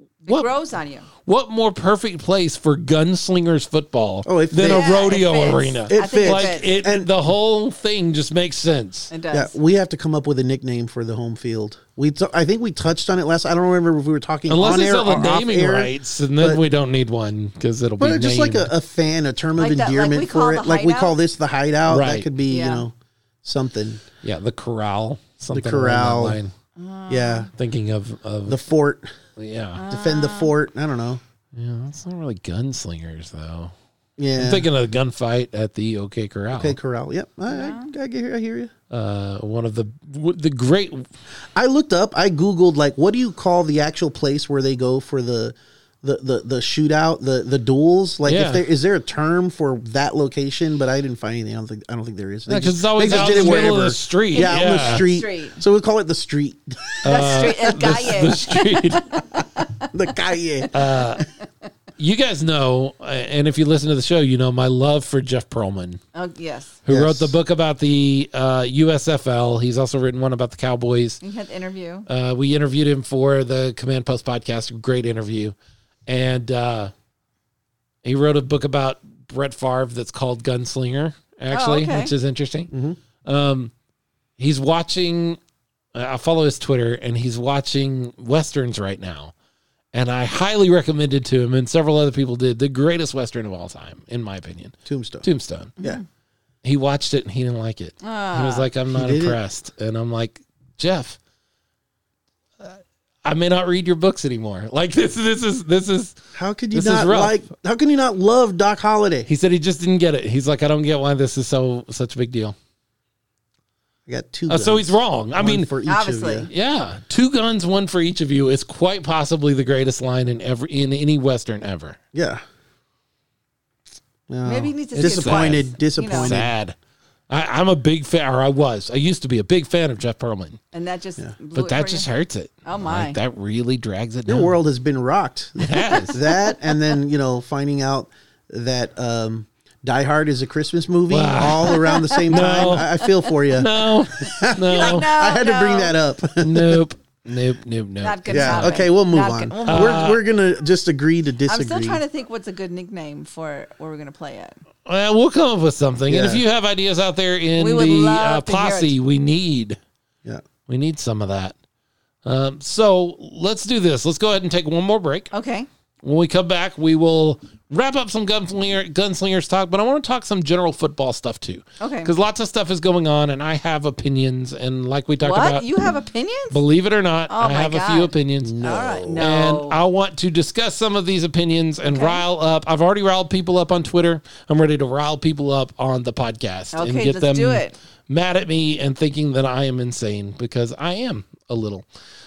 [SPEAKER 3] It
[SPEAKER 1] What-
[SPEAKER 3] grows on you.
[SPEAKER 1] what more perfect place for gunslingers football
[SPEAKER 2] Oh, it
[SPEAKER 1] than
[SPEAKER 2] fits.
[SPEAKER 1] a
[SPEAKER 3] Yeah, it
[SPEAKER 1] rodeo
[SPEAKER 3] fits.
[SPEAKER 1] arena?
[SPEAKER 2] It
[SPEAKER 3] I think
[SPEAKER 2] fits.
[SPEAKER 3] it
[SPEAKER 1] like
[SPEAKER 3] fits.
[SPEAKER 1] it,
[SPEAKER 2] And-
[SPEAKER 1] the whole thing just makes sense.
[SPEAKER 3] It
[SPEAKER 2] Yeah,
[SPEAKER 3] does.
[SPEAKER 2] we have to come up with a nickname for the home field. We, t- I think we touched on it last. I don't remember if we were talking
[SPEAKER 1] Unless
[SPEAKER 2] on
[SPEAKER 1] they
[SPEAKER 2] air
[SPEAKER 1] sell
[SPEAKER 2] or
[SPEAKER 1] the
[SPEAKER 2] off
[SPEAKER 1] naming
[SPEAKER 2] air,
[SPEAKER 1] rights, and then
[SPEAKER 2] but-
[SPEAKER 1] we don't need one because it'll
[SPEAKER 2] but
[SPEAKER 1] be
[SPEAKER 2] just like
[SPEAKER 1] named.
[SPEAKER 2] a, a fan, a term
[SPEAKER 3] Like
[SPEAKER 2] of
[SPEAKER 3] that- like
[SPEAKER 2] endearment
[SPEAKER 3] we call
[SPEAKER 2] for it.
[SPEAKER 3] the
[SPEAKER 2] Like we call
[SPEAKER 3] hideout?
[SPEAKER 2] this the hideout.
[SPEAKER 1] Right.
[SPEAKER 2] That could be,
[SPEAKER 3] Yeah.
[SPEAKER 2] you know, something.
[SPEAKER 1] yeah, the corral, something the
[SPEAKER 2] corral.
[SPEAKER 1] corral. line.
[SPEAKER 3] Uh.
[SPEAKER 2] yeah,
[SPEAKER 1] thinking of of
[SPEAKER 2] the fort,
[SPEAKER 1] yeah.
[SPEAKER 2] defend the
[SPEAKER 3] Uh.
[SPEAKER 2] fort. I don't know.
[SPEAKER 1] yeah, that's Uh, not really gunslingers though.
[SPEAKER 2] Yeah,
[SPEAKER 1] I'm thinking of the gunfight at the OK Corral.
[SPEAKER 2] okay, corral. Yep, I, I, I, hear, I hear you.
[SPEAKER 1] Uh, one of the w- the great
[SPEAKER 2] I looked up. I googled like, what do you call the actual place where they go for the the the, the shootout, the the duels? Like,
[SPEAKER 1] Yeah.
[SPEAKER 2] if there is there a term for that location? But I didn't find anything. I don't think I don't think there is. They
[SPEAKER 1] because
[SPEAKER 2] just-
[SPEAKER 1] it's always
[SPEAKER 2] they just
[SPEAKER 1] out
[SPEAKER 2] did
[SPEAKER 1] in
[SPEAKER 2] it
[SPEAKER 1] the middle of
[SPEAKER 2] wherever.
[SPEAKER 1] the street.
[SPEAKER 2] Yeah, on the street.
[SPEAKER 3] Street.
[SPEAKER 2] So we call it the street,
[SPEAKER 1] Uh,
[SPEAKER 3] That's straight.
[SPEAKER 2] Ah,
[SPEAKER 3] That's
[SPEAKER 1] The, the
[SPEAKER 3] Gaia.
[SPEAKER 1] street.
[SPEAKER 2] the calle.
[SPEAKER 1] Uh, you guys know, uh, and if you listen to the show, you know my love for Jeff Perlman,
[SPEAKER 3] Oh, yes.
[SPEAKER 1] who
[SPEAKER 2] Yes.
[SPEAKER 1] wrote the book about the uh, USFL. He's also written one about the Cowboys.
[SPEAKER 3] We had the interview.
[SPEAKER 1] Uh, we interviewed him for the Command Post podcast. Great interview. And uh, he wrote a book about Brett Favre that's called Gunslinger, actually,
[SPEAKER 3] okay.
[SPEAKER 1] which is interesting. Um, he's watching, uh, I follow his Twitter, and he's watching Westerns right now. And I highly recommended to him, and several other people did, the greatest Western of all time, in my opinion
[SPEAKER 2] Tombstone.
[SPEAKER 1] Tombstone
[SPEAKER 3] Hmm.
[SPEAKER 2] Yeah.
[SPEAKER 1] he watched it and he didn't like it. he
[SPEAKER 3] Ah.
[SPEAKER 1] was like, I'm not
[SPEAKER 2] did it.
[SPEAKER 1] impressed. And I'm like, Jeff, uh, I may not read your books anymore. Like this, this is this is.
[SPEAKER 2] How could you
[SPEAKER 1] This is
[SPEAKER 2] not
[SPEAKER 1] rough.
[SPEAKER 2] like? How can you not love Doc Holliday?
[SPEAKER 1] He said he just didn't get it. He's like, I don't get why this is so such a big deal.
[SPEAKER 2] I got two.
[SPEAKER 1] Uh, so
[SPEAKER 2] guns.
[SPEAKER 1] he's wrong. I
[SPEAKER 2] One
[SPEAKER 1] mean,
[SPEAKER 2] for each
[SPEAKER 3] obviously.
[SPEAKER 2] of you.
[SPEAKER 1] yeah, two guns, one for each of you is quite possibly the greatest line in every in any western ever.
[SPEAKER 2] Yeah. No.
[SPEAKER 3] Maybe he needs to
[SPEAKER 1] It's
[SPEAKER 2] disappointed.
[SPEAKER 3] sad.
[SPEAKER 2] Disappointed.
[SPEAKER 3] You know.
[SPEAKER 1] Sad. I, I'm a big fan, or I was. I used to be a big fan of Jeff Perlman,
[SPEAKER 3] And that just. blew
[SPEAKER 1] but
[SPEAKER 3] it
[SPEAKER 1] that
[SPEAKER 3] for
[SPEAKER 1] just
[SPEAKER 3] you.
[SPEAKER 1] hurts it.
[SPEAKER 3] Oh, my.
[SPEAKER 1] Like, that really drags it down.
[SPEAKER 2] Your world has been rocked.
[SPEAKER 1] It has.
[SPEAKER 2] that and then you know finding out that um, Die Hard is a Christmas movie
[SPEAKER 1] Wow.
[SPEAKER 2] all around the same time. I, I feel for you.
[SPEAKER 1] No, no,
[SPEAKER 3] No,
[SPEAKER 2] I had to bring
[SPEAKER 3] no.
[SPEAKER 2] that up.
[SPEAKER 1] nope, nope, nope, nope.
[SPEAKER 3] Not good.
[SPEAKER 2] yeah.
[SPEAKER 3] topic.
[SPEAKER 2] Okay, we'll move
[SPEAKER 3] Not
[SPEAKER 2] on.
[SPEAKER 3] good- we'll move
[SPEAKER 2] we're
[SPEAKER 1] Uh-huh.
[SPEAKER 2] we're gonna just agree to
[SPEAKER 3] I'm
[SPEAKER 2] disagree.
[SPEAKER 3] still trying to think what's a good nickname for where we're going to play it.
[SPEAKER 1] Well, Uh, we'll come up with something. And
[SPEAKER 2] Yeah.
[SPEAKER 1] if you have ideas out there in
[SPEAKER 3] We would
[SPEAKER 1] the
[SPEAKER 3] love
[SPEAKER 1] uh,
[SPEAKER 3] to hear
[SPEAKER 1] posse,
[SPEAKER 3] it.
[SPEAKER 1] we need
[SPEAKER 2] yeah.
[SPEAKER 1] we need some of that. Um, so let's do this. Let's go ahead and take one more break.
[SPEAKER 3] Okay.
[SPEAKER 1] When we come back, we will wrap up some gunslinger, gunslingers talk, but I want to talk some general football stuff too.
[SPEAKER 3] Okay.
[SPEAKER 1] Because lots of stuff is going on, and I have opinions. And like we talked
[SPEAKER 3] What?
[SPEAKER 1] about,
[SPEAKER 3] You have opinions?
[SPEAKER 1] believe it or not, I
[SPEAKER 3] Oh my
[SPEAKER 1] have a
[SPEAKER 3] God.
[SPEAKER 1] few opinions. No.
[SPEAKER 3] All right. No.
[SPEAKER 1] And I want to discuss some of these opinions and rile up. I've already riled people up on Twitter. I'm ready to rile people up on the podcast and
[SPEAKER 3] Okay,
[SPEAKER 1] get
[SPEAKER 3] let's
[SPEAKER 1] them
[SPEAKER 3] do it.
[SPEAKER 1] mad at me and thinking that I am insane because I am a little.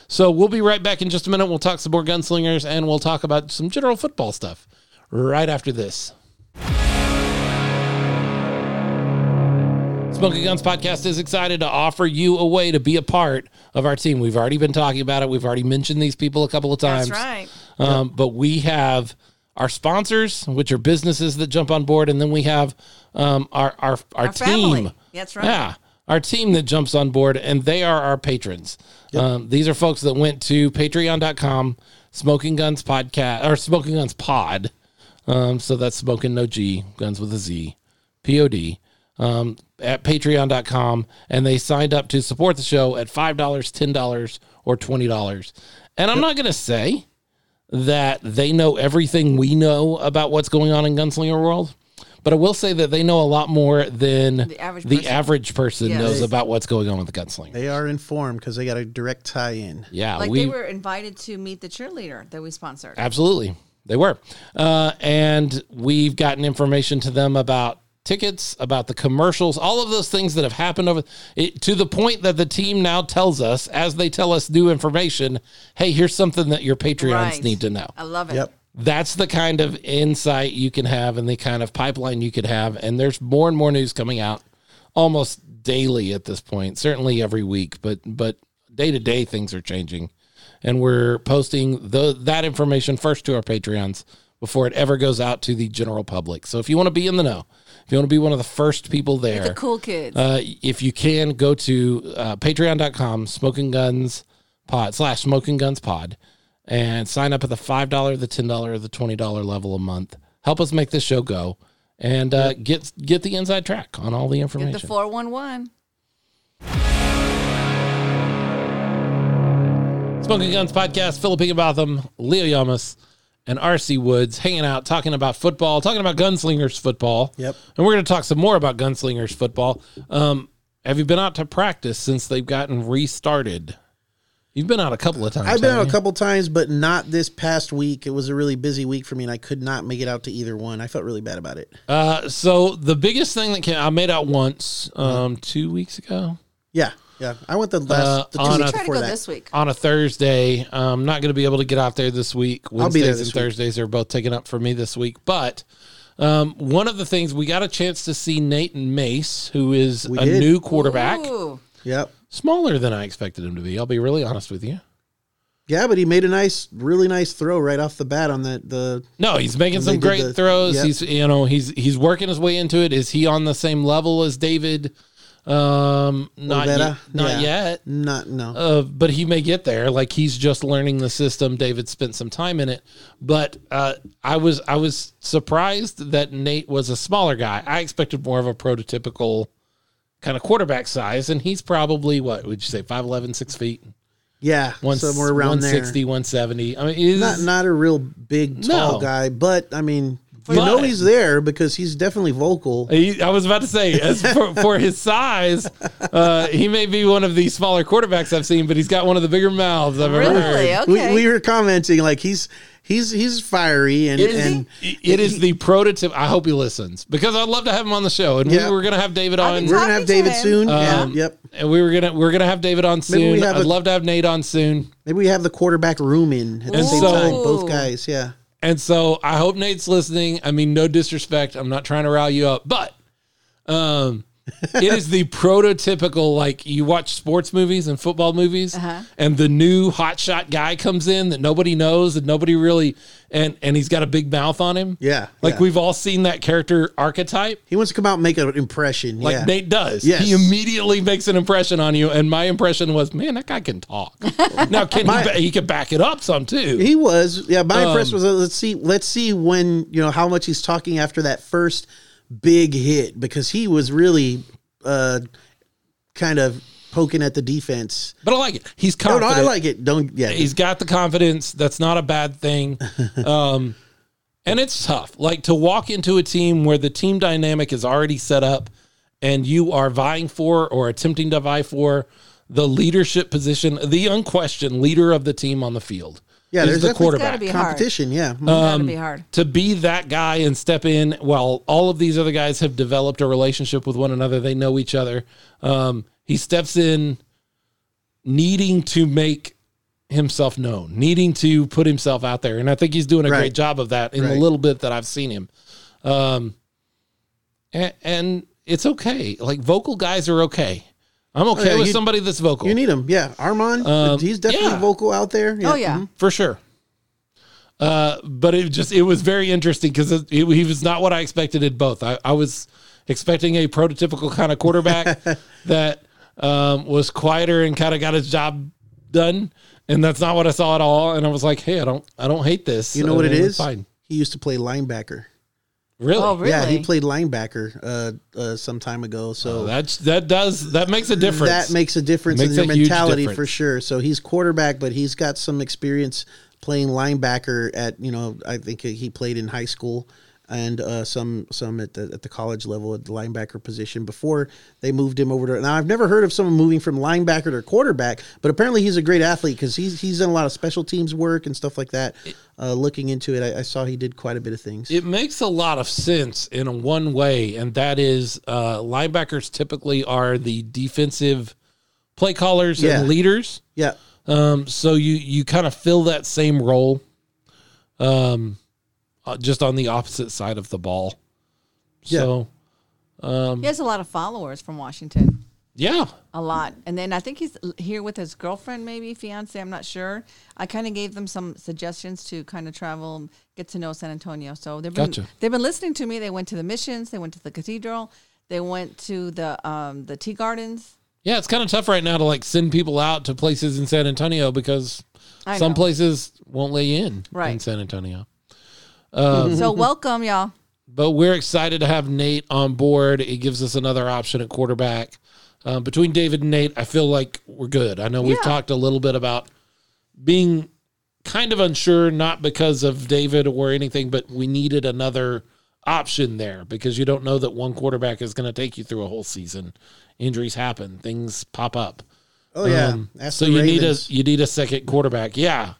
[SPEAKER 1] So we'll be right back in just a minute. We'll talk some more gunslingers and we'll talk about some general football stuff right after this. Smoking Guns Podcast is excited to offer you a way to be a part of our team. We've already been talking about it. We've already mentioned these people a couple of times.
[SPEAKER 3] That's right.
[SPEAKER 1] Um, But we have our sponsors, which are businesses that jump on board, and then we have um, our, our our team.
[SPEAKER 3] family. That's right.
[SPEAKER 1] Yeah, our team that jumps on board, and they are our patrons. Um, these are folks that went to Patreon.com, Smoking Guns Podcast or Smoking Guns Pod. Um, so that's smoking no G, guns with a Z, P O D, um, at patreon.com. And they signed up to support the show at $5, $10, or $20. And I'm not going to say that they know everything we know about what's going on in Gunslinger World, but I will say that they know a lot more than the
[SPEAKER 3] average person.
[SPEAKER 1] average person
[SPEAKER 3] Yes.
[SPEAKER 1] knows
[SPEAKER 3] They-
[SPEAKER 1] about what's going on with the Gunslinger.
[SPEAKER 2] They are informed because they got a direct tie in.
[SPEAKER 1] yeah.
[SPEAKER 3] Like
[SPEAKER 1] we,
[SPEAKER 3] they were invited to meet the cheerleader that we sponsored.
[SPEAKER 1] Absolutely. They were. Uh, and we've gotten information to them about tickets, about the commercials, all of those things that have happened over it, to the point that the team now tells us, as they tell us new information, hey, here's something that your Patreons
[SPEAKER 3] Right.
[SPEAKER 1] need to know.
[SPEAKER 3] I love it.
[SPEAKER 2] Yep.
[SPEAKER 1] That's the kind of insight you can have and the kind of pipeline you could have. And there's more and more news coming out almost daily at this point, certainly every week, but but day to day things are changing. And we're posting the, that information first to our Patreons before it ever goes out to the general public. So if you want to be in the know, if you want to be one of the first people there,
[SPEAKER 3] The cool kids.
[SPEAKER 1] uh, if you can go to uh, patreon.com smoking guns pod slash smoking guns pod and sign up at the $5 the $10 or the $20 level a month help us make this show go and uh, get get the inside track on all the
[SPEAKER 3] Get the
[SPEAKER 1] information
[SPEAKER 3] 411.
[SPEAKER 1] smoking guns podcast philip higginbotham leo yamas and rc woods hanging out talking about football talking about gunslingers football
[SPEAKER 2] Yep.
[SPEAKER 1] and we're going to talk some more about gunslingers football um, have you been out to practice since they've gotten restarted you've been out a couple of times
[SPEAKER 2] I've been
[SPEAKER 1] haven't
[SPEAKER 2] out
[SPEAKER 1] you?
[SPEAKER 2] a couple times, but not this past week. It was a really busy week for me, and I could not make it out to either one. I felt really bad about it.
[SPEAKER 1] Uh, so the biggest thing that came, I made out once, um, two weeks ago
[SPEAKER 2] Yeah, yeah. I went the
[SPEAKER 1] Uh,
[SPEAKER 2] last the two
[SPEAKER 1] on
[SPEAKER 2] weeks
[SPEAKER 1] a-
[SPEAKER 3] Try to
[SPEAKER 2] before
[SPEAKER 3] go
[SPEAKER 2] that.
[SPEAKER 3] this week.
[SPEAKER 1] on a Thursday. I'm not going to be able to get out there this week. Wednesdays
[SPEAKER 2] I'll be there this
[SPEAKER 1] and
[SPEAKER 2] week.
[SPEAKER 1] Thursdays are both taken up for me this week. But um, one of the things we got a chance to see Nathan Mace, who is a
[SPEAKER 2] did.
[SPEAKER 1] new quarterback,
[SPEAKER 3] Ooh.
[SPEAKER 2] Yep.
[SPEAKER 1] smaller than I expected him to be. I'll be really honest with you.
[SPEAKER 2] Yeah, but he made a nice, really nice throw right off the bat on that. The
[SPEAKER 1] No, he's making
[SPEAKER 2] And
[SPEAKER 1] some
[SPEAKER 2] they did
[SPEAKER 1] great
[SPEAKER 2] the-
[SPEAKER 1] throws.
[SPEAKER 2] yep.
[SPEAKER 1] He's you know he's he's working his way into it. Is he on the same level as David? Um, not
[SPEAKER 2] Olvera?
[SPEAKER 1] yet, not
[SPEAKER 2] Yeah.
[SPEAKER 1] yet.
[SPEAKER 2] not no.
[SPEAKER 1] uh, but he may get there. Like he's just learning the system. David spent some time in it, but uh, I was I was surprised that Nate was a smaller guy. I expected more of a prototypical kind of quarterback size, and he's probably what would you say 5'11", 6 feet,
[SPEAKER 2] yeah,
[SPEAKER 1] one,
[SPEAKER 2] somewhere around there.
[SPEAKER 1] 160, 170. I mean, he's
[SPEAKER 2] Not not a real big tall
[SPEAKER 1] No.
[SPEAKER 2] guy, but I mean, you
[SPEAKER 1] But-
[SPEAKER 2] know he's there because he's definitely vocal.
[SPEAKER 1] He, I was about to say, as for, for his size, uh, he may be one of the smaller quarterbacks I've seen, but he's got one of the bigger mouths I've ever heard.
[SPEAKER 3] Really? Okay.
[SPEAKER 2] We, we were commenting like he's he's he's fiery and
[SPEAKER 1] It is,
[SPEAKER 2] and
[SPEAKER 1] it is the prototype. I hope he listens because I'd love to have him on the show. And
[SPEAKER 2] Yeah.
[SPEAKER 1] we were gonna have David on,
[SPEAKER 3] been
[SPEAKER 2] we're
[SPEAKER 3] talking-
[SPEAKER 2] gonna have
[SPEAKER 3] to
[SPEAKER 2] David
[SPEAKER 3] him.
[SPEAKER 2] soon.
[SPEAKER 1] Um,
[SPEAKER 2] yeah, yep.
[SPEAKER 1] and we were gonna we're gonna have David on
[SPEAKER 2] Maybe we
[SPEAKER 1] soon.
[SPEAKER 2] have
[SPEAKER 1] I'd
[SPEAKER 2] a-
[SPEAKER 1] love to have Nate on soon.
[SPEAKER 2] Maybe we have the quarterback room in at the
[SPEAKER 1] And
[SPEAKER 2] same
[SPEAKER 1] so-
[SPEAKER 2] time. Both guys, yeah.
[SPEAKER 1] And so I hope Nate's listening. I mean, no disrespect. I'm not trying to rile you up, but um, it is the prototypical like you watch sports movies and football movies, and the new hotshot guy comes in that nobody knows and nobody really, and and he's got a big mouth on him.
[SPEAKER 2] Yeah,
[SPEAKER 1] like
[SPEAKER 2] yeah.
[SPEAKER 1] we've all seen that character archetype.
[SPEAKER 2] He wants to come out and make an impression.
[SPEAKER 1] like
[SPEAKER 2] yeah.
[SPEAKER 1] Nate does.
[SPEAKER 2] Yes.
[SPEAKER 1] He immediately makes an impression on you, and my impression was, man, that guy can talk. now, can
[SPEAKER 2] My-
[SPEAKER 1] he? Ba- he can back it up some too.
[SPEAKER 2] He was. Yeah, my
[SPEAKER 1] Um,
[SPEAKER 2] impression was uh, let's see let's see when, you know, how much he's talking after that first big hit because he was really uh kind of poking at the defense.
[SPEAKER 1] But I like it. He's
[SPEAKER 2] No,
[SPEAKER 1] confident.
[SPEAKER 2] no, I like it. Don't yeah.
[SPEAKER 1] Oh, He's got the confidence. That's not a bad thing. Um, and it's tough. Like to walk into a team where the team dynamic is already set up and you are vying for or attempting to vie for the leadership position, the unquestioned leader of the team on the field.
[SPEAKER 2] Yeah,
[SPEAKER 1] is
[SPEAKER 2] there's
[SPEAKER 1] the
[SPEAKER 2] definitely- It's
[SPEAKER 1] quarterback.
[SPEAKER 3] be hard.
[SPEAKER 2] competition. Yeah, Mm-hmm.
[SPEAKER 1] Uh,
[SPEAKER 3] That'd
[SPEAKER 1] Um,
[SPEAKER 3] be hard.
[SPEAKER 1] to be that guy and step in while all of these other guys have developed a relationship with one another they know each other um, he steps in needing to make himself known needing to put himself out there and i think he's doing a
[SPEAKER 2] Right.
[SPEAKER 1] great job of that in the
[SPEAKER 2] Right.
[SPEAKER 1] little bit that i've seen him um, and, and it's okay like vocal guys are okay i'm okay
[SPEAKER 2] Oh, yeah,
[SPEAKER 1] with
[SPEAKER 2] you-
[SPEAKER 1] somebody that's vocal
[SPEAKER 2] you need him. Yeah, Armand.
[SPEAKER 1] Um,
[SPEAKER 2] he's definitely
[SPEAKER 1] yeah.
[SPEAKER 2] vocal out there.
[SPEAKER 3] Oh yeah.
[SPEAKER 2] mhm.
[SPEAKER 1] for sure. Uh, but it just it was very interesting because it, it- he was not what I expected in both. I, I was expecting a prototypical kind of quarterback that um, was quieter and kind of got his job done, and that's not what I saw at all. And I was like, hey, I don't I don't hate this.
[SPEAKER 2] You know
[SPEAKER 1] I
[SPEAKER 2] what it
[SPEAKER 1] mean, it's
[SPEAKER 2] is?
[SPEAKER 1] Fine,
[SPEAKER 2] He used to play linebacker.
[SPEAKER 1] really.
[SPEAKER 3] Oh really?
[SPEAKER 2] Yeah, he played linebacker uh, uh, some time ago. So
[SPEAKER 1] That's that does that makes a difference.
[SPEAKER 2] that makes a difference
[SPEAKER 1] Makes
[SPEAKER 2] in their
[SPEAKER 1] a huge
[SPEAKER 2] mentality for
[SPEAKER 1] difference.
[SPEAKER 2] sure. So he's quarterback, but he's got some experience playing linebacker at you know I think he played in high school and uh, some some at the at the college level at the linebacker position before they moved him over to. Now I've never heard of someone moving from linebacker to quarterback, but apparently he's a great athlete because he's he's done a lot of special teams work and stuff like that. Uh, looking into it, I, I saw he did quite a bit of things.
[SPEAKER 1] It makes a lot of sense in one way, and that is uh, linebackers typically are the defensive play callers
[SPEAKER 2] Yeah.
[SPEAKER 1] and leaders.
[SPEAKER 2] yeah,
[SPEAKER 1] Um, so you you kind of fill that same role, um, uh, just on the opposite side of the ball. So
[SPEAKER 3] He has a lot of followers from Washington.
[SPEAKER 1] yeah,
[SPEAKER 3] A lot. And then I think he's here with his girlfriend, maybe fiance. I'm not sure. I kind of gave them some suggestions to kind of travel, get to know San Antonio. So they've been
[SPEAKER 1] Gotcha.
[SPEAKER 3] they've been listening to me. They went to the missions. They went to the cathedral. They went to the um, the tea gardens.
[SPEAKER 1] yeah, it's kind of tough right now to like send people out to places in San Antonio because
[SPEAKER 3] I
[SPEAKER 1] some
[SPEAKER 3] know.
[SPEAKER 1] places won't lay in in
[SPEAKER 3] Right.
[SPEAKER 1] San Antonio. Oh.
[SPEAKER 3] so welcome, y'all.
[SPEAKER 1] But we're excited to have Nate on board. It gives us another option at quarterback. Uh, between David and Nate, I feel like we're good. I know we've
[SPEAKER 3] Yeah.
[SPEAKER 1] talked a little bit about being kind of unsure, not because of David or anything, but we needed another option there because you don't know that one quarterback is going to take you through a whole season. Injuries happen, things pop up.
[SPEAKER 2] oh yeah.
[SPEAKER 1] Um,
[SPEAKER 2] Ask
[SPEAKER 1] so
[SPEAKER 2] the
[SPEAKER 1] you need a
[SPEAKER 2] Ravens. Mm-hmm.
[SPEAKER 1] you need a second quarterback. Yeah.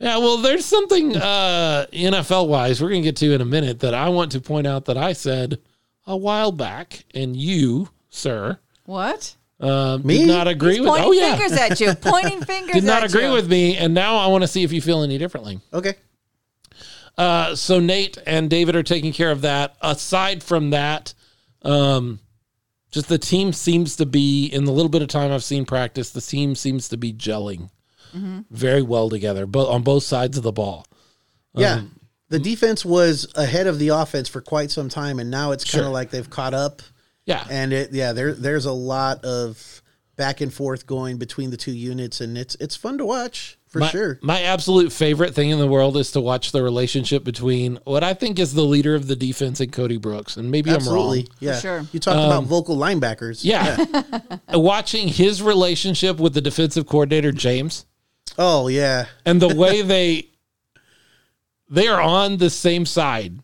[SPEAKER 1] Yeah, well, there's something uh, NFL wise we're going to get to in a minute that I want to point out that I said a while back, and you, sir,
[SPEAKER 3] What?
[SPEAKER 1] um,
[SPEAKER 2] Me?
[SPEAKER 1] did not agree with.
[SPEAKER 3] Pointing
[SPEAKER 1] Oh yeah,
[SPEAKER 3] fingers at you. Pointing fingers.
[SPEAKER 1] did not
[SPEAKER 3] at
[SPEAKER 1] agree
[SPEAKER 3] you.
[SPEAKER 1] with me, and now I want to see if you feel any differently.
[SPEAKER 2] okay.
[SPEAKER 1] Uh, so Nate and David are taking care of that. Aside from that, um, just the team seems to be in the little bit of time I've seen practice, the team seems to be gelling very well together, but on both sides of the ball.
[SPEAKER 2] Yeah.
[SPEAKER 1] Um,
[SPEAKER 2] the defense was ahead of the offense for quite some time, and now it's kind of
[SPEAKER 1] Sure.
[SPEAKER 2] like they've caught up.
[SPEAKER 1] Yeah,
[SPEAKER 2] And it, yeah, there, there's a lot of back and forth going between the two units, and it's it's fun to watch for
[SPEAKER 1] my,
[SPEAKER 2] sure.
[SPEAKER 1] My absolute favorite thing in the world is to watch the relationship between what I think is the leader of the defense and Cody Brooks, and maybe I'm
[SPEAKER 2] Absolutely,
[SPEAKER 1] wrong. Um,
[SPEAKER 2] yeah.
[SPEAKER 3] sure.
[SPEAKER 2] You talked about vocal linebackers.
[SPEAKER 1] Yeah, watching his relationship with the defensive coordinator James.
[SPEAKER 2] Oh yeah.
[SPEAKER 1] and the way they they are on the same side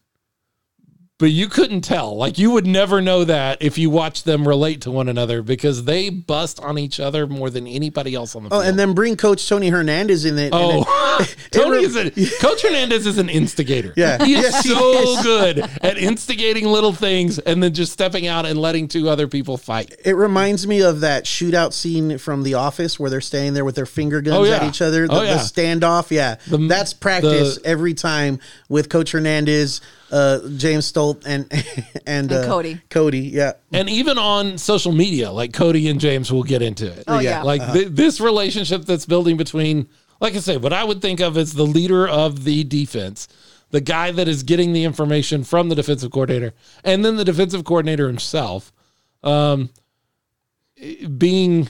[SPEAKER 1] but you couldn't tell like you would never know that if you watched them relate to one another because they bust on each other more than anybody else on the
[SPEAKER 2] Oh,
[SPEAKER 1] field
[SPEAKER 2] and then bring Coach Tony Hernandez in it. and it-
[SPEAKER 1] Oh, Tony
[SPEAKER 2] re-
[SPEAKER 1] is a Coach Hernandez is an instigator.
[SPEAKER 2] Yeah.
[SPEAKER 1] he is
[SPEAKER 2] Yes, he
[SPEAKER 1] so
[SPEAKER 2] is.
[SPEAKER 1] good at instigating little things and then just stepping out and letting two other people fight.
[SPEAKER 2] It reminds me of that shootout scene from The Office where they're standing there with their finger guns
[SPEAKER 1] Oh,
[SPEAKER 2] at
[SPEAKER 1] yeah.
[SPEAKER 2] each other. The,
[SPEAKER 1] Oh,
[SPEAKER 2] the
[SPEAKER 1] yeah.
[SPEAKER 2] standoff, yeah. That's practice
[SPEAKER 1] the-
[SPEAKER 2] every time with Coach Hernandez, uh, James Stolt, and and, uh,
[SPEAKER 3] Cody.
[SPEAKER 2] Cody, yeah.
[SPEAKER 1] And even on social media, like Cody and James will get into it.
[SPEAKER 3] Oh yeah.
[SPEAKER 1] like thi- this relationship that's building between like i say what i would think of as the leader of the defense the guy that is getting the information from the defensive coordinator and then the defensive coordinator himself um, being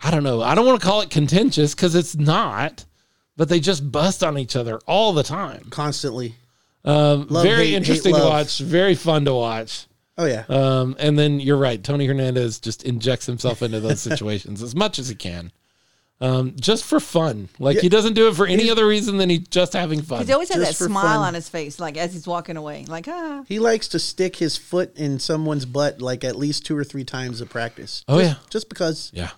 [SPEAKER 1] i don't know i don't want to call it contentious because it's not but they just bust on each other all the time
[SPEAKER 2] Constantly.
[SPEAKER 1] um,
[SPEAKER 2] Love,
[SPEAKER 1] very
[SPEAKER 2] hate, hate,
[SPEAKER 1] interesting to
[SPEAKER 2] love.
[SPEAKER 1] watch very fun to watch
[SPEAKER 2] Oh yeah.
[SPEAKER 1] Um, and then you're right. Tony Hernandez just injects himself into those situations as much as he can, um, just for fun. Like he doesn't do it for any other reason than he's just having fun.
[SPEAKER 3] He always has that
[SPEAKER 2] Just for
[SPEAKER 3] smile
[SPEAKER 2] fun.
[SPEAKER 3] on his face, like as he's walking away, like ah.
[SPEAKER 2] He likes to stick his foot in someone's butt like at least two or three times a practice.
[SPEAKER 1] Oh, yeah.
[SPEAKER 2] Just because.
[SPEAKER 1] Yeah.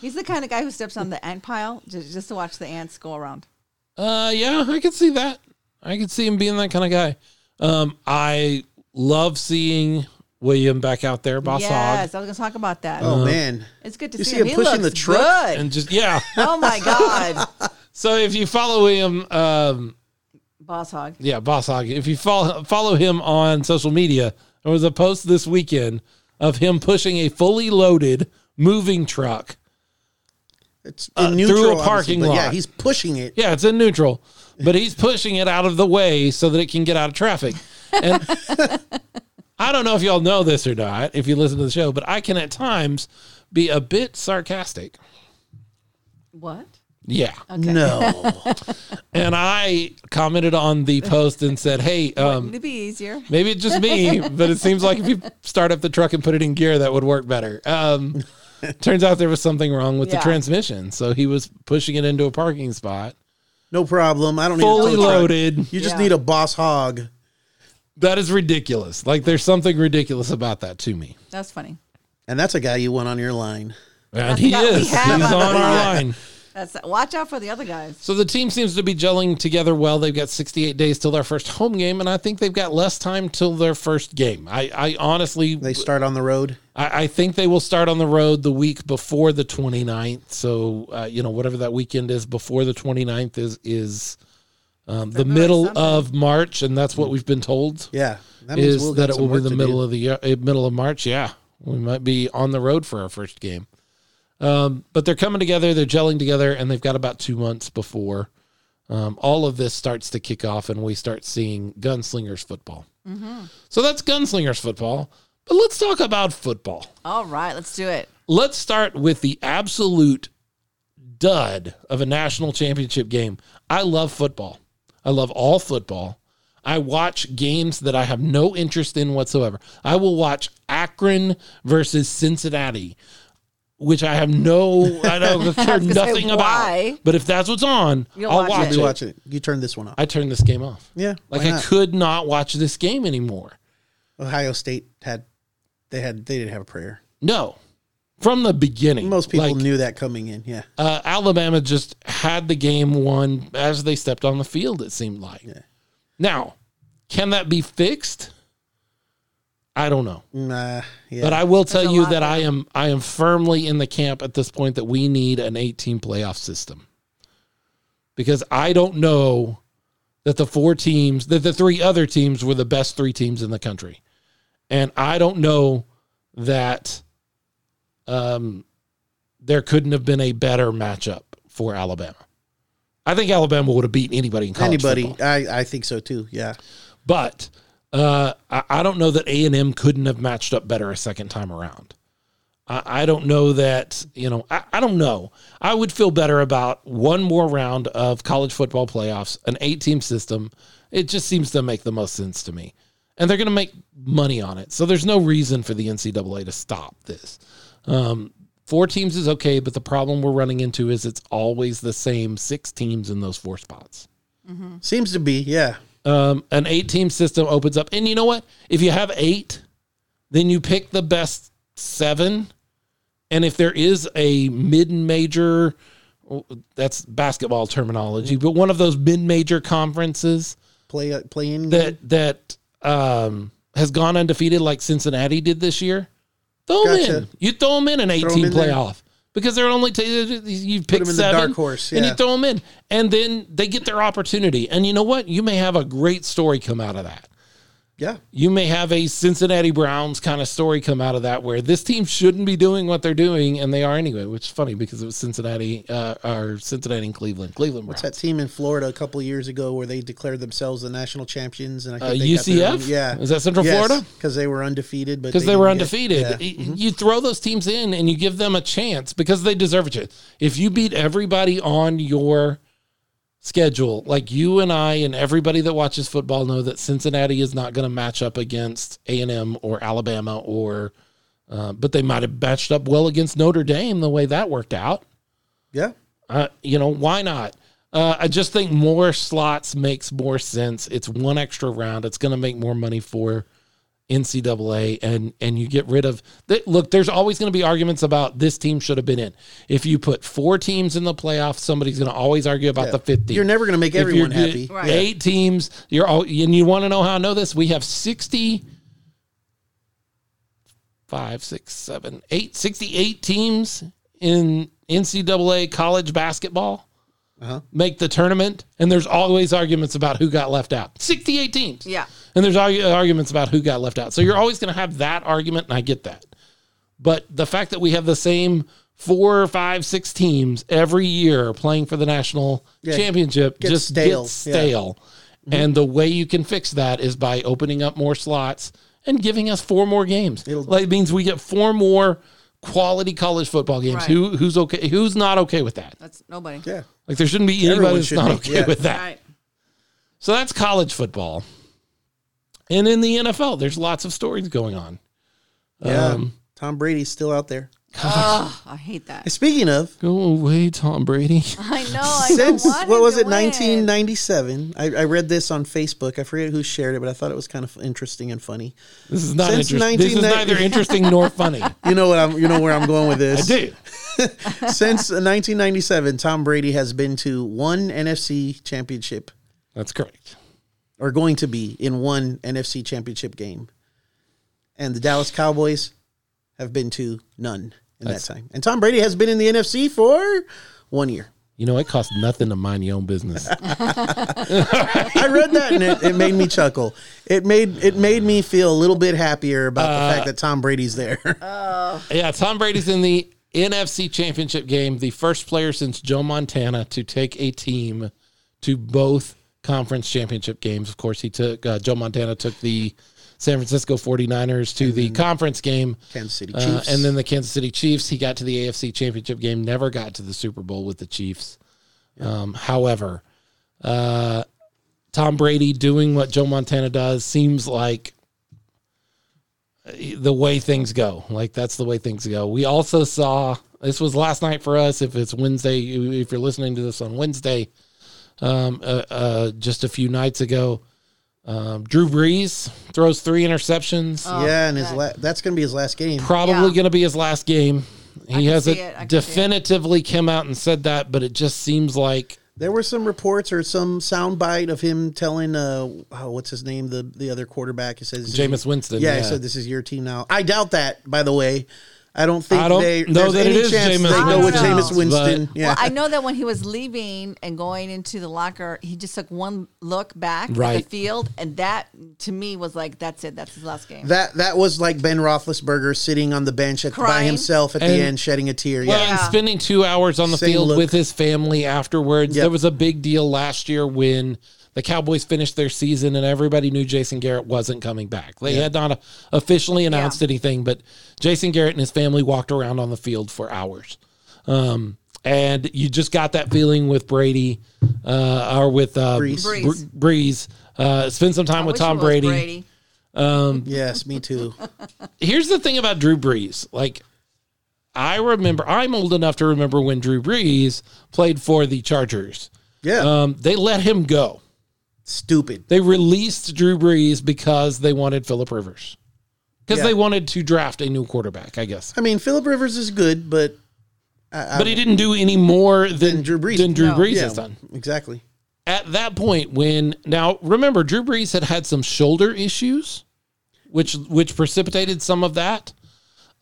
[SPEAKER 3] He's the kind of guy who steps on the ant pile just, just to watch the ants go around.
[SPEAKER 1] Uh, yeah, I could see that. I could see him being that kind of guy. Um, I love seeing William back out there, Boss
[SPEAKER 3] yes, I was going to talk about that.
[SPEAKER 1] Uh-huh.
[SPEAKER 2] Oh man.
[SPEAKER 3] it's good to
[SPEAKER 2] you
[SPEAKER 3] see,
[SPEAKER 2] see
[SPEAKER 3] him.
[SPEAKER 2] him
[SPEAKER 3] He
[SPEAKER 2] pushing
[SPEAKER 3] looks
[SPEAKER 2] the truck?
[SPEAKER 1] Hog,
[SPEAKER 3] good.
[SPEAKER 1] and just yeah.
[SPEAKER 3] oh my god,
[SPEAKER 1] so if you follow William, um,
[SPEAKER 3] boss hog.
[SPEAKER 1] yeah, Boss Hog. If you follow follow him on social media, there was a post this weekend of him pushing a fully loaded moving truck.
[SPEAKER 2] It's in
[SPEAKER 1] Uh,
[SPEAKER 2] neutral
[SPEAKER 1] through a
[SPEAKER 2] obviously,
[SPEAKER 1] parking
[SPEAKER 2] but Yeah,
[SPEAKER 1] lot.
[SPEAKER 2] he's pushing it.
[SPEAKER 1] Yeah, it's in neutral, but he's pushing it out of the way so that it can get out of traffic. And I don't know if y'all know this or not, if you listen to the show, but I can at times be a bit sarcastic.
[SPEAKER 3] What?
[SPEAKER 1] Yeah.
[SPEAKER 2] No.
[SPEAKER 1] And I commented on the post and said, hey, um,
[SPEAKER 3] Would it be easier?
[SPEAKER 1] Maybe it's just me, but it seems like if you start up the truck and put it in gear, that would work better. Um, turns out there was something wrong with the
[SPEAKER 3] Yeah.
[SPEAKER 1] transmission, so he was pushing it into a parking spot,
[SPEAKER 2] no problem. I don't
[SPEAKER 1] fully
[SPEAKER 2] need a tow truck.
[SPEAKER 1] loaded.
[SPEAKER 2] You just
[SPEAKER 3] Yeah.
[SPEAKER 2] need a boss hog.
[SPEAKER 1] That is ridiculous. Like there's something ridiculous about that to me,
[SPEAKER 3] That's funny.
[SPEAKER 2] And that's a guy you want on your line.
[SPEAKER 1] and he
[SPEAKER 3] Yeah, we
[SPEAKER 1] is. He's
[SPEAKER 3] have
[SPEAKER 1] on
[SPEAKER 3] on
[SPEAKER 1] our
[SPEAKER 3] the line.
[SPEAKER 1] line.
[SPEAKER 3] That's watch out for the other guys.
[SPEAKER 1] So the team seems to be gelling together well. They've got 68 days till their first home game, and I think they've got less time till their first game. I, I honestly
[SPEAKER 2] They start on the road.
[SPEAKER 1] I, I think they will start on the road the week before the 29th. So, uh, you know, whatever that weekend is before the 29th is, is um, the
[SPEAKER 3] February
[SPEAKER 1] middle
[SPEAKER 3] something.
[SPEAKER 1] of March. And that's what we've been told
[SPEAKER 2] Yeah. That
[SPEAKER 1] is that
[SPEAKER 2] got
[SPEAKER 1] it
[SPEAKER 2] some
[SPEAKER 1] will be
[SPEAKER 2] work
[SPEAKER 1] the
[SPEAKER 2] to
[SPEAKER 1] middle
[SPEAKER 2] do.
[SPEAKER 1] of the year, uh, middle of March. Yeah. We might be on the road for our first game. Um, but they're coming together, they're gelling together, and they've got about two months before um, all of this starts to kick off and we start seeing gunslingers football.
[SPEAKER 3] Mm-hmm.
[SPEAKER 1] So that's gunslingers football. But let's talk about football.
[SPEAKER 3] All right, let's do it.
[SPEAKER 1] Let's start with the absolute dud of a national championship game. I love football. I love all football. I watch games that I have no interest in whatsoever. I will watch Akron versus Cincinnati, which I have no, I don't care
[SPEAKER 3] gonna say,
[SPEAKER 1] nothing
[SPEAKER 3] why?
[SPEAKER 1] about. But if that's what's on,
[SPEAKER 3] You'll
[SPEAKER 1] I'll
[SPEAKER 3] watch
[SPEAKER 1] watch
[SPEAKER 3] it.
[SPEAKER 2] I'll
[SPEAKER 1] it.
[SPEAKER 2] be watching it. You turn this one off.
[SPEAKER 1] I turned this game off.
[SPEAKER 2] yeah.
[SPEAKER 1] Like
[SPEAKER 2] why
[SPEAKER 1] I
[SPEAKER 2] not?
[SPEAKER 1] could not watch this game anymore.
[SPEAKER 2] Ohio State had they had they didn't have a prayer.
[SPEAKER 1] No, from the beginning.
[SPEAKER 2] Most people
[SPEAKER 1] Mm, Like,
[SPEAKER 2] knew that coming in. Yeah.
[SPEAKER 1] uh, Alabama just had the game won as they stepped on the field, it seemed like. Now, can that be fixed? I don't know.
[SPEAKER 2] Nah, yeah.
[SPEAKER 1] But I will tell
[SPEAKER 3] a
[SPEAKER 1] you
[SPEAKER 3] lot
[SPEAKER 1] that
[SPEAKER 3] of-
[SPEAKER 1] I am I am firmly in the camp at this point that we need an 18 playoff system. Because I don't know that the four teams, that the three other teams were the best three teams in the country. And I don't know that um there couldn't have been a better matchup for Alabama. I think Alabama would have beaten anybody in college
[SPEAKER 2] anybody.
[SPEAKER 1] football.
[SPEAKER 2] I, I think so too. Yeah.
[SPEAKER 1] But uh, I, I don't know that A and M couldn't have matched up better a second time around. I, I don't know that you know. I, I don't know. I would feel better about one more round of college football playoffs, an eight-team system. It just seems to make the most sense to me, and they're going to make money on it. So there's no reason for the NCAA to stop this. Um, four teams is okay, but the problem we're running into is it's always the same six teams in those four spots
[SPEAKER 2] Seems to be. Yeah.
[SPEAKER 1] um, an eight team system opens up. And you know what? If you have eight, then you pick the best seven. And if there is a mid major, that's basketball terminology, but one of those mid major conferences
[SPEAKER 2] Play uh, play in game.
[SPEAKER 1] that that um, has gone undefeated, like Cincinnati did this year, throw
[SPEAKER 2] Gotcha.
[SPEAKER 1] them in. You throw them in an eight
[SPEAKER 2] 'em
[SPEAKER 1] team
[SPEAKER 2] in there.
[SPEAKER 1] playoff. Because they're only t- you pick
[SPEAKER 2] 'em in the
[SPEAKER 1] seven,
[SPEAKER 2] dark horse,
[SPEAKER 1] and you
[SPEAKER 2] yeah.
[SPEAKER 1] throw them in, and then they get their opportunity. And you know what? You may have a great story come out of that
[SPEAKER 2] Yeah.
[SPEAKER 1] you may have a Cincinnati Browns kind of story come out of that where this team shouldn't be doing what they're doing and they are anyway, which is funny because it was Cincinnati uh, or Cincinnati and Cleveland, Cleveland Browns.
[SPEAKER 2] It's that team in Florida a couple years ago where they declared themselves the national champions and I
[SPEAKER 1] Uh,
[SPEAKER 2] think they got their
[SPEAKER 1] UCF?
[SPEAKER 2] own- yeah.
[SPEAKER 1] Is that Central Florida?
[SPEAKER 2] Because they were undefeated, but
[SPEAKER 1] Because they, were
[SPEAKER 2] didn't get-
[SPEAKER 1] undefeated.
[SPEAKER 2] yeah. Mm-hmm.
[SPEAKER 1] Y- You throw those teams in and you give them a chance because they deserve a chance. If you beat everybody on your schedule, like you and I and everybody that watches football know that Cincinnati is not going to match up against A and M or Alabama or, uh, but they might have matched up well against Notre Dame the way that worked out.
[SPEAKER 2] Yeah.
[SPEAKER 1] Uh, you know why not? Uh, I just think more slots makes more sense. It's one extra round. It's going to make more money for NCAA, and and you get rid of th- look. There's always going to be arguments about this team should have been in. If you put four teams in the playoff, somebody's going to always argue about the 50
[SPEAKER 2] You're never going to make
[SPEAKER 1] if you're
[SPEAKER 2] everyone
[SPEAKER 1] do-
[SPEAKER 2] happy.
[SPEAKER 3] Right.
[SPEAKER 1] Eight teams. You're all, and you want to know how I know this? We have 60, five, six, seven, eight, 68 teams in NCAA college basketball
[SPEAKER 2] Uh-huh.
[SPEAKER 1] make the tournament, and there's always arguments about who got left out. 68 teams.
[SPEAKER 3] Yeah.
[SPEAKER 1] And there's argu- arguments about who got left out. So you're always going to have that argument, and I get that. But the fact that we have the same four, five, six teams every year playing for the national
[SPEAKER 2] Yeah.
[SPEAKER 1] championship
[SPEAKER 2] Gets
[SPEAKER 1] just
[SPEAKER 2] stale.
[SPEAKER 1] gets
[SPEAKER 2] Yeah. Mm-hmm.
[SPEAKER 1] stale. And the way you can fix that is by opening up more slots and giving us four more games.
[SPEAKER 2] It'll-
[SPEAKER 1] like it means we get four more quality college football games.
[SPEAKER 3] Right.
[SPEAKER 1] Who who's okay? Who's not okay with that?
[SPEAKER 3] That's nobody.
[SPEAKER 2] Yeah.
[SPEAKER 1] Like there shouldn't be anybody
[SPEAKER 2] Everyone
[SPEAKER 1] that's
[SPEAKER 2] should
[SPEAKER 1] not
[SPEAKER 2] be,
[SPEAKER 1] okay
[SPEAKER 2] yeah.
[SPEAKER 1] with that.
[SPEAKER 3] Right.
[SPEAKER 1] So that's college football. And in the NFL, there's lots of stories going on.
[SPEAKER 2] Yeah.
[SPEAKER 1] Um,
[SPEAKER 2] Tom Brady's still out there.
[SPEAKER 3] Ugh, I hate that.
[SPEAKER 2] Speaking of,
[SPEAKER 1] Go away, Tom Brady.
[SPEAKER 3] I know. I
[SPEAKER 2] since
[SPEAKER 3] don't want
[SPEAKER 2] what
[SPEAKER 3] him
[SPEAKER 2] was
[SPEAKER 3] to
[SPEAKER 2] it,
[SPEAKER 3] win.
[SPEAKER 2] 1997? I, I read this on Facebook. I forget who shared it, but I thought it was kind of interesting and funny.
[SPEAKER 1] This is not
[SPEAKER 2] Since
[SPEAKER 1] interesting. This is
[SPEAKER 2] 1990
[SPEAKER 1] neither interesting nor funny.
[SPEAKER 2] You know what I'm. You know where I'm going with this.
[SPEAKER 1] I do.
[SPEAKER 2] Since 1997, Tom Brady has been to one NFC championship,
[SPEAKER 1] That's correct.
[SPEAKER 2] or going to be in one NFC championship game, and the Dallas Cowboys have been to none in
[SPEAKER 1] That's-
[SPEAKER 2] that time. And Tom Brady has been in the NFC for one year.
[SPEAKER 1] You know, it costs nothing to mind your own business.
[SPEAKER 2] I read that and it, it made me chuckle. It made it made me feel a little bit happier about the
[SPEAKER 1] Uh,
[SPEAKER 2] fact that Tom Brady's there.
[SPEAKER 1] yeah, Tom Brady's in the NFC Championship game, the first player since Joe Montana to take a team to both conference championship games. Of course, he took uh, Joe Montana took the San Francisco 49ers to the conference game.
[SPEAKER 2] Kansas City
[SPEAKER 1] Uh,
[SPEAKER 2] Chiefs.
[SPEAKER 1] and then the Kansas City Chiefs. He got to the AFC Championship game, never got to the Super Bowl with the Chiefs. Um, however, uh, Tom Brady doing what Joe Montana does seems like uh, the way things go. Like that's the way things go. We also saw this was last night for us. If it's Wednesday, if you're listening to this on Wednesday, um, uh, uh, just a few nights ago, um, Drew Brees throws three interceptions
[SPEAKER 3] Oh,
[SPEAKER 2] yeah, and his la- that's going to be his last game.
[SPEAKER 1] probably
[SPEAKER 3] Yeah.
[SPEAKER 1] going to be his last game. He
[SPEAKER 3] can
[SPEAKER 1] hasn't
[SPEAKER 3] see it. I can see it.
[SPEAKER 1] definitively come out and said that, but it just seems like
[SPEAKER 2] There were some reports or some soundbite of him telling uh oh, what's his name the the other quarterback. He says
[SPEAKER 1] Jameis Winston.
[SPEAKER 2] Yeah, he said this is your team now. I doubt that. By the way, I don't think
[SPEAKER 1] I don't
[SPEAKER 2] they
[SPEAKER 1] know
[SPEAKER 2] there's
[SPEAKER 1] that it
[SPEAKER 2] any
[SPEAKER 1] is
[SPEAKER 2] chance
[SPEAKER 1] Jameis
[SPEAKER 2] they go with
[SPEAKER 3] Winston,
[SPEAKER 2] Jameis
[SPEAKER 3] but-
[SPEAKER 2] Winston. yeah,
[SPEAKER 3] Well, I know that when he was leaving and going into the locker, he just took one look back at
[SPEAKER 1] Right.
[SPEAKER 3] the field, and that to me was like, that's it. That's his last game.
[SPEAKER 2] that that was like Ben Roethlisberger sitting on the bench at, by
[SPEAKER 3] Crying.
[SPEAKER 2] himself at
[SPEAKER 1] And-
[SPEAKER 2] the end, shedding a tear.
[SPEAKER 1] Well,
[SPEAKER 2] yeah,
[SPEAKER 1] and
[SPEAKER 3] Yeah.
[SPEAKER 1] spending two hours on the
[SPEAKER 2] Same
[SPEAKER 1] field
[SPEAKER 2] look.
[SPEAKER 1] with his family afterwards.
[SPEAKER 2] Yep.
[SPEAKER 1] There was a big deal last year when the Cowboys finished their season and everybody knew Jason Garrett wasn't coming back. They had not officially announced anything, but Jason Garrett and his family walked around on the field for hours. Um, and you just got that feeling with Brady uh, or with uh,
[SPEAKER 2] Breeze.
[SPEAKER 1] Breeze. Breeze. Uh, spend some time
[SPEAKER 3] I
[SPEAKER 1] with
[SPEAKER 3] wish
[SPEAKER 1] Tom
[SPEAKER 3] it was
[SPEAKER 1] Brady.
[SPEAKER 2] yes, me too.
[SPEAKER 1] Here's the thing about Drew Brees. Like, I remember, I'm old enough to remember when Drew Brees played for the Chargers.
[SPEAKER 2] Yeah,
[SPEAKER 1] Um, they let him go.
[SPEAKER 2] stupid.
[SPEAKER 1] They released Drew Brees because they wanted Philip Rivers. Because
[SPEAKER 2] Yeah.
[SPEAKER 1] they wanted to draft a new quarterback, I guess.
[SPEAKER 2] I mean, Philip Rivers is good, but
[SPEAKER 1] But he didn't do any more than,
[SPEAKER 2] Drew Brees.
[SPEAKER 1] Than Drew
[SPEAKER 3] No.
[SPEAKER 1] Brees
[SPEAKER 2] yeah,
[SPEAKER 1] has done.
[SPEAKER 2] exactly.
[SPEAKER 1] At that point, when now remember, Drew Brees had had some shoulder issues, which which precipitated some of that.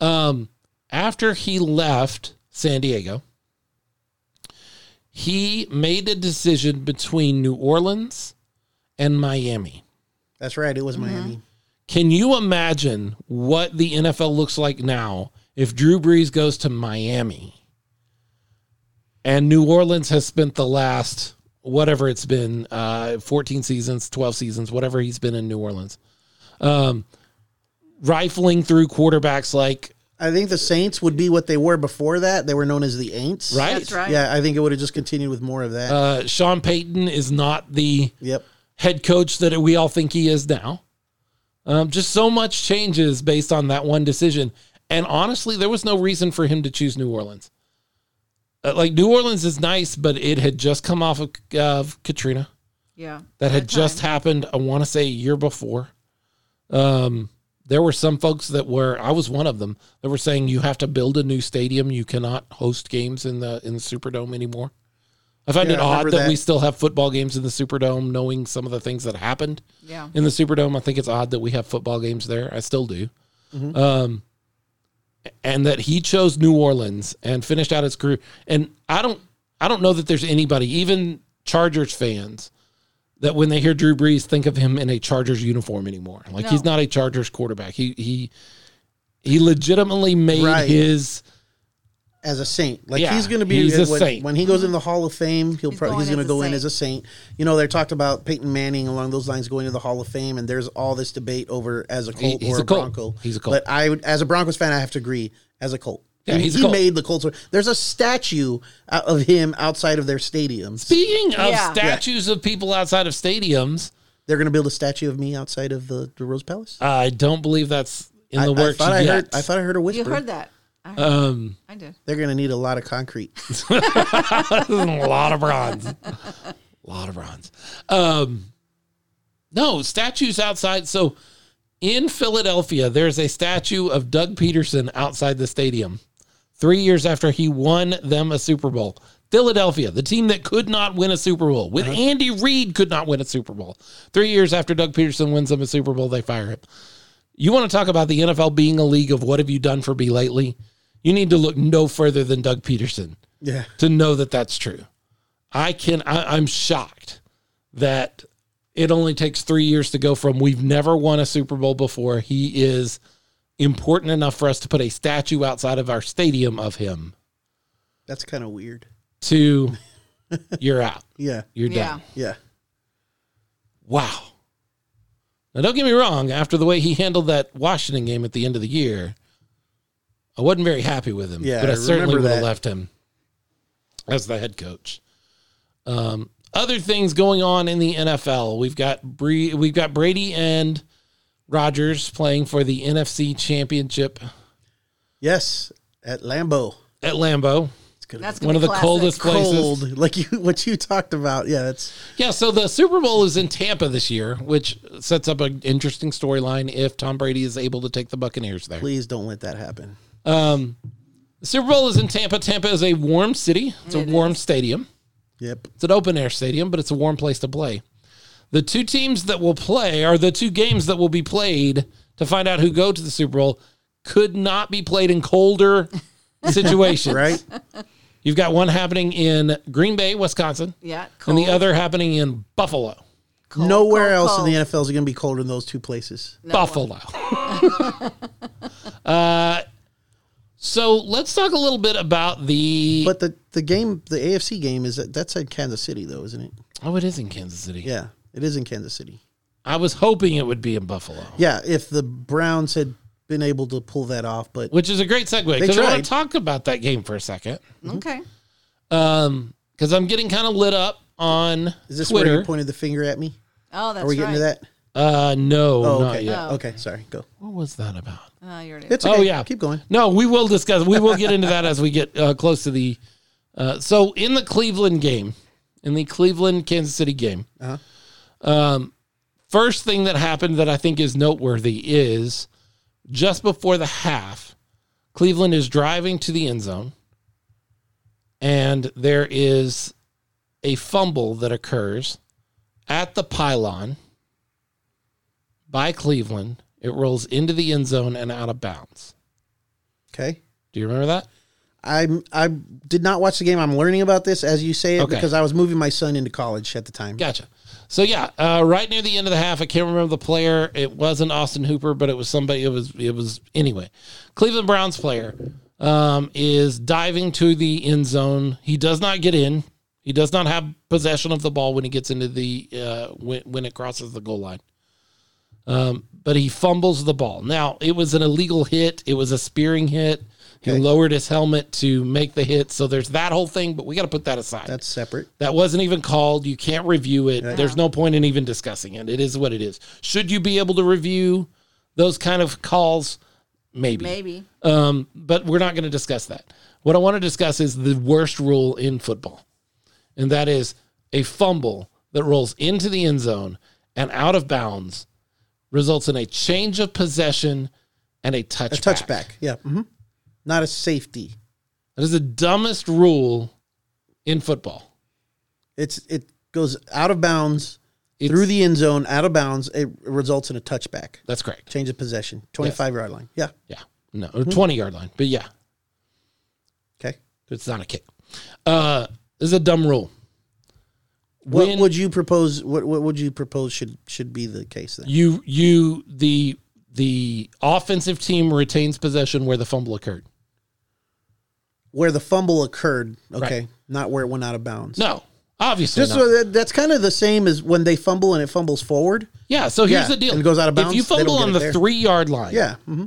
[SPEAKER 1] Um, after he left San Diego, he made a decision between New Orleans and Miami.
[SPEAKER 2] That's right. It was Miami.
[SPEAKER 1] Can you imagine what the NFL looks like now if Drew Brees goes to Miami and New Orleans has spent the last whatever it's been uh, 14 seasons, 12 seasons, whatever he's been in New Orleans, um, rifling through quarterbacks like
[SPEAKER 2] I think the Saints would be what they were before that. They were known as the Aints.
[SPEAKER 1] Right?
[SPEAKER 3] That's right.
[SPEAKER 2] Yeah, I think it would have just continued with more of that.
[SPEAKER 1] Uh, Sean Payton is not the
[SPEAKER 2] yep.
[SPEAKER 1] head coach that we all think he is now. Um, just so much changes based on that one decision. And honestly, there was no reason for him to choose New Orleans. Uh, like New Orleans is nice, but it had just come off of, of Katrina.
[SPEAKER 3] Yeah.
[SPEAKER 1] that had
[SPEAKER 3] Bad
[SPEAKER 1] just
[SPEAKER 3] time.
[SPEAKER 1] happened. I want to say a year before. Um, there were some folks that were I was one of them that were saying you have to build a new stadium. You cannot host games in the in the Superdome anymore. I find
[SPEAKER 2] Yeah,
[SPEAKER 1] it
[SPEAKER 2] I
[SPEAKER 1] odd
[SPEAKER 2] remember
[SPEAKER 1] that, we
[SPEAKER 2] that.
[SPEAKER 1] still have football games in the Superdome, knowing some of the things that happened
[SPEAKER 3] Yeah.
[SPEAKER 1] in the Superdome. I think it's odd that we have football games there. I still do.
[SPEAKER 2] Mm-hmm.
[SPEAKER 1] Um, and that he chose New Orleans and finished out his career. And I don't, I don't know that there's anybody, even Chargers fans, that when they hear Drew Brees, think of him in a Chargers uniform anymore. Like
[SPEAKER 3] No.
[SPEAKER 1] he's not a Chargers quarterback. He he he legitimately made
[SPEAKER 2] Right.
[SPEAKER 1] his
[SPEAKER 2] As a saint, like
[SPEAKER 1] Yeah,
[SPEAKER 2] he's going to be
[SPEAKER 1] he's a
[SPEAKER 2] when,
[SPEAKER 1] saint.
[SPEAKER 2] when he goes in the Hall of Fame, he'll
[SPEAKER 3] He's
[SPEAKER 2] probably he's going
[SPEAKER 3] going
[SPEAKER 2] to
[SPEAKER 3] as a
[SPEAKER 2] go in
[SPEAKER 3] saint.
[SPEAKER 2] as a saint. You know, they talked about Peyton Manning along those lines going to the Hall of Fame, and there's all this debate over as a Colt
[SPEAKER 1] he's
[SPEAKER 2] or
[SPEAKER 1] a
[SPEAKER 2] a,
[SPEAKER 1] Colt.
[SPEAKER 2] Bronco.
[SPEAKER 1] He's a Colt.
[SPEAKER 2] But I, would- as a Broncos fan, I have to agree as a Colt.
[SPEAKER 1] Yeah,
[SPEAKER 2] he,
[SPEAKER 1] he's a
[SPEAKER 2] he
[SPEAKER 1] Colt.
[SPEAKER 2] made the Colts. There's a statue out of him outside of their stadium.
[SPEAKER 1] Speaking of
[SPEAKER 3] Yeah.
[SPEAKER 1] statues of people outside of stadiums,
[SPEAKER 2] They're going to build a statue of me outside of the, the Rose Palace.
[SPEAKER 1] I don't believe that's in the
[SPEAKER 2] I,
[SPEAKER 1] works
[SPEAKER 2] I thought I
[SPEAKER 1] yet.
[SPEAKER 2] heard. I thought I heard a whisper.
[SPEAKER 3] You heard that. I, heard-
[SPEAKER 1] um,
[SPEAKER 3] I did.
[SPEAKER 2] They're going to need a lot of concrete.
[SPEAKER 1] a lot of bronze. A lot of bronze. Um, no, statues outside. So in Philadelphia, there's a statue of Doug Peterson outside the stadium three years after he won them a Super Bowl. Philadelphia, the team that could not win a Super Bowl, with Andy Reid could not win a Super Bowl. Three years after Doug Peterson wins them a Super Bowl, they fire him. You want to talk about the NFL being a league of what have you done for me lately? You need to look no further than Doug Peterson
[SPEAKER 2] yeah.
[SPEAKER 1] to know that that's true. I can. I, I'm shocked that it only takes three years to go from we've never won a Super Bowl before. He is important enough for us to put a statue outside of our stadium of him.
[SPEAKER 2] That's kind of weird.
[SPEAKER 1] To you're out.
[SPEAKER 2] Yeah.
[SPEAKER 1] You're
[SPEAKER 3] Yeah.
[SPEAKER 1] done.
[SPEAKER 2] Yeah.
[SPEAKER 1] Wow. Now don't get me wrong. After the way he handled that Washington game at the end of the year, I wasn't very happy with him.
[SPEAKER 2] Yeah,
[SPEAKER 1] but I,
[SPEAKER 2] I
[SPEAKER 1] certainly
[SPEAKER 2] remember
[SPEAKER 1] would have
[SPEAKER 2] that.
[SPEAKER 1] left him as the head coach. Um, other things going on in the NFL. We've got Bree, we've got Brady and Rogers playing for the NFC Championship
[SPEAKER 2] Yes. At Lambeau.
[SPEAKER 1] at Lambeau,
[SPEAKER 2] It's gonna
[SPEAKER 3] That's
[SPEAKER 2] be
[SPEAKER 3] gonna
[SPEAKER 1] one
[SPEAKER 3] be
[SPEAKER 1] of the
[SPEAKER 3] classic.
[SPEAKER 1] coldest places.
[SPEAKER 2] cold. Like you what you talked about. Yeah, it's
[SPEAKER 1] Yeah, so the Super Bowl is in Tampa this year, which sets up an interesting storyline if Tom Brady is able to take the Buccaneers there.
[SPEAKER 2] please don't let that happen.
[SPEAKER 1] Um, the Super Bowl is in Tampa. Tampa is a warm city. It's a warm stadium.
[SPEAKER 2] Yep.
[SPEAKER 1] It's an open air stadium, but it's a warm place to play. The two teams that will play are the two games that will be played to find out who go to the Super Bowl could not be played in colder situations.
[SPEAKER 2] Right?
[SPEAKER 1] You've got one happening in Green Bay, Wisconsin,
[SPEAKER 3] Yeah.
[SPEAKER 1] and the other happening in Buffalo.
[SPEAKER 3] Cold,
[SPEAKER 2] Nowhere
[SPEAKER 3] cold,
[SPEAKER 2] else
[SPEAKER 3] cold.
[SPEAKER 2] in the NFL is gonna be colder than those two places.
[SPEAKER 1] Buffalo. uh, so let's talk a little bit about the.
[SPEAKER 2] But the, the game the AFC game is that that's in Kansas City though, isn't it?
[SPEAKER 1] oh, it is in Kansas City.
[SPEAKER 2] Yeah. It is in Kansas City.
[SPEAKER 1] I was hoping it would be in Buffalo,
[SPEAKER 2] Yeah, if the Browns had been able to pull that off, but
[SPEAKER 1] which is a great segue because I
[SPEAKER 2] tried.
[SPEAKER 1] want to talk about that game for a second.
[SPEAKER 3] Okay.
[SPEAKER 1] Because I'm getting kind of lit up on
[SPEAKER 2] is this where
[SPEAKER 1] Twitter.
[SPEAKER 2] you pointed the finger at me?
[SPEAKER 3] Oh, that's
[SPEAKER 2] Are we getting
[SPEAKER 3] right.
[SPEAKER 2] to that?
[SPEAKER 1] uh, no,
[SPEAKER 2] Oh,
[SPEAKER 1] not
[SPEAKER 2] okay.
[SPEAKER 1] yet.
[SPEAKER 3] yet.
[SPEAKER 2] Okay, sorry. Go.
[SPEAKER 1] What was that about?
[SPEAKER 3] Oh, you already.
[SPEAKER 2] It's
[SPEAKER 1] Oh,
[SPEAKER 2] okay.
[SPEAKER 1] yeah.
[SPEAKER 2] Keep going.
[SPEAKER 1] No, we will discuss. We will get into that as we get uh, close to the. Uh, so in the Cleveland game, in the Cleveland Kansas City game,
[SPEAKER 2] Uh-huh.
[SPEAKER 1] um, first thing that happened that I think is noteworthy is just before the half, Cleveland is driving to the end zone, and there is a fumble that occurs at the pylon by Cleveland. It rolls into the end zone and out of bounds.
[SPEAKER 2] Okay.
[SPEAKER 1] Do you remember that?
[SPEAKER 2] I I did not watch the game. I'm learning about this as you say it
[SPEAKER 1] Okay.
[SPEAKER 2] because I was moving my son into college at the time.
[SPEAKER 1] Gotcha. So yeah, uh, right near the end of the half, I can't remember the player. It wasn't Austin Hooper, but it was somebody. It was it was anyway. Cleveland Browns player um, is diving to the end zone. He does not get in. He does not have possession of the ball when he gets into the uh, when when it crosses the goal line. Um, but he fumbles the ball. Now, it was an illegal hit, it was a spearing hit. He
[SPEAKER 2] Okay.
[SPEAKER 1] lowered his helmet to make the hit. So there's that whole thing, but we got to put that aside.
[SPEAKER 2] That's separate.
[SPEAKER 1] That wasn't even called. You can't review it.
[SPEAKER 2] Right.
[SPEAKER 1] There's no point in even discussing it. It is what it is. Should you be able to review those kind of calls? Maybe.
[SPEAKER 3] Maybe.
[SPEAKER 1] Um, but we're not going to discuss that. What I want to discuss is the worst rule in football, and that is a fumble that rolls into the end zone and out of bounds results in a change of possession and a touchback.
[SPEAKER 2] A touchback. Yeah. hmm Not a safety.
[SPEAKER 1] That is the dumbest rule in football.
[SPEAKER 2] It's it goes out of bounds
[SPEAKER 1] It's-
[SPEAKER 2] through the end zone, out of bounds. It results in a touchback,
[SPEAKER 1] That's correct.
[SPEAKER 2] change of possession, twenty-five yard line. Yeah.
[SPEAKER 1] Yeah. No, or 20 yard line. But yeah,
[SPEAKER 2] Okay.
[SPEAKER 1] it's not a kick. Uh, this is a dumb rule.
[SPEAKER 2] What
[SPEAKER 1] When-
[SPEAKER 2] would you propose? What what would you propose should should be the case then?
[SPEAKER 1] you you the the offensive team retains possession where the fumble occurred.
[SPEAKER 2] Where the fumble occurred. Okay,
[SPEAKER 1] Right.
[SPEAKER 2] not where it went out of bounds.
[SPEAKER 1] No, obviously
[SPEAKER 2] Just
[SPEAKER 1] not.
[SPEAKER 2] so that, that's kind of the same as when they fumble and it fumbles forward.
[SPEAKER 1] yeah. So here's
[SPEAKER 2] Yeah,
[SPEAKER 1] the deal:
[SPEAKER 2] and it goes out of
[SPEAKER 1] If you
[SPEAKER 2] bounds, they don't
[SPEAKER 1] fumble
[SPEAKER 2] get
[SPEAKER 1] on
[SPEAKER 2] it
[SPEAKER 1] the
[SPEAKER 2] there.
[SPEAKER 1] three yard line,
[SPEAKER 2] Yeah. hmm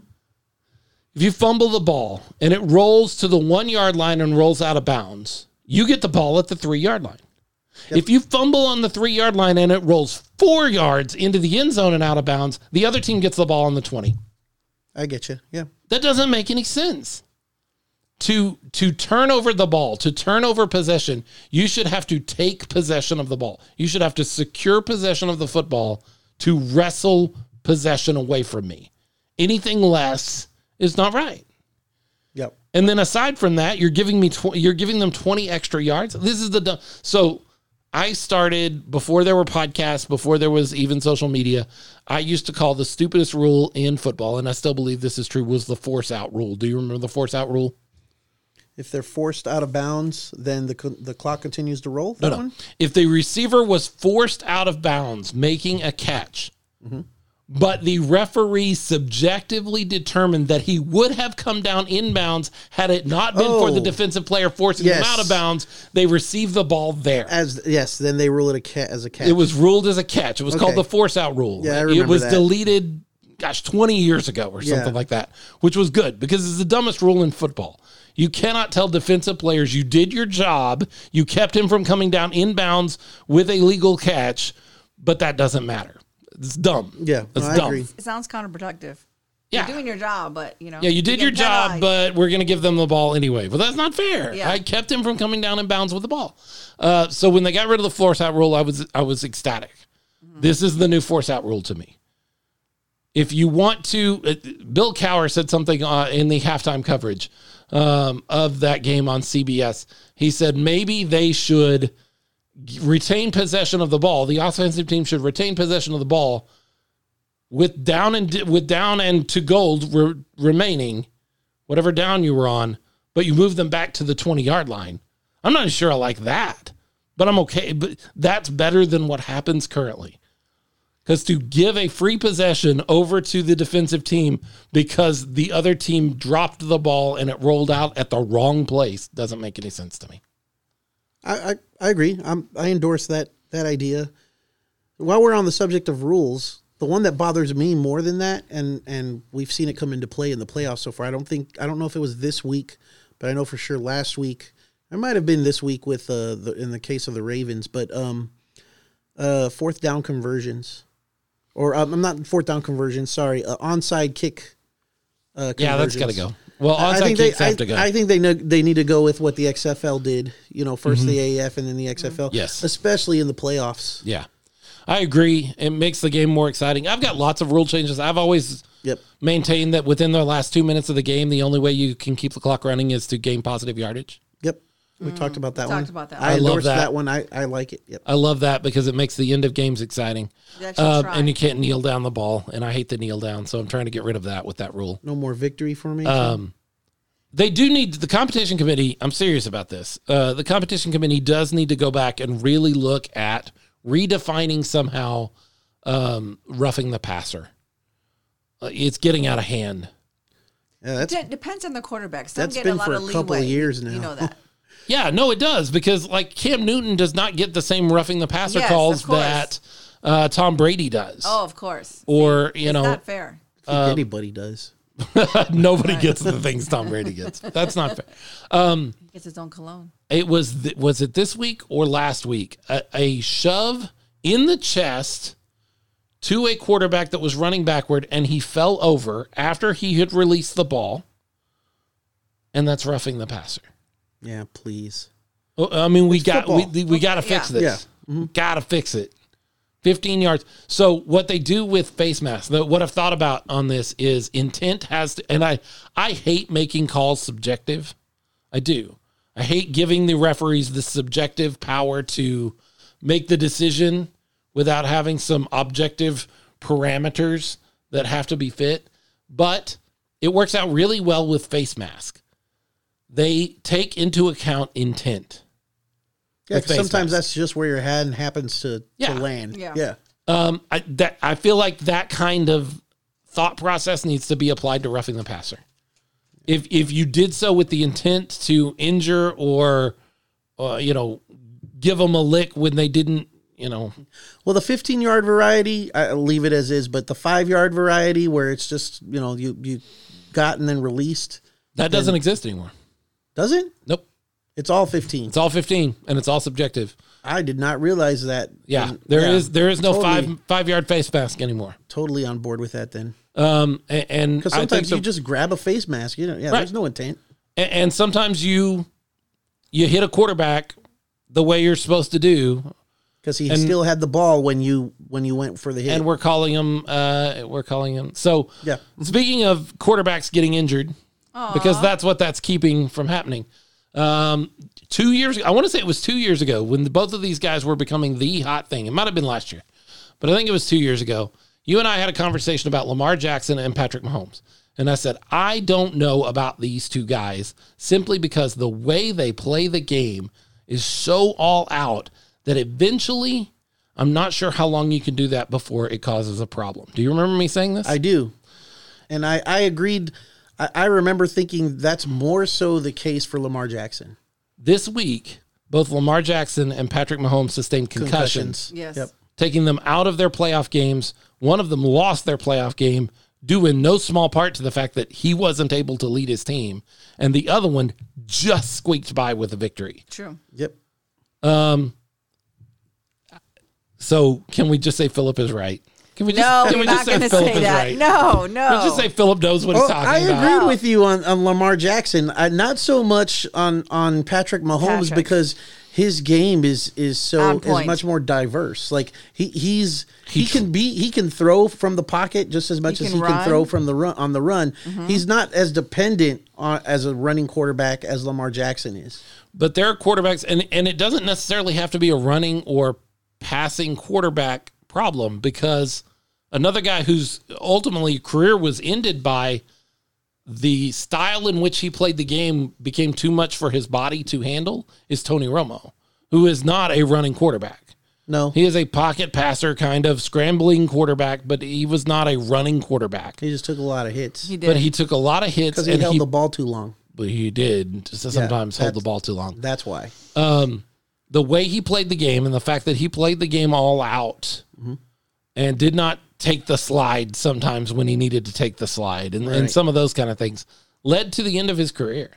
[SPEAKER 1] if you fumble the ball and it rolls to the one yard line and rolls out of bounds, you get the ball at the three yard line. If you fumble on the three yard line and it rolls four yards into the end zone and out of bounds, the other team gets the ball on the twenty.
[SPEAKER 2] I get you. Yeah.
[SPEAKER 1] That doesn't make any sense. To to turn over the ball, to turn over possession, you should have to take possession of the ball. You should have to secure possession of the football to wrestle possession away from me. Anything less is not right.
[SPEAKER 2] Yep.
[SPEAKER 1] And then aside from that, you're giving me tw- you're giving them 20 extra yards. This is the dumb. so I started before there were podcasts, before there was even social media. I used to call the stupidest rule in football, and I still believe this is true. Was the force out rule? Do you remember the force out rule?
[SPEAKER 2] If they're forced out of bounds, then the co- the clock continues to roll. That
[SPEAKER 1] No, no.
[SPEAKER 2] one.
[SPEAKER 1] Mm-hmm. If the receiver was forced out of bounds making a catch,
[SPEAKER 2] Mm-hmm.
[SPEAKER 1] but the referee subjectively determined that he would have come down inbounds had it not been for the
[SPEAKER 2] Oh.
[SPEAKER 1] defensive player forcing him
[SPEAKER 2] Yes.
[SPEAKER 1] out of bounds, they received the ball there.
[SPEAKER 2] As yes, then they rule it a cat as a cat.
[SPEAKER 1] It was ruled as a catch. It was called the
[SPEAKER 2] Okay.
[SPEAKER 1] force out rule.
[SPEAKER 2] Yeah, I remember
[SPEAKER 1] It was
[SPEAKER 2] that.
[SPEAKER 1] deleted, gosh, 20 years ago or
[SPEAKER 2] Yeah.
[SPEAKER 1] something like that, which was good because it's the dumbest rule in football. You cannot tell defensive players you did your job, you kept him from coming down inbounds with a legal catch, but that doesn't matter. It's dumb.
[SPEAKER 2] Yeah,
[SPEAKER 1] it's
[SPEAKER 2] no, I
[SPEAKER 1] dumb.
[SPEAKER 2] agree.
[SPEAKER 3] It sounds counterproductive.
[SPEAKER 1] Yeah.
[SPEAKER 3] You're doing your job, but you know.
[SPEAKER 1] Yeah, you did
[SPEAKER 3] get
[SPEAKER 1] your job,
[SPEAKER 3] penalized.
[SPEAKER 1] but we're going to give them the ball anyway. Well, that's not fair.
[SPEAKER 3] Yeah.
[SPEAKER 1] I kept him from coming down in bounds with the ball. Uh, so when they got rid of the force out rule, I was I was ecstatic. This is the new force out rule to me. If you want to, uh, Bill Cower said something uh, in the halftime coverage um, of that game on CBS. He said maybe they should retain possession of the ball. The offensive team should retain possession of the ball with down and with down and to gold re- remaining, whatever down you were on, but you move them back to the 20 yard line. I'm not sure I like that, but I'm okay. But that's better than what happens currently. Because to give a free possession over to the defensive team because the other team dropped the ball and it rolled out at the wrong place doesn't make any sense to me.
[SPEAKER 2] I, I I agree. I'm I endorse that that idea. While we're on the subject of rules, the one that bothers me more than that, and and we've seen it come into play in the playoffs so far. I don't think I don't know if it was this week, but I know for sure last week. It might have been this week with uh, the in the case of the Ravens, but um, uh, fourth down conversions, or um, I'm not fourth down conversions. Sorry, uh, onside kick. Uh,
[SPEAKER 1] Yeah, that's got to
[SPEAKER 2] conversions.
[SPEAKER 1] go. Well,
[SPEAKER 2] I
[SPEAKER 1] onside
[SPEAKER 2] think they,
[SPEAKER 1] kicks have
[SPEAKER 2] I,
[SPEAKER 1] to go.
[SPEAKER 2] I think they know, they need to go with what the XFL did. You know, 1st the AAF and then the XFL.
[SPEAKER 1] Mm-hmm. Yes.
[SPEAKER 2] especially in the playoffs.
[SPEAKER 1] yeah, I agree. It makes the game more exciting. I've got lots of rule changes. I've always
[SPEAKER 2] Yep.
[SPEAKER 1] maintain that within the last two minutes of the game, the only way you can keep the clock running is to gain positive yardage.
[SPEAKER 2] Yep. We talked about that one.
[SPEAKER 3] Mm, Talked about
[SPEAKER 2] I,
[SPEAKER 3] that one.
[SPEAKER 1] I love
[SPEAKER 2] endorsed
[SPEAKER 1] that.
[SPEAKER 2] that. one. I, I like it. Yep.
[SPEAKER 1] I love that because it makes the end of games exciting.
[SPEAKER 3] You actually
[SPEAKER 1] Um,
[SPEAKER 3] tried.
[SPEAKER 1] and you can't kneel down the ball, and I hate the kneel down, so I'm trying to get rid of that with that rule.
[SPEAKER 2] No more victory for me.
[SPEAKER 1] Um, they do need the competition committee. I'm serious about this. Uh, the competition committee does need to go back and really look at redefining somehow um, roughing the passer. Uh, it's getting out of hand.
[SPEAKER 2] yeah, that's
[SPEAKER 3] It depends on the quarterback. Some
[SPEAKER 2] That's
[SPEAKER 3] get
[SPEAKER 2] been
[SPEAKER 3] a lot
[SPEAKER 2] for
[SPEAKER 3] of
[SPEAKER 2] a
[SPEAKER 3] leeway.
[SPEAKER 2] couple of years
[SPEAKER 3] You
[SPEAKER 2] now.
[SPEAKER 3] know that.
[SPEAKER 1] Yeah, no, it does because like Cam Newton does not get the same roughing the passer
[SPEAKER 3] Yes,
[SPEAKER 1] calls
[SPEAKER 3] of course.
[SPEAKER 1] that uh, Tom Brady does,
[SPEAKER 3] Oh, of course.
[SPEAKER 1] or you
[SPEAKER 3] it's
[SPEAKER 1] know,
[SPEAKER 3] not fair.
[SPEAKER 2] If
[SPEAKER 1] um,
[SPEAKER 2] anybody does.
[SPEAKER 1] nobody gets the things Tom Brady gets. That's not fair.
[SPEAKER 3] He gets his own cologne.
[SPEAKER 1] It was th- was it this week or last week? A, a shove in the chest to a quarterback that was running backward, and he fell over after he had released the ball, and that's roughing the passer.
[SPEAKER 2] Yeah, please.
[SPEAKER 1] Oh, I mean, we got we,
[SPEAKER 2] football.
[SPEAKER 1] we got to fix
[SPEAKER 3] yeah.
[SPEAKER 1] this. Got to fix it. 15 yards. So what they do with face masks, though, what I've thought about on this is intent has to, and I I hate making calls subjective. I do. I hate giving the referees the subjective power to make the decision without having some objective parameters that have to be fit. But it works out really well with face mask. They take into account intent.
[SPEAKER 2] Yeah,
[SPEAKER 1] With
[SPEAKER 2] 'cause
[SPEAKER 1] face
[SPEAKER 2] sometimes
[SPEAKER 1] masks.
[SPEAKER 2] that's just where your hand happens to,
[SPEAKER 1] Yeah.
[SPEAKER 2] to land.
[SPEAKER 3] Yeah.
[SPEAKER 2] yeah.
[SPEAKER 1] Um, I, that I feel like that kind of thought process needs to be applied to roughing the passer. If if you did so with the intent to injure or, uh, you know, give them a lick when they didn't, you know,
[SPEAKER 2] Well, the 15 yard variety, I I'll leave it as is, but the five yard variety where it's just, you know, you, you got and then released,
[SPEAKER 1] that doesn't exist anymore.
[SPEAKER 2] does it?
[SPEAKER 1] Nope,
[SPEAKER 2] It's all 15.
[SPEAKER 1] it's all fifteen and it's all subjective.
[SPEAKER 2] I did not realize that.
[SPEAKER 1] Yeah,
[SPEAKER 2] And-
[SPEAKER 1] there is
[SPEAKER 2] yeah,
[SPEAKER 1] there is no
[SPEAKER 2] totally.
[SPEAKER 1] five five yard face mask anymore.
[SPEAKER 2] Totally on board with that then.
[SPEAKER 1] Um, a- and,
[SPEAKER 2] Because
[SPEAKER 1] I think
[SPEAKER 2] sometimes you
[SPEAKER 1] the-
[SPEAKER 2] just grab a face mask. You know, yeah,
[SPEAKER 1] Right.
[SPEAKER 2] there's no intent.
[SPEAKER 1] A- and, sometimes you you hit a quarterback the way you're supposed to do
[SPEAKER 2] Because he
[SPEAKER 1] And-
[SPEAKER 2] still had the ball when you when you went for the hit.
[SPEAKER 1] and we're calling him uh we're calling him so
[SPEAKER 2] yeah.
[SPEAKER 1] speaking of quarterbacks getting injured because that's what that's keeping from happening um two years i want to say it was two years ago when the, both of these guys were becoming the hot thing it might have been last year but i think it was two years ago you and i had a conversation about lamar jackson and patrick mahomes and i said i don't know about these two guys simply because the way they play the game is so all out that eventually I'm not sure how long you can do that before it causes a problem. Do you remember me saying this?
[SPEAKER 2] I do. And I, I agreed. I, I remember thinking that's more so the case for Lamar Jackson.
[SPEAKER 1] this week, both Lamar Jackson and Patrick Mahomes sustained concussions,
[SPEAKER 2] Concussions.
[SPEAKER 3] Yes.
[SPEAKER 2] Yep.
[SPEAKER 1] taking them out of their playoff games. One of them lost their playoff game, due in no small part to the fact that he wasn't able to lead his team, and the other one just squeaked by with a victory.
[SPEAKER 3] True.
[SPEAKER 2] Yep.
[SPEAKER 1] So, can we just say Philip is right? Can we just,
[SPEAKER 3] No,
[SPEAKER 1] can
[SPEAKER 3] we're
[SPEAKER 1] we
[SPEAKER 3] not going to say that. No, no.
[SPEAKER 1] Let's just say Philip knows what
[SPEAKER 2] Oh,
[SPEAKER 1] he's talking
[SPEAKER 2] I
[SPEAKER 1] about.
[SPEAKER 2] agreed with you on, on Lamar Jackson. I, not so much on on Patrick Mahomes
[SPEAKER 3] Patrick.
[SPEAKER 2] because his game is is so
[SPEAKER 3] On
[SPEAKER 2] is
[SPEAKER 3] point.
[SPEAKER 2] much more diverse. Like he he's he, can be he can throw from the pocket just as much
[SPEAKER 3] He
[SPEAKER 2] as he
[SPEAKER 3] can
[SPEAKER 2] can throw
[SPEAKER 3] run. Mm-hmm.
[SPEAKER 2] from the run on the run. He's not as dependent on, as a running quarterback as Lamar Jackson is.
[SPEAKER 1] but there are quarterbacks and and it doesn't necessarily have to be a running or passing quarterback problem because another guy whose ultimately career was ended by the style in which he played the game became too much for his body to handle is Tony Romo, who is not a running quarterback.
[SPEAKER 2] No, he,
[SPEAKER 1] He is a pocket passer kind of scrambling quarterback, but he was not a running quarterback.
[SPEAKER 2] just took a lot of hits
[SPEAKER 3] He
[SPEAKER 2] because
[SPEAKER 3] did.
[SPEAKER 1] But he took a lot of hits
[SPEAKER 2] he
[SPEAKER 1] and
[SPEAKER 2] held
[SPEAKER 1] he,
[SPEAKER 2] the ball too long.
[SPEAKER 1] but he did sometimes hold the
[SPEAKER 2] that's-
[SPEAKER 1] ball too long.
[SPEAKER 2] That's why.
[SPEAKER 1] the way he played the game and the fact that he played the game all out and did not take the slide sometimes when he needed to take the slide and, and
[SPEAKER 2] Right.
[SPEAKER 1] some of those kind of things led to the end of his career.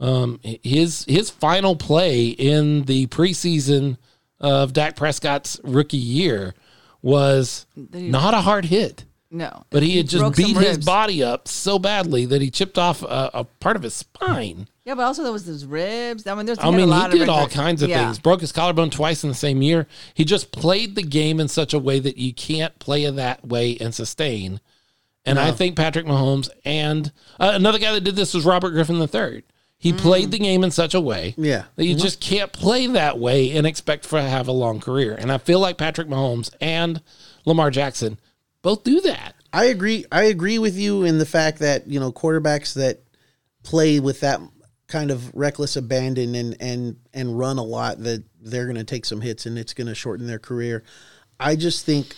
[SPEAKER 1] Um, his his final play in the preseason of Dak Prescott's rookie year was not a hard hit,
[SPEAKER 3] no.
[SPEAKER 1] but he had just
[SPEAKER 3] broke some
[SPEAKER 1] beat his
[SPEAKER 3] ribs.
[SPEAKER 1] body up so badly that he chipped off a, a part of his spine.
[SPEAKER 3] Yeah, but also there was his ribs. I mean, there's.
[SPEAKER 1] I
[SPEAKER 3] had a
[SPEAKER 1] mean,
[SPEAKER 3] lot
[SPEAKER 1] he
[SPEAKER 3] of
[SPEAKER 1] did all
[SPEAKER 3] records.
[SPEAKER 1] kinds of
[SPEAKER 3] Yeah.
[SPEAKER 1] things. Broke his collarbone twice in the same year. He just played the game in such a way that you can't play it that way and sustain. And I think Patrick Mahomes and uh, another guy that did this was Robert Griffin III. He
[SPEAKER 3] Mm.
[SPEAKER 1] played the game in such a way
[SPEAKER 2] Yeah.
[SPEAKER 1] that
[SPEAKER 3] Mm-hmm.
[SPEAKER 1] you just can't play that way and expect for have a long career. And I feel like Patrick Mahomes and Lamar Jackson both do that.
[SPEAKER 2] I agree. I agree with you in the fact that you know quarterbacks that play with that kind of reckless abandon and and and run a lot that they're going to take some hits and it's going to shorten their career. I just think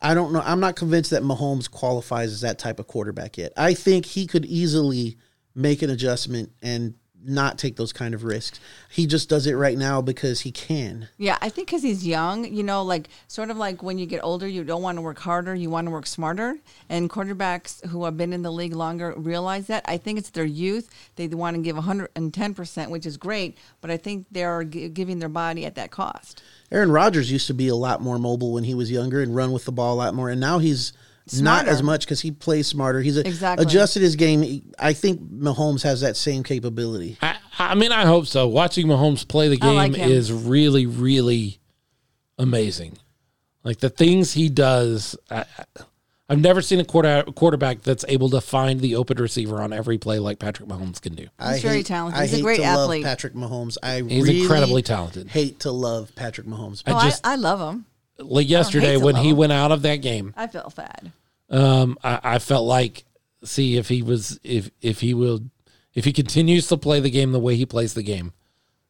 [SPEAKER 2] I don't know. I'm not convinced that Mahomes qualifies as that type of quarterback yet. I think he could easily make an adjustment and not take those kind of risks. He just does it right now because he can.
[SPEAKER 3] Yeah, I think because he's young, you know, like sort of like when you get older, you don't want to work harder, you want to work smarter. And quarterbacks who have been in the league longer realize that. I think it's their youth. They want to give 110%, which is great, but I think they're gi- giving their body at that cost.
[SPEAKER 2] Aaron Rodgers used to be a lot more mobile when he was younger and run with the ball a lot more, and now he's not
[SPEAKER 3] Smarter.
[SPEAKER 2] as much because he plays smarter. He's a,
[SPEAKER 3] Exactly.
[SPEAKER 2] adjusted his game. I think Mahomes has that same capability.
[SPEAKER 1] I, I mean, I hope so. Watching Mahomes play the
[SPEAKER 3] I like
[SPEAKER 1] game
[SPEAKER 3] him.
[SPEAKER 1] is really, really amazing. Like the things he does, I, I- I've never seen a quarter, quarterback that's able to find the open receiver on every play like Patrick Mahomes can do.
[SPEAKER 2] I
[SPEAKER 3] He's very talented.
[SPEAKER 2] I
[SPEAKER 3] He's a
[SPEAKER 2] hate
[SPEAKER 3] great
[SPEAKER 2] to
[SPEAKER 3] athlete.
[SPEAKER 2] Love Patrick Mahomes. I
[SPEAKER 1] He's
[SPEAKER 2] really
[SPEAKER 1] incredibly talented.
[SPEAKER 2] Hate to love Patrick Mahomes.
[SPEAKER 1] I
[SPEAKER 3] Oh, I,
[SPEAKER 1] just-
[SPEAKER 3] I, love him.
[SPEAKER 1] Like yesterday,
[SPEAKER 3] hate to
[SPEAKER 1] when he
[SPEAKER 3] love him.
[SPEAKER 1] went out of that game,
[SPEAKER 3] I feel bad.
[SPEAKER 1] um, I, I felt like see if he was if if he will if he continues to play the game the way he plays the game,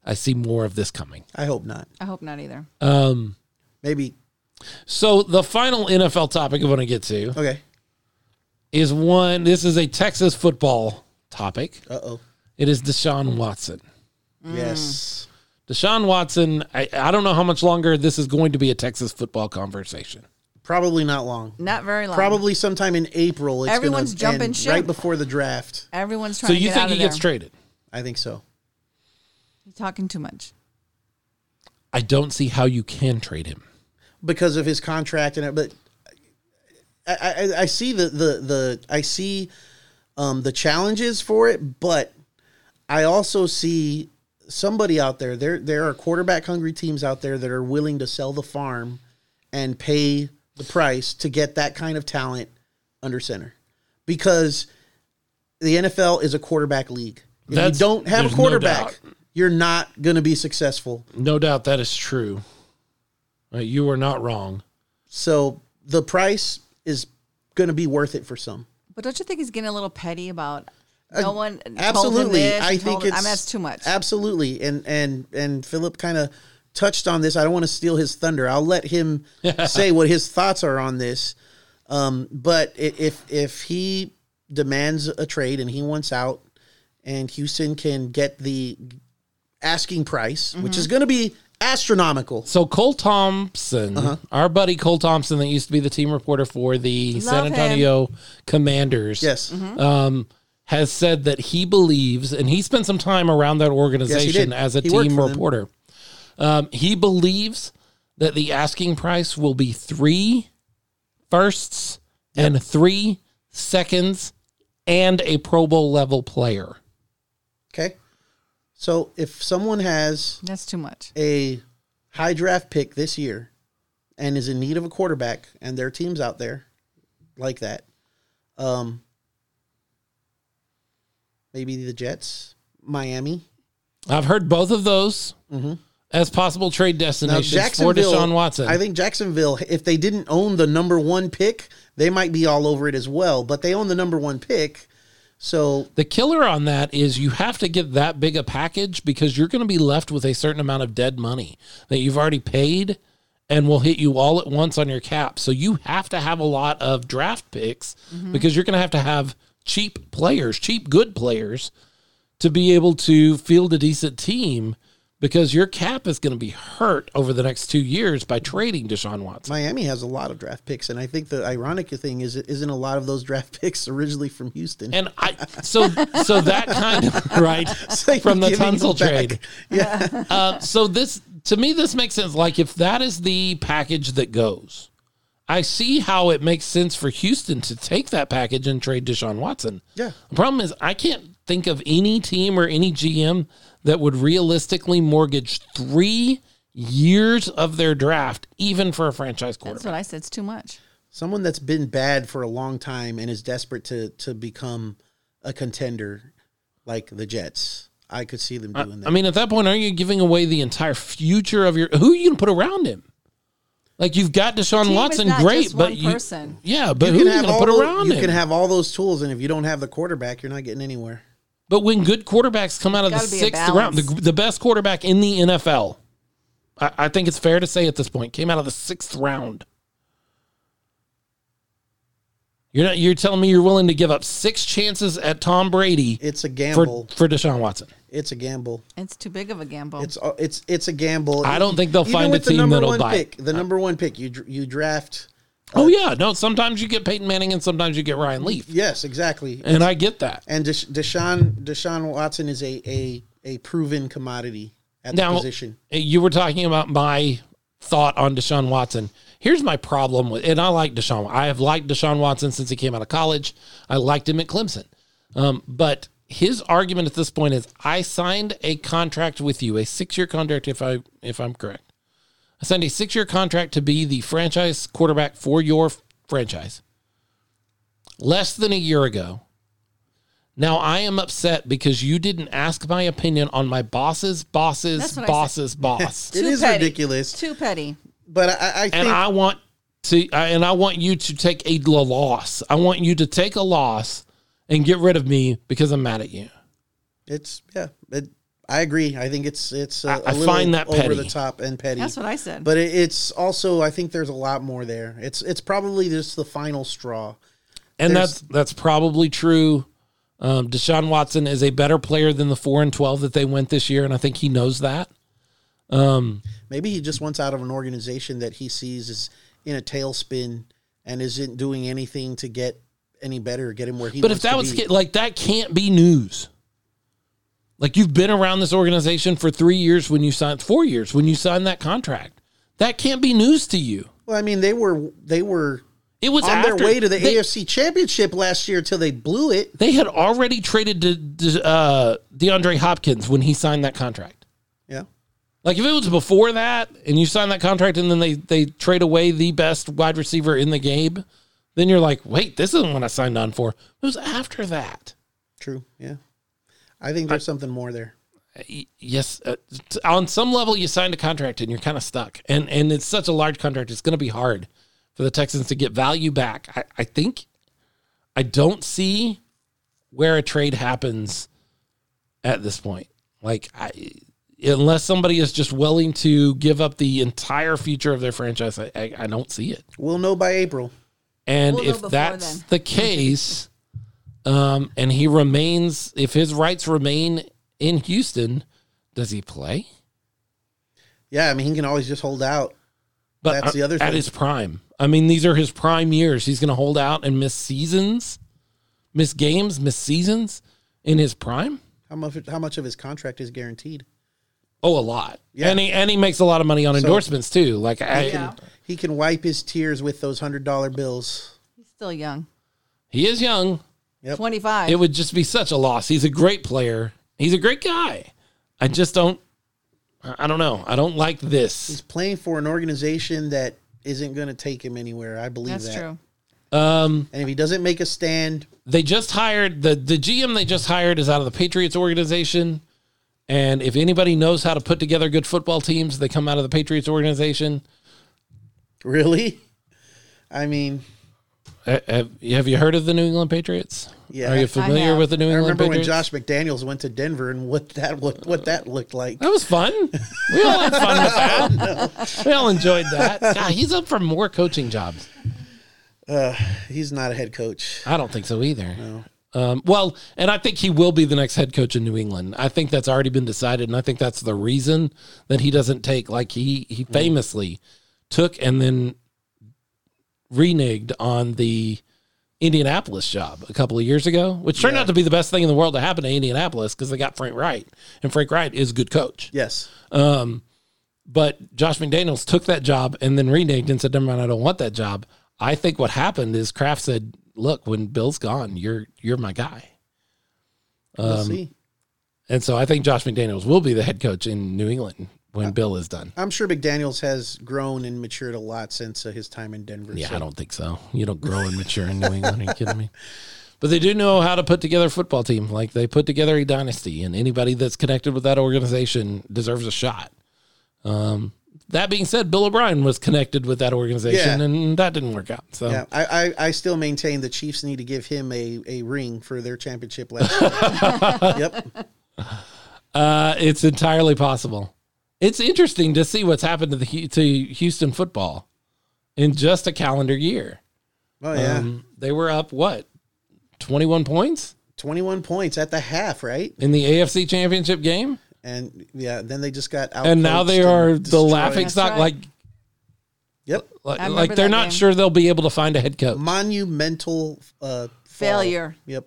[SPEAKER 1] I see more of this coming.
[SPEAKER 2] I hope not.
[SPEAKER 3] I hope not either.
[SPEAKER 1] Um,
[SPEAKER 2] Maybe
[SPEAKER 1] so the final NFL topic I want to get to
[SPEAKER 2] okay.
[SPEAKER 1] is one. This is a Texas football topic.
[SPEAKER 2] Uh oh.
[SPEAKER 1] It is Deshaun Watson.
[SPEAKER 3] Mm.
[SPEAKER 2] Yes.
[SPEAKER 1] Deshaun Watson. I, I don't know how much longer this is going to be a Texas football conversation.
[SPEAKER 2] Probably not long.
[SPEAKER 3] Not very long.
[SPEAKER 2] Probably sometime in April. It's
[SPEAKER 3] Everyone's
[SPEAKER 2] gonna
[SPEAKER 3] jumping
[SPEAKER 2] end
[SPEAKER 3] ship.
[SPEAKER 2] right before the draft.
[SPEAKER 3] Everyone's trying
[SPEAKER 1] So
[SPEAKER 3] to
[SPEAKER 1] you
[SPEAKER 3] get
[SPEAKER 1] think
[SPEAKER 3] out
[SPEAKER 1] he
[SPEAKER 3] of there.
[SPEAKER 1] gets traded?
[SPEAKER 2] I think so.
[SPEAKER 3] He's talking too much.
[SPEAKER 1] I don't see how you can trade him.
[SPEAKER 2] because of his contract and it, but I, I, I see the, the, the I see um, the challenges for it, but I also see somebody out there. There there are quarterback hungry teams out there that are willing to sell the farm and pay the price to get that kind of talent under center because the NFL is a quarterback league. If
[SPEAKER 1] That's-
[SPEAKER 2] you don't have
[SPEAKER 1] there's
[SPEAKER 2] a
[SPEAKER 1] no
[SPEAKER 2] quarterback,
[SPEAKER 1] doubt.
[SPEAKER 2] you're not going to be successful.
[SPEAKER 1] No doubt that is true. Uh, you are not wrong.
[SPEAKER 2] So the price is going to be worth it for some.
[SPEAKER 3] But don't you think he's getting a little petty about no one? told him
[SPEAKER 2] Uh, Absolutely,
[SPEAKER 3] this
[SPEAKER 2] I
[SPEAKER 3] and
[SPEAKER 2] think
[SPEAKER 3] told him-
[SPEAKER 2] it's
[SPEAKER 3] I mean, that's too much.
[SPEAKER 2] Absolutely, and and and Philip kind of touched on this. I don't want to steal his thunder. I'll let him say what his thoughts are on this. Um, but i- if if he demands a trade and he wants out, and Houston can get the asking price,
[SPEAKER 3] Mm-hmm.
[SPEAKER 2] which is going to be astronomical.
[SPEAKER 1] So Cole Thompson,
[SPEAKER 3] Uh-huh.
[SPEAKER 1] our buddy Cole Thompson, that used to be the team reporter for the San
[SPEAKER 3] him.
[SPEAKER 1] Antonio Commanders,
[SPEAKER 2] Yes,
[SPEAKER 3] Mm-hmm.
[SPEAKER 1] um, has said that he believes, and he spent some time around that organization
[SPEAKER 2] did.
[SPEAKER 1] as a
[SPEAKER 2] He worked
[SPEAKER 1] team
[SPEAKER 2] for them.
[SPEAKER 1] reporter. Um, he believes that the asking price will be three firsts and three seconds and a Pro Bowl level player.
[SPEAKER 2] okay. So if someone has
[SPEAKER 3] That's too much.
[SPEAKER 2] a high draft pick this year and is in need of a quarterback, and there are teams out there like that, um, maybe the Jets, Miami.
[SPEAKER 1] I've heard both of those as possible trade
[SPEAKER 2] Mm-hmm. Now,
[SPEAKER 1] destinations for
[SPEAKER 2] Jacksonville.
[SPEAKER 1] Deshaun Watson.
[SPEAKER 2] I think Jacksonville, if they didn't own the number one pick, they might be all over it as well. But they own the number one pick, so
[SPEAKER 1] the killer on that is you have to get that big a package because you're going to be left with a certain amount of dead money that you've already paid and will hit you all at once on your cap. So you have to have a lot of draft picks because you're going to have to have cheap players, cheap good players to be able to field a decent team because your cap is going to be hurt over the next 2 years by trading Deshaun Watson.
[SPEAKER 2] Miami has a lot of draft picks. And I think the ironic thing is, it isn't a lot of those draft picks originally from Houston.
[SPEAKER 1] And I so so that kind of right
[SPEAKER 2] So
[SPEAKER 1] from the
[SPEAKER 2] you're giving
[SPEAKER 1] Tunsil
[SPEAKER 2] them back.
[SPEAKER 1] trade. Yeah. Uh, so this to me this makes sense. Like if that is the package that goes, I see how it makes sense for Houston to take that package and trade Deshaun Watson.
[SPEAKER 2] Yeah.
[SPEAKER 1] The problem is I can't think of any team or any GM that would realistically mortgage three years of their draft even for a franchise quarterback.
[SPEAKER 3] That's what I said. It's too much.
[SPEAKER 2] someone that's been bad for a long time and is desperate to to become a contender like the Jets. I could see them doing that.
[SPEAKER 1] I mean, at that point, aren't you giving away the entire future of your? Who are you going to put around him? Like you've got Deshaun
[SPEAKER 3] Team is
[SPEAKER 1] Watson,
[SPEAKER 3] not
[SPEAKER 1] great,
[SPEAKER 3] just
[SPEAKER 1] but
[SPEAKER 3] one
[SPEAKER 1] you,
[SPEAKER 3] person.
[SPEAKER 1] yeah, but who are you going to
[SPEAKER 2] all
[SPEAKER 1] put
[SPEAKER 2] tho-
[SPEAKER 1] around
[SPEAKER 2] you
[SPEAKER 1] him?
[SPEAKER 2] can have all those tools, and if you don't have the quarterback, you're not getting anywhere.
[SPEAKER 1] but when good quarterbacks come out of the
[SPEAKER 3] Gotta be a
[SPEAKER 1] sixth round,
[SPEAKER 3] balance.
[SPEAKER 1] the, the best quarterback in the NFL, I, I think it's fair to say at this point, came out of the sixth round. You're not. You're telling me you're willing to give up six chances at Tom Brady
[SPEAKER 2] It's a
[SPEAKER 1] for
[SPEAKER 2] gamble.
[SPEAKER 1] for Deshaun Watson.
[SPEAKER 2] it's a gamble.
[SPEAKER 3] It's too big of a gamble.
[SPEAKER 2] It's uh, it's it's a gamble.
[SPEAKER 1] I don't think they'll
[SPEAKER 2] Even
[SPEAKER 1] find a
[SPEAKER 2] with the
[SPEAKER 1] team
[SPEAKER 2] number
[SPEAKER 1] that'll
[SPEAKER 2] one
[SPEAKER 1] buy it.
[SPEAKER 2] pick, the number one pick. You dr- you draft.
[SPEAKER 1] Oh yeah, no. Sometimes you get Peyton Manning and sometimes you get Ryan Leaf,
[SPEAKER 2] Yes, exactly.
[SPEAKER 1] and I get that.
[SPEAKER 2] And Desha- Deshaun Deshaun Watson is a a a proven commodity at the
[SPEAKER 1] Now- eh,
[SPEAKER 2] position.
[SPEAKER 1] You were talking about my thought on Deshaun Watson. Here's my problem with, and I like Deshaun. I have liked Deshaun Watson since he came out of college. I liked him at Clemson, um, but his argument at this point is, I signed a contract with you, a six year contract, if I if I'm correct. I signed a six year contract to be the franchise quarterback for your f- franchise. Less than a year ago. Now I am upset because you didn't ask my opinion on my boss's boss's
[SPEAKER 3] That's what I said.
[SPEAKER 1] boss's boss.
[SPEAKER 2] It
[SPEAKER 3] Too
[SPEAKER 2] is
[SPEAKER 3] petty.
[SPEAKER 2] ridiculous,
[SPEAKER 3] too petty.
[SPEAKER 2] but I- I, I think
[SPEAKER 1] and I want to, I, and I want you to take a l- loss. I want you to take a loss and get rid of me because I'm mad at you.
[SPEAKER 2] it's yeah. It, I agree. I think it's it's a,
[SPEAKER 1] I- I
[SPEAKER 2] a little
[SPEAKER 1] find that
[SPEAKER 2] over
[SPEAKER 1] petty.
[SPEAKER 2] the top and petty.
[SPEAKER 3] That's what I said.
[SPEAKER 2] But it, it's also I think there's a lot more there. It's it's probably just the final straw.
[SPEAKER 1] And
[SPEAKER 2] There's-
[SPEAKER 1] that's that's probably true. Um, Deshaun Watson is a better player than the four and twelve that they went this year, and I think he knows that.
[SPEAKER 2] Maybe he just wants out of an organization that he sees is in a tailspin and isn't doing anything to get any better, get him where he.
[SPEAKER 1] But
[SPEAKER 2] wants
[SPEAKER 1] if that
[SPEAKER 2] to
[SPEAKER 1] was
[SPEAKER 2] be.
[SPEAKER 1] ca- like that, can't be news. Like you've been around this organization for three years when you signed four years when you signed that contract. That can't be news to you.
[SPEAKER 2] well, I mean, they were they were
[SPEAKER 1] It was
[SPEAKER 2] on
[SPEAKER 1] after-
[SPEAKER 2] their way to the
[SPEAKER 1] they-
[SPEAKER 2] AFC Championship last year till they blew it.
[SPEAKER 1] They had already traded to, to, uh, DeAndre Hopkins when he signed that contract.
[SPEAKER 2] Yeah,
[SPEAKER 1] Like if it was before that and you sign that contract and then they they trade away the best wide receiver in the game, then you're like, wait, this isn't what I signed on for. It was after that.
[SPEAKER 2] true. Yeah, I think there's something more there.
[SPEAKER 1] Y- Yes, uh, t- on some level you signed a contract and you're kind of stuck. And and it's such a large contract, it's going to be hard for the Texans to get value back. I, I think I don't see where a trade happens at this point. Like I unless somebody is just willing to give up the entire future of their franchise, I, I, I don't see it.
[SPEAKER 2] We'll know by April.
[SPEAKER 1] And
[SPEAKER 3] We'll know
[SPEAKER 1] if
[SPEAKER 3] before
[SPEAKER 1] that's
[SPEAKER 3] then.
[SPEAKER 1] the case, um, and he remains, if his rights remain in Houston, does he play?
[SPEAKER 2] Yeah, I mean, he can always just hold out.
[SPEAKER 1] But
[SPEAKER 2] That's the other
[SPEAKER 1] at
[SPEAKER 2] thing.
[SPEAKER 1] his prime. I mean, these are his prime years. He's going to hold out and miss seasons, miss games, miss seasons in his prime.
[SPEAKER 2] How much? How much of his contract is guaranteed?
[SPEAKER 1] Oh, a lot.
[SPEAKER 2] Yeah.
[SPEAKER 1] And he and he makes a lot of money on endorsements too. Like I,
[SPEAKER 3] Yeah.
[SPEAKER 2] He can wipe his tears with those hundred dollar bills.
[SPEAKER 3] He's still young.
[SPEAKER 1] he is young.
[SPEAKER 2] Yep.
[SPEAKER 3] 25.
[SPEAKER 1] It would just be such a loss. He's a great player. He's a great guy. I just don't. I I don't know. I don't like this.
[SPEAKER 2] He's playing for an organization that isn't going to take him anywhere. I believe
[SPEAKER 3] That's
[SPEAKER 2] that.
[SPEAKER 3] true.
[SPEAKER 2] And if he doesn't make a stand,
[SPEAKER 1] they just hired the the GM they just hired is out of the Patriots organization. And if anybody knows how to put together good football teams, they come out of the Patriots organization.
[SPEAKER 2] really, I mean,
[SPEAKER 1] Uh, Have have you heard of the New England Patriots?
[SPEAKER 2] Yeah.
[SPEAKER 1] Are
[SPEAKER 2] I
[SPEAKER 1] you familiar
[SPEAKER 3] have.
[SPEAKER 1] with the New
[SPEAKER 2] I
[SPEAKER 1] England
[SPEAKER 2] remember when
[SPEAKER 1] Patriots?
[SPEAKER 2] Josh McDaniels went to Denver and what that looked, what that looked like.
[SPEAKER 1] that was fun. We all had fun with that. We all enjoyed that. God, he's up for more coaching jobs.
[SPEAKER 2] He's not a head coach.
[SPEAKER 1] I don't think so either. Um, well, and I think he will be the next head coach in New England. I think that's already been decided, and I think that's the reason that he doesn't take. Like he he famously took and then reneged on the Indianapolis job a couple of years ago, which turned out to be the best thing in the world to happen to Indianapolis because they got Frank Wright, and Frank Wright is a good coach.
[SPEAKER 2] Yes,
[SPEAKER 1] But Josh McDaniels took that job and then reneged and said, "Never mind, I don't want that job." I think what happened is Kraft said, "Look, when Bill's gone, you're you're my guy."
[SPEAKER 2] we'll see.
[SPEAKER 1] And so I think Josh McDaniels will be the head coach in New England when Bill is done.
[SPEAKER 2] I'm sure McDaniels has grown and matured a lot since uh, his time in Denver.
[SPEAKER 1] Yeah,
[SPEAKER 2] so-
[SPEAKER 1] I don't think so. You don't grow and mature in New England. Are you kidding me? But they do know how to put together a football team. Like they put together a dynasty, and anybody that's connected with that organization deserves a shot. Um, that being said, Bill O'Brien was connected with that organization,
[SPEAKER 2] Yeah.
[SPEAKER 1] and that didn't work out. So
[SPEAKER 2] Yeah, I, I, I still maintain the Chiefs need to give him a, a ring for their championship last year. yep.
[SPEAKER 1] Uh, it's entirely possible. It's interesting to see what's happened to the Hu- to Houston football in just a calendar year.
[SPEAKER 2] Oh yeah,
[SPEAKER 1] Um, they were up what? 21 points
[SPEAKER 2] twenty one points at the half, right?
[SPEAKER 1] in the AFC Championship game,
[SPEAKER 2] And yeah, then they just got out.
[SPEAKER 1] and now they are the laughing
[SPEAKER 3] That's
[SPEAKER 1] stock.
[SPEAKER 3] right.
[SPEAKER 1] Like,
[SPEAKER 2] Yep,
[SPEAKER 1] like,
[SPEAKER 3] I remember
[SPEAKER 1] like they're
[SPEAKER 3] that
[SPEAKER 1] not
[SPEAKER 3] game.
[SPEAKER 1] sure they'll be able to find a head coach.
[SPEAKER 2] monumental uh, fall.
[SPEAKER 3] Failure.
[SPEAKER 2] Yep,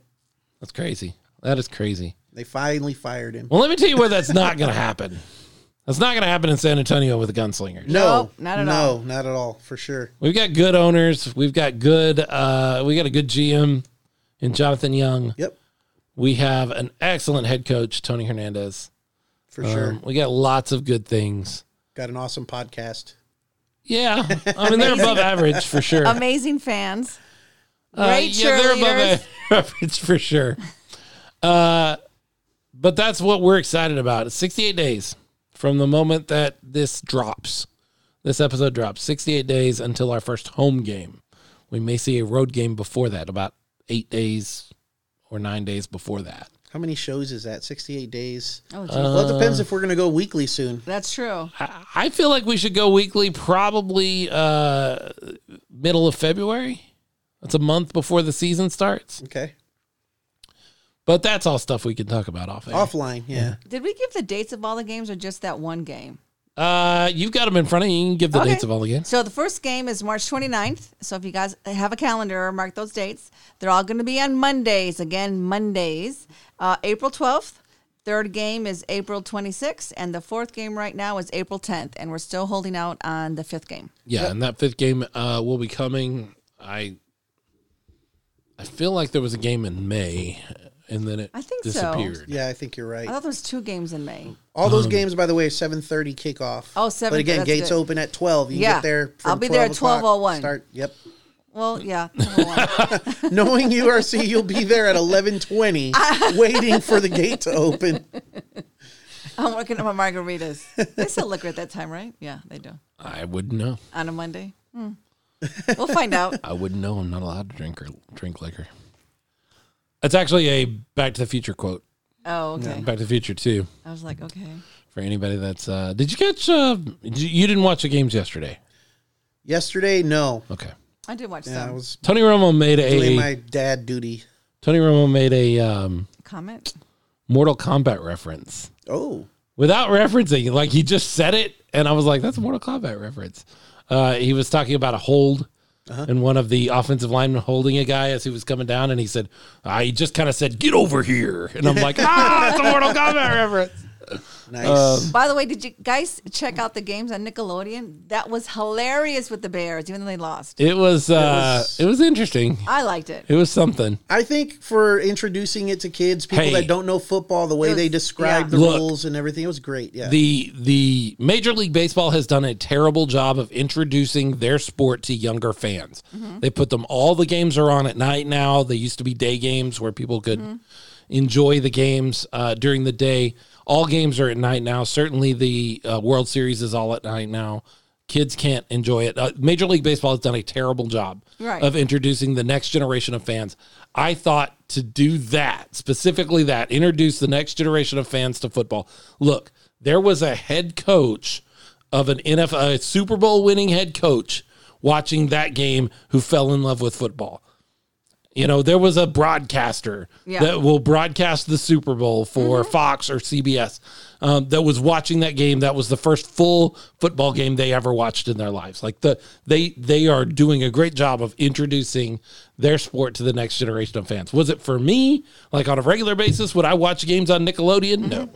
[SPEAKER 1] That's crazy. That is crazy.
[SPEAKER 2] they finally fired him.
[SPEAKER 1] Well, let me tell you where that's not going to happen. That's not going to happen in San Antonio with the gunslingers.
[SPEAKER 2] No,
[SPEAKER 3] Nope, not at
[SPEAKER 2] no,
[SPEAKER 3] all.
[SPEAKER 2] not at all, for sure.
[SPEAKER 1] We've got good owners. We've got good. Uh, we got a good GM in Jonathan Young.
[SPEAKER 2] Yep,
[SPEAKER 1] We have an excellent head coach, Tony Hernandez.
[SPEAKER 2] for sure.
[SPEAKER 1] Um, we got lots of good things.
[SPEAKER 2] Got an awesome podcast.
[SPEAKER 1] Yeah, I mean they're above average for sure.
[SPEAKER 3] Amazing fans.
[SPEAKER 1] Uh,
[SPEAKER 3] Um, Great cheerleaders.
[SPEAKER 1] average for sure. Uh, but that's what we're excited about. It's 68 days from the moment that this drops, this episode drops. 68 days until our first home game. We may see a road game before that, about eight days or nine days before that.
[SPEAKER 2] How many shows is that? Sixty eight days.
[SPEAKER 3] Oh, geez.
[SPEAKER 2] well, it depends if we're gonna go weekly soon.
[SPEAKER 3] That's true.
[SPEAKER 1] I, I feel like we should go weekly, probably uh, middle of February. That's a month before the season starts.
[SPEAKER 2] Okay,
[SPEAKER 1] But that's all stuff we can talk about off air.
[SPEAKER 2] offline. Yeah,
[SPEAKER 3] Did we give the dates of all the games or just that one game?
[SPEAKER 1] Uh, you've got them in front of you. You can give the
[SPEAKER 3] Okay.
[SPEAKER 1] dates of all the games.
[SPEAKER 3] So the first game is March 29th. So if you guys have a calendar, mark those dates. They're all going to be on Mondays. Again, Mondays. Uh, April 12th. Third game is April 26th. And the fourth game right now is April 10th. And we're still holding out on the fifth game.
[SPEAKER 1] Yeah, and that fifth game uh, will be coming. I I feel like there was a game in May, and then it
[SPEAKER 3] I think so.
[SPEAKER 1] disappeared.
[SPEAKER 2] yeah, I think you're right.
[SPEAKER 3] I thought there was two games in May.
[SPEAKER 2] All
[SPEAKER 1] Um,
[SPEAKER 2] those games, by the way, seven thirty kickoff.
[SPEAKER 3] Oh,
[SPEAKER 2] But
[SPEAKER 3] 7:30,
[SPEAKER 2] again,
[SPEAKER 3] that's
[SPEAKER 2] gates
[SPEAKER 3] good.
[SPEAKER 2] open at twelve. You can
[SPEAKER 3] Yeah.
[SPEAKER 2] get there. From
[SPEAKER 3] I'll be there at
[SPEAKER 2] 12 o'clock.
[SPEAKER 3] 12:01.
[SPEAKER 2] Start. Yep.
[SPEAKER 3] Well, yeah.
[SPEAKER 2] Knowing URC, you'll be there at eleven twenty, waiting for the gate to open.
[SPEAKER 3] I'm working on my margaritas. They sell liquor at that time, right? Yeah, they do.
[SPEAKER 1] I wouldn't know.
[SPEAKER 3] On a Monday. Hmm. We'll find out.
[SPEAKER 1] I wouldn't know. I'm not allowed to drink or drink liquor. That's actually a Back to the Future quote.
[SPEAKER 3] Oh, okay.
[SPEAKER 1] Back to the Future too.
[SPEAKER 3] I was like, okay.
[SPEAKER 1] For anybody that's uh, did you catch? Uh, you you didn't watch the games yesterday?
[SPEAKER 2] Yesterday, no.
[SPEAKER 1] Okay.
[SPEAKER 3] I did watch
[SPEAKER 2] I
[SPEAKER 3] some
[SPEAKER 2] was
[SPEAKER 1] Tony Romo made
[SPEAKER 2] doing
[SPEAKER 1] a
[SPEAKER 2] my dad duty.
[SPEAKER 1] Tony Romo made a um,
[SPEAKER 3] comment.
[SPEAKER 1] Mortal Kombat reference.
[SPEAKER 2] Oh,
[SPEAKER 1] without referencing. Like he just said it, and I was like, "That's a Mortal Kombat reference." Uh, he was talking about a hold,
[SPEAKER 2] Uh-huh.
[SPEAKER 1] and one of the offensive linemen holding a guy as he was coming down, and he said, uh, "He just kind of said, get over here," and I'm like, "Ah, it's a Mortal Kombat reference."
[SPEAKER 2] nice.
[SPEAKER 1] Um,
[SPEAKER 3] By the way, did you guys check out the games on Nickelodeon? That was hilarious with the Bears, even though they lost.
[SPEAKER 1] It was, uh,
[SPEAKER 2] was-
[SPEAKER 1] it was interesting.
[SPEAKER 3] I liked it.
[SPEAKER 1] It was something.
[SPEAKER 2] I think for introducing it to kids, people
[SPEAKER 1] Hey.
[SPEAKER 2] that don't know football, the way
[SPEAKER 3] It was-
[SPEAKER 2] they describe
[SPEAKER 3] yeah.
[SPEAKER 2] the
[SPEAKER 1] Look.
[SPEAKER 2] rules and everything, it was great. Yeah.
[SPEAKER 1] The the Major League Baseball has done a terrible job of introducing their sport to younger fans. They put them all the games are on at night now. They used to be day games where people could enjoy the games uh, during the day. All games are at night now. Certainly, the uh, World Series is all at night now. Kids can't enjoy it. Uh, Major League Baseball has done a terrible job
[SPEAKER 3] Right.
[SPEAKER 1] of introducing the next generation of fans. I thought to do that, specifically that, introduce the next generation of fans to football. Look, there was a head coach of an NFL, a Super Bowl winning head coach watching that game who fell in love with football. You know, there was a broadcaster
[SPEAKER 3] Yeah. Mm-hmm.
[SPEAKER 1] that will broadcast the Super Bowl for Fox or CBS um, that was watching that game. That was the first full football game they ever watched in their lives. Like the they they are doing a great job of introducing their sport to the next generation of fans. Was it for me? Like on a regular basis, would I watch games on Nickelodeon?
[SPEAKER 3] Mm-hmm.
[SPEAKER 1] No.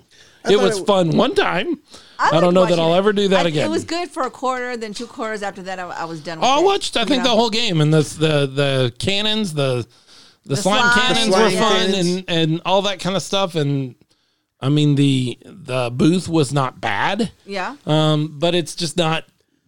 [SPEAKER 1] It
[SPEAKER 2] thought
[SPEAKER 1] was
[SPEAKER 2] it-
[SPEAKER 1] fun one time. I,
[SPEAKER 3] liked
[SPEAKER 1] don't know that
[SPEAKER 3] watching
[SPEAKER 1] I'll
[SPEAKER 3] it.
[SPEAKER 1] ever do that
[SPEAKER 3] I-
[SPEAKER 1] again.
[SPEAKER 3] It was good for a quarter, then two quarters after that, I, I was done with
[SPEAKER 1] Oh, I
[SPEAKER 3] it.
[SPEAKER 1] watched. I
[SPEAKER 3] You
[SPEAKER 1] think
[SPEAKER 3] know?
[SPEAKER 1] the whole game and the the the cannons, the the, slime,
[SPEAKER 3] slime,
[SPEAKER 1] cannons
[SPEAKER 2] Slime
[SPEAKER 1] were fun
[SPEAKER 2] cannons.
[SPEAKER 1] and and all that kind of stuff. And I mean the the booth was not bad,
[SPEAKER 3] Yeah.
[SPEAKER 1] um, but it's just not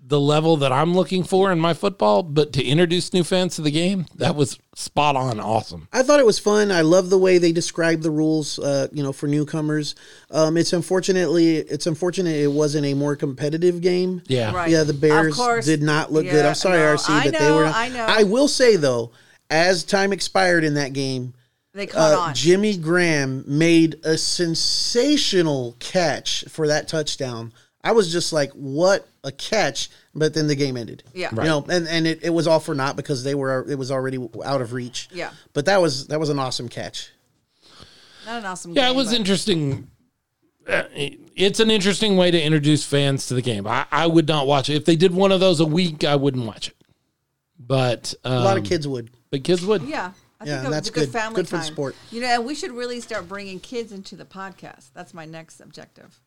[SPEAKER 1] the level that I'm looking for in my football. But to introduce new fans to the game, that was spot on, awesome.
[SPEAKER 2] I thought it was fun. I love the way they describe the rules, uh, you know, for newcomers. Um, it's unfortunately, it's unfortunate it wasn't a more competitive game.
[SPEAKER 1] Yeah,
[SPEAKER 3] Right.
[SPEAKER 2] Yeah, the
[SPEAKER 3] Of
[SPEAKER 2] Bears
[SPEAKER 3] course.
[SPEAKER 2] did not look good.
[SPEAKER 3] Yeah,
[SPEAKER 2] I'm sorry,
[SPEAKER 3] no,
[SPEAKER 2] RC,
[SPEAKER 3] I
[SPEAKER 2] that they were.
[SPEAKER 3] know, I know.
[SPEAKER 2] I will say though, as time expired in that game,
[SPEAKER 3] They caught
[SPEAKER 2] uh,
[SPEAKER 3] on.
[SPEAKER 2] Jimmy Graham made a sensational catch for that touchdown. I was just like, what a catch, but then the game ended.
[SPEAKER 3] Yeah.
[SPEAKER 2] You know, and, and it, it was all for naught because they were it was already out of reach.
[SPEAKER 3] Yeah.
[SPEAKER 2] But that was that was an awesome catch.
[SPEAKER 3] Not an awesome
[SPEAKER 1] Yeah,
[SPEAKER 3] game.
[SPEAKER 1] it was
[SPEAKER 3] but-
[SPEAKER 1] interesting. Uh, it- It's an interesting way to introduce fans to the game. I, I would not watch it if they did one of those a week. I wouldn't watch it, but um,
[SPEAKER 2] A lot of kids would.
[SPEAKER 1] but kids would.
[SPEAKER 3] Yeah. I
[SPEAKER 2] Yeah,
[SPEAKER 3] think that
[SPEAKER 2] that's
[SPEAKER 3] was a good,
[SPEAKER 2] good.
[SPEAKER 3] family
[SPEAKER 2] Good for
[SPEAKER 3] time.
[SPEAKER 2] the sport.
[SPEAKER 3] You know, and we should really start bringing kids into the podcast. That's my next objective.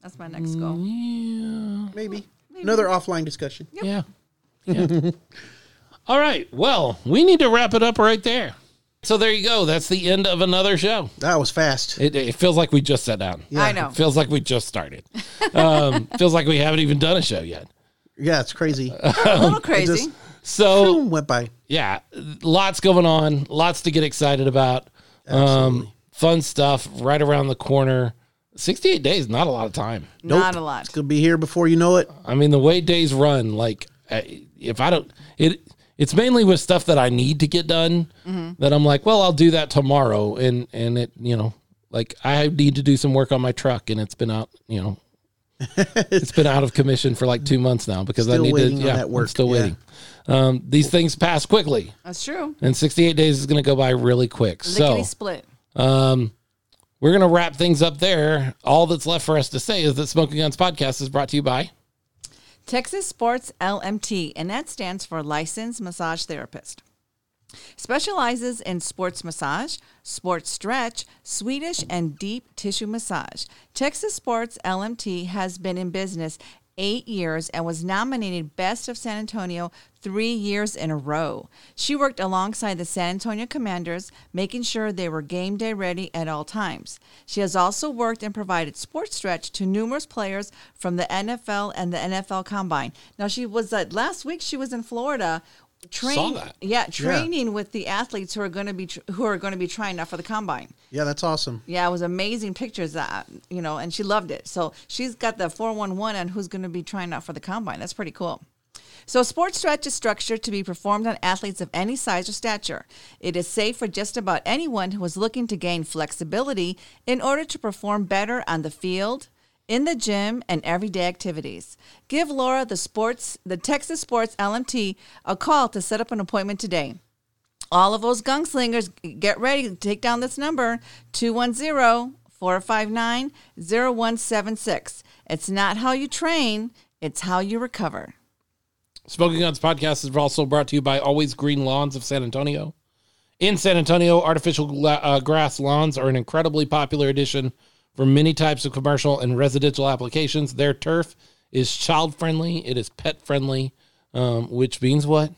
[SPEAKER 3] That's my next goal.
[SPEAKER 1] Mm-hmm.
[SPEAKER 2] Maybe. Another offline discussion.
[SPEAKER 1] Yeah. Yeah. All right. Well, we need to wrap it up right there. So there you go. That's the end of another show.
[SPEAKER 2] That was fast.
[SPEAKER 1] It, it feels like we just sat down.
[SPEAKER 3] I know.
[SPEAKER 1] It feels like we just started. Um, feels like we haven't even done a show yet.
[SPEAKER 2] yeah, it's crazy.
[SPEAKER 3] a little crazy.
[SPEAKER 2] just-
[SPEAKER 1] So
[SPEAKER 2] Boom, went by.
[SPEAKER 1] yeah, lots going on, lots to get excited about. Um, fun stuff right around the corner. 68 days, not a lot of time.
[SPEAKER 3] Not a lot.
[SPEAKER 2] It's gonna be here before you know it.
[SPEAKER 1] I mean, the way days run, like I- if I don't, it it's mainly with stuff that I need to get done
[SPEAKER 2] Mm-hmm.
[SPEAKER 1] that I'm like, well, I'll do that tomorrow, and and it, you know, like I need to do some work on my truck, and it's been out, you know, it's been out of commission for like two months now because I
[SPEAKER 2] Still
[SPEAKER 1] need
[SPEAKER 2] waiting
[SPEAKER 1] to,
[SPEAKER 2] on
[SPEAKER 1] yeah,
[SPEAKER 2] that
[SPEAKER 1] I'm
[SPEAKER 2] work,
[SPEAKER 1] still
[SPEAKER 2] yeah.
[SPEAKER 1] waiting. Um, these things pass quickly,
[SPEAKER 3] That's true.
[SPEAKER 1] and 68 days is going to go by really quick. So
[SPEAKER 3] Lickety split.
[SPEAKER 1] we're going to wrap things up there. All that's left for us to say is that Smoking Guns Podcast is brought to you by.
[SPEAKER 3] Texas Sports LMT, and that stands for Licensed Massage Therapist. Specializes in sports massage, sports stretch, Swedish, and deep tissue massage. Texas Sports LMT has been in business eight years and was nominated Best of San Antonio three years in a row. She worked alongside the San Antonio Commanders, making sure they were game day ready at all times. She has also worked and provided sports stretch to numerous players from the NFL and the NFL Combine. Now, she was uh, last week, she was in Florida. Train,
[SPEAKER 1] that.
[SPEAKER 3] yeah, training with the athletes who are going to be tr- who are going to be trying out for the combine.
[SPEAKER 2] Yeah, that's awesome.
[SPEAKER 3] Yeah, it was amazing pictures that you know, and she loved it. So she's got the four one one on who's going to be trying out for the combine. That's pretty cool. So, sports stretch is structured to be performed on athletes of any size or stature. It is safe for just about anyone who is looking to gain flexibility in order to perform better on the field, in the gym, and everyday activities. Give Laura the sports, the Texas Sports LMT, a call to set up an appointment today all of those gunslingers get ready to take down this number 210-459-0176 it's not how you train it's how you recover
[SPEAKER 1] Smoking Guns podcast is also brought to you by Always Green Lawns of San Antonio. In San Antonio, artificial gla- uh, grass lawns are an incredibly popular addition for many types of commercial and residential applications. Their turf is child friendly, it is pet friendly, um, which means what?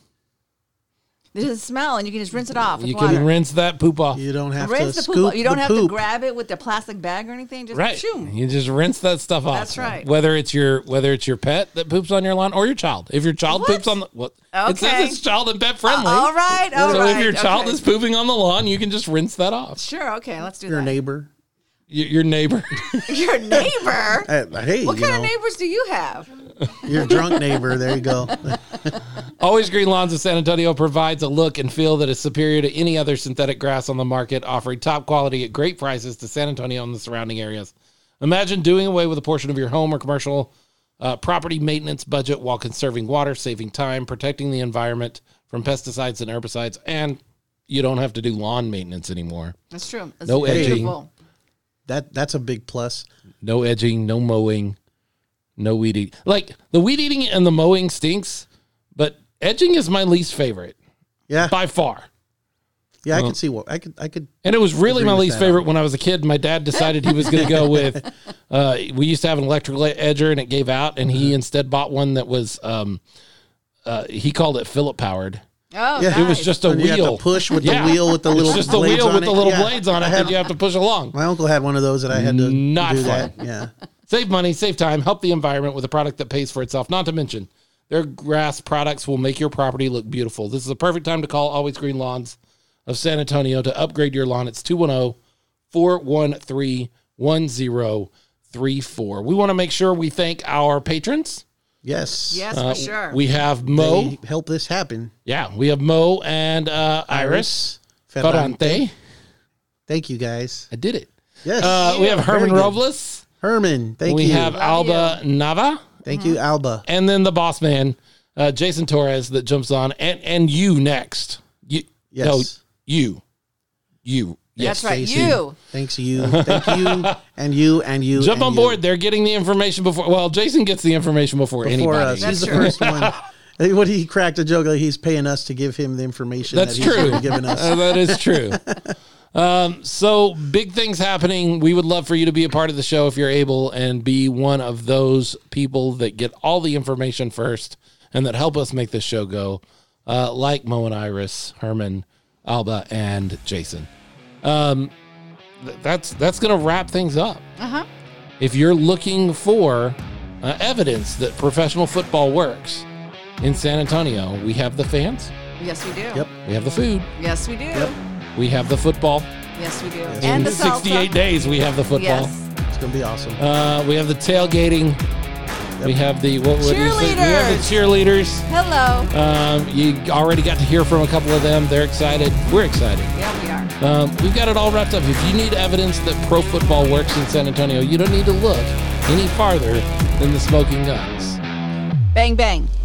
[SPEAKER 3] there's a smell and you can just rinse it off with
[SPEAKER 1] You
[SPEAKER 3] water
[SPEAKER 1] can rinse that poop off.
[SPEAKER 2] You don't have
[SPEAKER 3] rinse
[SPEAKER 2] to
[SPEAKER 3] the
[SPEAKER 2] scoop
[SPEAKER 3] poop off. you don't
[SPEAKER 2] the
[SPEAKER 3] have to
[SPEAKER 2] poop.
[SPEAKER 3] grab it with the plastic bag or anything just
[SPEAKER 1] Right.
[SPEAKER 3] shoom.
[SPEAKER 1] You just rinse that stuff off.
[SPEAKER 3] That's right.
[SPEAKER 1] Whether it's your whether it's your pet that poops on your lawn or your child. If your child
[SPEAKER 3] What?
[SPEAKER 1] poops on the what it
[SPEAKER 3] Okay.
[SPEAKER 1] says it's child and pet friendly.
[SPEAKER 3] all right all right
[SPEAKER 1] so if your child
[SPEAKER 3] okay.
[SPEAKER 1] is pooping on the lawn, you can just rinse that off.
[SPEAKER 3] sure okay let's do
[SPEAKER 2] your
[SPEAKER 3] that
[SPEAKER 2] neighbor.
[SPEAKER 1] Your, your neighbor.
[SPEAKER 3] your neighbor
[SPEAKER 2] Uh, hey,
[SPEAKER 3] what
[SPEAKER 2] you
[SPEAKER 3] kind
[SPEAKER 2] know,
[SPEAKER 3] of neighbors do you have
[SPEAKER 2] your drunk neighbor. There you go.
[SPEAKER 1] Always Green Lawns of San Antonio provides a look and feel that is superior to any other synthetic grass on the market, offering top quality at great prices to San Antonio and the surrounding areas. Imagine doing away with a portion of your home or commercial uh, property maintenance budget while conserving water, saving time, protecting the environment from pesticides and herbicides, and you don't have to do lawn maintenance anymore.
[SPEAKER 3] that's true That's
[SPEAKER 1] No edging.
[SPEAKER 3] beautiful. Oh,
[SPEAKER 2] That that's a big plus.
[SPEAKER 1] No edging, no mowing, no weed eating. Like the weed eating and the mowing stinks, but edging is my least favorite
[SPEAKER 2] Yeah,
[SPEAKER 1] by far.
[SPEAKER 2] yeah. I could see what I could. I could.
[SPEAKER 1] And it was really my
[SPEAKER 2] with
[SPEAKER 1] least
[SPEAKER 2] that.
[SPEAKER 1] favorite when I was a kid. My dad decided he was going to go with. Uh, we used to have an electric le- edger, and it gave out, and
[SPEAKER 2] Mm-hmm.
[SPEAKER 1] he instead bought one that was. Um, uh, he called it Philip powered.
[SPEAKER 3] oh
[SPEAKER 2] Yeah.
[SPEAKER 1] It was
[SPEAKER 3] nice.
[SPEAKER 1] just a
[SPEAKER 2] And you
[SPEAKER 1] wheel.
[SPEAKER 2] have to push with the
[SPEAKER 1] Yeah.
[SPEAKER 2] wheel with the little.
[SPEAKER 1] it's just the
[SPEAKER 2] blades
[SPEAKER 1] wheel
[SPEAKER 2] on
[SPEAKER 1] with
[SPEAKER 2] it.
[SPEAKER 1] the little
[SPEAKER 2] Yeah.
[SPEAKER 1] blades on it
[SPEAKER 2] I had-
[SPEAKER 1] that you have to push along.
[SPEAKER 2] my uncle had one of those that I had to
[SPEAKER 1] Not
[SPEAKER 2] do
[SPEAKER 1] fun.
[SPEAKER 2] that. Yeah,
[SPEAKER 1] Save money, save time, help the environment with a product that pays for itself. Not to mention, their grass products will make your property look beautiful. This is the perfect time to call Always Green Lawns of San Antonio to upgrade your lawn. It's oh, 210 413 1034. We want to make sure we thank our patrons. Uh,
[SPEAKER 2] yes,
[SPEAKER 3] yes for sure
[SPEAKER 1] We have Mo.
[SPEAKER 2] They help this happen.
[SPEAKER 1] yeah, we have Mo and uh, Iris
[SPEAKER 2] Ferran.
[SPEAKER 1] Ferrante.
[SPEAKER 2] Thank you guys.
[SPEAKER 1] I did it.
[SPEAKER 2] Yes,
[SPEAKER 1] Uh, we have
[SPEAKER 2] Very
[SPEAKER 1] Herman
[SPEAKER 2] good.
[SPEAKER 1] Robles.
[SPEAKER 2] Herman. Thank
[SPEAKER 1] we
[SPEAKER 2] you.
[SPEAKER 1] have Alba Nava
[SPEAKER 3] Mm-hmm.
[SPEAKER 2] Thank you, Alba.
[SPEAKER 1] and then the boss man, uh, Jason Torres, that jumps on, and and you next. You
[SPEAKER 2] Yes.
[SPEAKER 1] no, you, you. Yes,
[SPEAKER 3] That's right.
[SPEAKER 2] Stacy.
[SPEAKER 3] You.
[SPEAKER 2] Thanks you. Thank you and you and you.
[SPEAKER 1] jump
[SPEAKER 2] and
[SPEAKER 1] on
[SPEAKER 2] you.
[SPEAKER 1] board. They're getting the information before. Well, Jason gets the information before,
[SPEAKER 2] for
[SPEAKER 1] anybody.
[SPEAKER 2] us. He's
[SPEAKER 3] That's
[SPEAKER 2] the
[SPEAKER 3] true.
[SPEAKER 2] first one. What he cracked a joke like he's paying us to give him the information
[SPEAKER 1] That's
[SPEAKER 2] that he's
[SPEAKER 1] true.
[SPEAKER 2] already given us.
[SPEAKER 1] Uh, that is true. Um, so big things happening. We would love for you to be a part of the show if you're able and be one of those people that get all the information first and that help us make this show go. Uh, like Mo and Iris, Herman, Alba, and Jason. Um, th- that's that's gonna wrap things up.
[SPEAKER 3] Uh huh.
[SPEAKER 1] If you're looking for uh, evidence that professional football works in San Antonio, we have the fans,
[SPEAKER 3] Yes, we do.
[SPEAKER 2] Yep.
[SPEAKER 1] we have the food,
[SPEAKER 3] Yes, we do.
[SPEAKER 1] we have the football.
[SPEAKER 3] Yes, we do.
[SPEAKER 2] Yes.
[SPEAKER 3] And
[SPEAKER 1] In
[SPEAKER 3] the salsa.
[SPEAKER 1] 68 days, we have the football.
[SPEAKER 3] Yes.
[SPEAKER 2] It's gonna be awesome.
[SPEAKER 1] Uh, we have the tailgating. We have the what, what do you say? We have the cheerleaders.
[SPEAKER 3] Hello.
[SPEAKER 1] Um, you already got to hear from a couple of them. They're excited. We're excited.
[SPEAKER 3] Yeah, we are.
[SPEAKER 1] Um, we've got it all wrapped up. If you need evidence that pro football works in San Antonio, you don't need to look any farther than the smoking guns.
[SPEAKER 3] Bang bang.